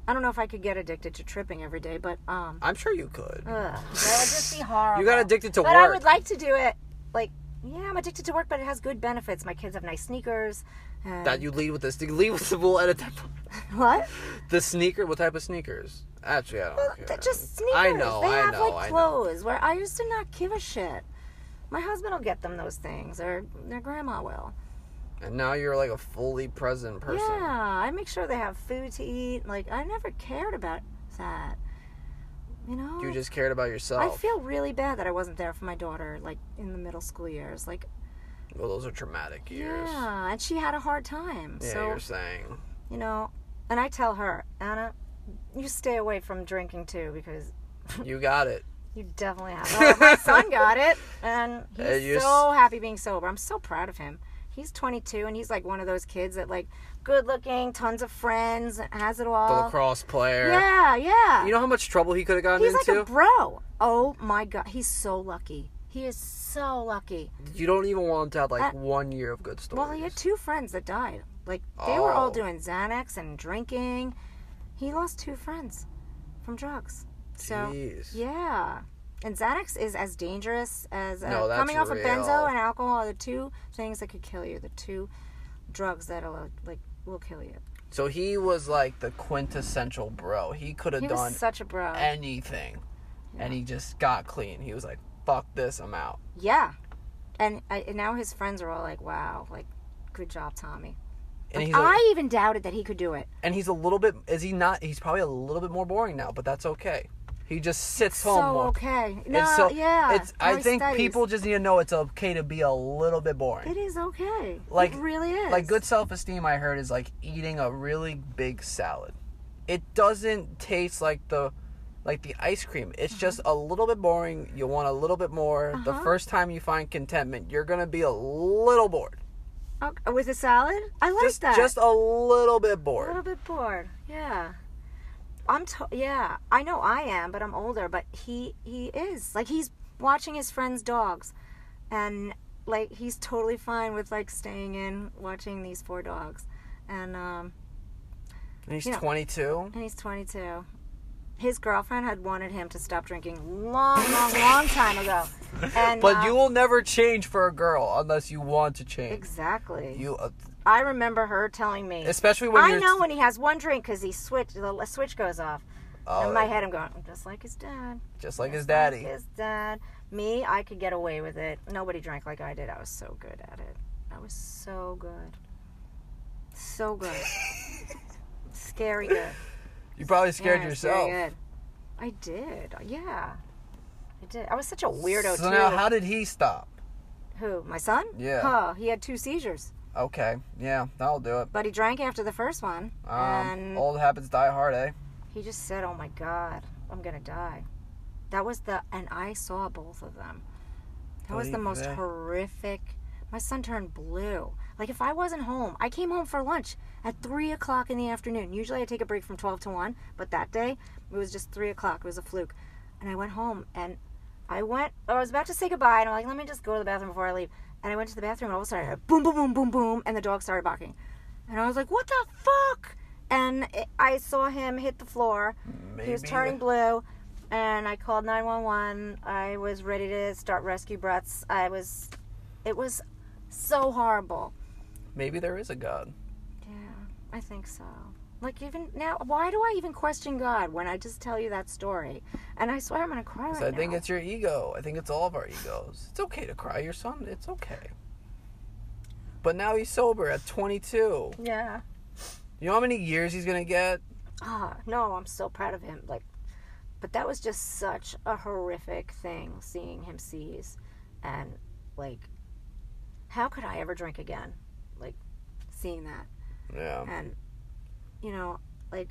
I don't know if I could get addicted to tripping every day, but um,
I'm sure you could.
ugh, that would just be horrible.
You got addicted to
but I
work.
would like to do it. Like, yeah, I'm addicted to work, but it has good benefits. My kids have nice sneakers. And
that you lead with this. You lead with the bull edit that part.
what?
The sneaker. What type of sneakers? Actually, I don't
Well,
care.
they're just sneakers.
I know.
They
I
have
know.
like
I know.
clothes where I used to not give a shit. My husband will get them those things, or their grandma will.
And now you're like a fully present person.
Yeah, I make sure they have food to eat. Like I never cared about that. You know.
You just cared about
I
yourself.
feel really bad that I wasn't there for my daughter, like in the middle school years. Like,
well, those are traumatic years.
yeah, and she had a hard time.
Yeah,
so
you're saying.
you know, and I tell her, Anna, you stay away from drinking too because
You got it.
you definitely have. Well, my son got it, and he's
Hey, Uh, you're
so happy being sober. I'm so proud of him. He's 22, and he's like one of those kids that like good looking, tons of friends, has it
The
all.
lacrosse player.
yeah, yeah.
You know how much trouble he could have gotten
He's like
into?
a bro. Oh my god, he's so lucky. He is so lucky.
You don't even want him to have like
Uh,
one year of good stories.
Well, he had two friends that died. Like they were all
Oh.
doing Xanax and drinking. He lost two friends from drugs. So
Jeez.
yeah, and Xanax is as dangerous as uh,
No, that's
coming off of
real.
benzo and alcohol are the two things that could kill you. The two drugs that'll like will kill you.
So he was like the quintessential bro. He could have
He
done
was such a bro.
anything, and he just got clean. He was like, "Fuck this, I'm out."
yeah, and, I, and now his friends are all like, "Wow, like good job, Tommy."
And he's a,
I even doubted that he could do it.
and he's a little bit. Is he not? He's probably a little bit more boring now, but that's okay. He just sits home
so
more.
okay.
And
No,
so
yeah.
It's. I
Now he
think
studies.
people just need to know it's okay to be a little bit boring.
It is okay.
Like-
it really is.
Like good self-esteem, I heard is like eating a really big salad. It doesn't taste like the like the ice cream. It's
Uh-huh.
just a little bit boring. You want a little bit more. The first time you find contentment, you're gonna be a little bored.
Okay, with a salad. I like
just
that.
just a little bit
a
bored.
little bit bored. Yeah. I'm to- yeah, I know I am, but I'm older, but he he is. Like he's watching his friends' dogs and like he's totally fine with like staying in watching these four dogs. And um
And he's
you know.
22.
and he's 22. His girlfriend had wanted him to stop drinking long, long, long time ago. And
But
uh,
you will never change for a girl unless you want to change.
exactly.
You, uh,
I remember her telling me.
especially when
I
you're.
know when he has one drink because he switch the l- switch goes off.
Oh,
In my head, I'm going just like his dad.
just like his
just
daddy.
Like his dad. Me, I could get away with it. Nobody drank like I did. I was so good at it. I was so good. So good. Scary good.
You probably scared
Yeah,
yourself.
Scary good. I did. Yeah. I did. I was such a weirdo
so
too.
now, how did he stop?
Who? My son?
Yeah.
Huh, he had two seizures,
Okay, yeah, that'll do it.
but he drank after the first one.
Um,
and
old habits die hard, eh?
He just said, "Oh my God, I'm gonna die." That was the, and I saw both of them. That was the
Oy
most
vey.
horrific. My son turned blue. Like if I wasn't home, I came home for lunch at three o'clock in the afternoon. Usually I take a break from twelve to one, but that day it was just three o'clock. It was a fluke, and I went home and I went. I was about to say goodbye, and I'm like, "Let me just go to the bathroom before I leave." And I went to the bathroom, and all of a sudden, I heard boom, boom, boom, boom, boom, and the dog started barking. And I was like, what the fuck? And I- I saw him hit the floor. He was
Maybe
turning
the-
blue. And I called 911. I was ready to start rescue breaths. I was, it was so horrible.
Maybe there is a God.
Yeah, I think so. Like, even now, why do I even question God when I just tell you that story? And I swear I'm going to cry right
So I think
now.
it's your ego. I think it's all of our egos. It's okay to cry, your son. It's okay. But now he's sober at 22.
Yeah.
You know how many years he's gonna get?
Ah, no, I'm so proud of him. Like, but that was just such a horrific thing seeing him seize, and like, how could I ever drink again? Like, seeing that,
Yeah.
and you know, like,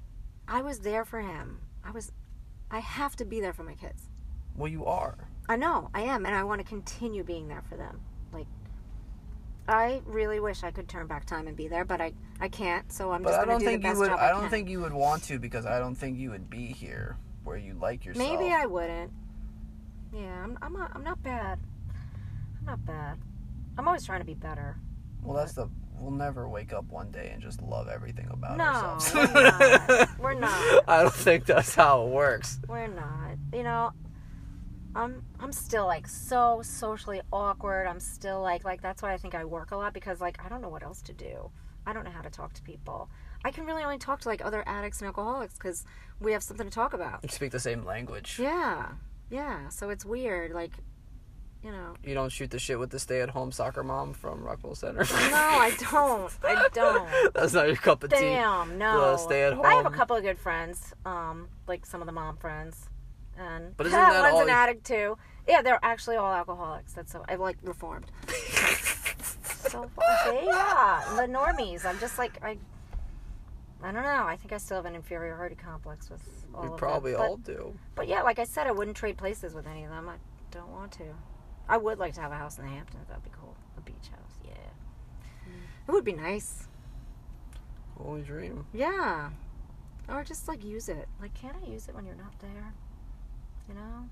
I was there for him. I was, I have to be there for my kids.
Well, you are.
I know I am, and I want to continue being there for them. Like, I really wish I could turn back time and be there, but I I can't. So I'm
But
just
I
gonna
don't
do
think
the
you
best
would.
job
I don't
can.
think you would want to because I don't think you would be here where you like yourself.
Maybe I wouldn't. Yeah, I'm I'm not, I'm not bad. I'm not bad. I'm always trying to be better.
Well, that's the. We'll never wake up one day and just love everything about
No,
ourselves.
we're not. We're not.
I don't think that's how it works.
We're not. You know, I'm I'm still like so socially awkward. I'm still like like that's why I think I work a lot because like I don't know what else to do. I don't know how to talk to people. I can really only talk to like other addicts and alcoholics because we have something to talk about.
You speak the same language.
Yeah, yeah. So it's weird. Like, you know,
You don't shoot the shit with the stay-at-home soccer mom from Rockwell Center.
no, I don't. I don't.
that's not your cup of tea.
Damn, no.
The stay-at-home.
I have a couple of good friends, um, like some of the mom friends, and
But isn't that
one's
all e-
an
you-
addict too. Yeah, they're actually all alcoholics. That's so I like reformed. so they, yeah, the normies. I'm just like I. I don't know. I think I still have an inferiority complex with all
We
of them.
probably
But-
all do.
But yeah, like I said, I wouldn't trade places with any of them. I don't want to. I would like to have a house in the Hamptons. That'd be cool. A beach house. Yeah.
Hmm.
It would be nice.
Holy dream.
Yeah. Or just like use it. Like, can I use it when you're not there? You know?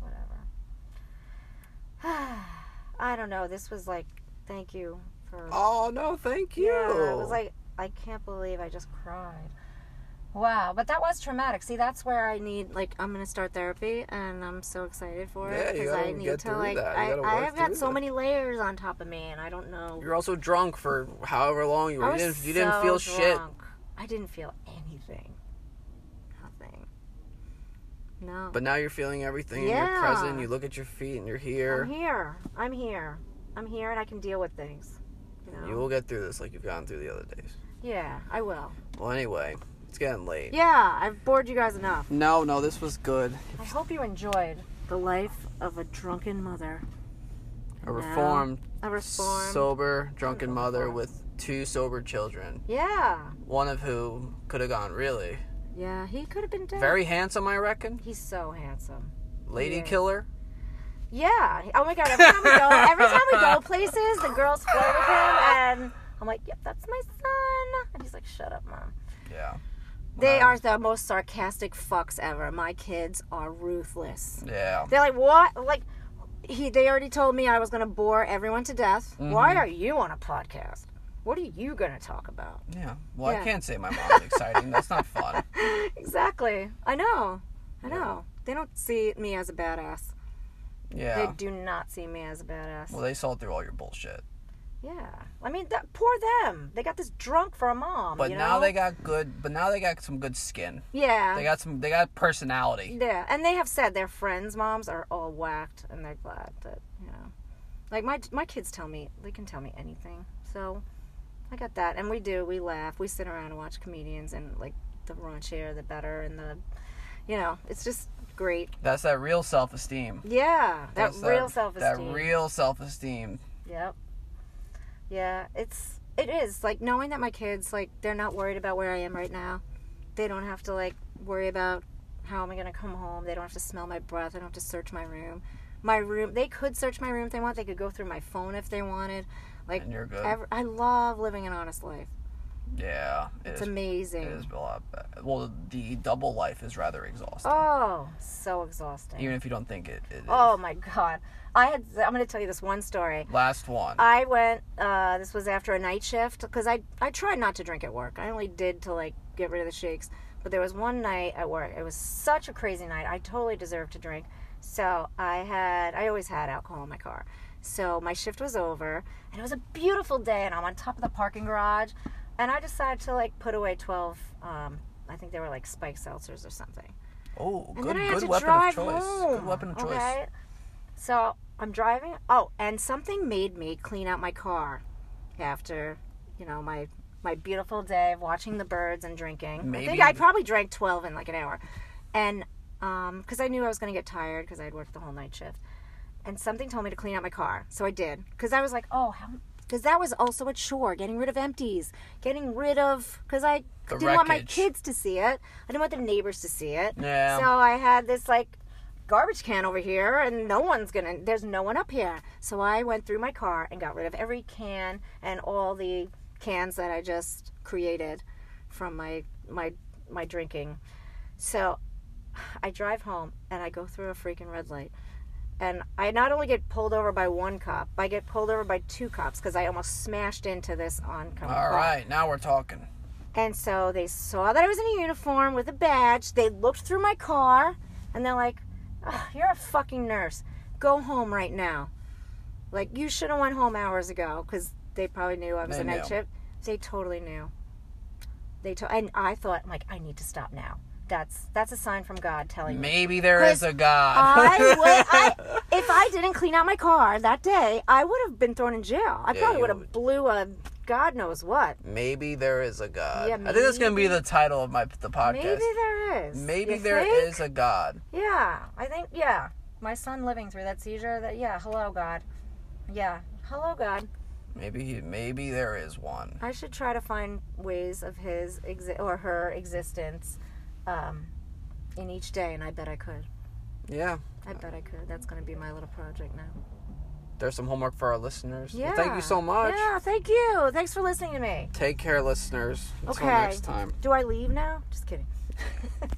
Whatever. I don't know. This was like, thank you for.
Oh no, thank you.
Yeah, it was like, I can't believe I just cried. Wow, but that was traumatic. See, that's where I need like I'm gonna start therapy, and I'm so excited for
Yeah,
it
you
I
gotta
need
get
to
through
like
that. You
I,
gotta
I
work
have got
through
so
that.
many layers on top of me, and I don't know.
You're also drunk for however long you
I
were. You
was
didn't, you didn't
so
feel shit.
drunk. I didn't feel anything. Nothing. No.
But now you're feeling everything and you're
Yeah.
present. You look at your feet and you're
I'm
here.
here. I'm here. I'm here, and I can deal with things. You know.
You will get through this like you've gotten through the other days.
Yeah, I will.
Well, anyway, it's getting late.
Yeah, I've bored you guys enough.
No, no, this was good.
I hope you enjoyed the life of a drunken mother.
A reformed,
A reformed.
sober, drunken mother
reformed.
with two sober children,
yeah.
one of whom could have gone really
Yeah, he could have been dead.
very handsome, I reckon.
He's so handsome.
Lady
Yeah.
killer.
Yeah. Oh my god. Every time we go, every time we go places, the girls flirt with him, and I'm like, "Yep, that's my son." And he's like, "Shut up, mom."
Yeah.
They are the most sarcastic fucks ever. My kids are ruthless.
Yeah.
They're like, "What?" Like, he. They already told me I was gonna bore everyone to death.
Mm-hmm.
Why are you on a podcast? What are you gonna talk about?
Yeah. Well, I
Yeah.
can't say my mom's exciting. That's not fun.
exactly. I know. I know. They don't see me as a badass.
Yeah.
They do not see me as a badass.
Well, they saw through all your bullshit.
Yeah. I mean, that, poor them. They got this drunk for a mom.
But
you
now
know?
they got good. But now they got some good skin.
Yeah.
They got some. They got personality.
yeah. And they have said their friends' moms are all whacked and they're glad that, you know. Like, my, my kids tell me, they can tell me anything. So I got that. And we do. We laugh. We sit around and watch comedians and, like, the raunchier, the better, and the, you know, it's just great.
That's that real self-esteem.
Yeah. That
That's uh,
real self esteem.
That real self-esteem.
Yep. Yeah, it's it is like knowing that my kids like they're not worried about where I am right now. They don't have to like worry about how am I gonna come home. They don't have to smell my breath. They don't have to search my room. My room. They could search my room if they want. They could go through my phone if they wanted. Like
And you're good.
ev- I love living an honest life.
Yeah.
It's
it is,
amazing.
it is a lot. Well, the double life is rather exhausting.
Oh, so exhausting.
even if you don't think it. it is.
oh my god. I had. I'm gonna tell you this one story.
Last one.
I went. Uh, this was after a night shift because I I tried not to drink at work. I only did to like get rid of the shakes. But there was one night at work. It was such a crazy night. I totally deserved to drink. So I had. I always had alcohol in my car. So my shift was over, and it was a beautiful day, and I'm on top of the parking garage, and I decided to like put away twelve. Um, I think they were like spike seltzers or something.
oh,
And
good.
then I had
Good
to
weapon
drive
of choice.
home.
Good weapon of choice.
Okay. So I'm driving. Oh, and something made me clean out my car after, you know, my my beautiful day of watching the birds and drinking. I
Maybe-
think I probably drank twelve in like an hour, and um, because I knew I was gonna get tired because I'd worked the whole night shift, and something told me to clean out my car, so I did. Because I was like, oh, how. Because that was also a chore, getting rid of empties, getting rid of. Because I
The
didn't want my
wreckage.
kids kids to see it. I didn't want the neighbors to see it.
Yeah.
So I had this like garbage can over here and no one's gonna there's no one up here so i went through my car and got rid of every can and all the cans that i just created from my my my drinking so i drive home and i go through a freaking red light and i not only get pulled over by one cop i get pulled over by two cops because i almost smashed into this oncoming
All
car.
right, now we're talking.
And so they saw that I was in a uniform with a badge. They looked through my car and they're like, "Ugh, You're a fucking nurse. Go home right now. Like, you should have went home hours ago because they probably knew I was
They
a night
knew.
shift. They totally knew. They to- And I thought, like, I need to stop now. That's that's a sign from God telling me.
Maybe there is
Chris,
a God.
I would, I, if I didn't clean out my car that day, I would have been thrown in jail. I
Yeah,
probably
you
would
would.
have blew a God knows what.
maybe there is a God.
Yeah,
I think that's gonna be
maybe.
the title of my the podcast.
Maybe there is.
Maybe
You
there is
think?
a God.
Yeah, I think yeah. My son living through that seizure. That yeah. Hello God. Yeah. Hello God.
Maybe he- maybe there is one.
I should try to find ways of his exi- or her existence um, in each day, and I bet I could.
Yeah.
I bet I could. That's going to be my little project now.
There's some homework for our listeners.
Yeah.
Well, thank you so much.
Yeah. Thank you. Thanks for listening to me.
Take care, listeners. Until
Okay.
next time.
Do I leave now? Just kidding.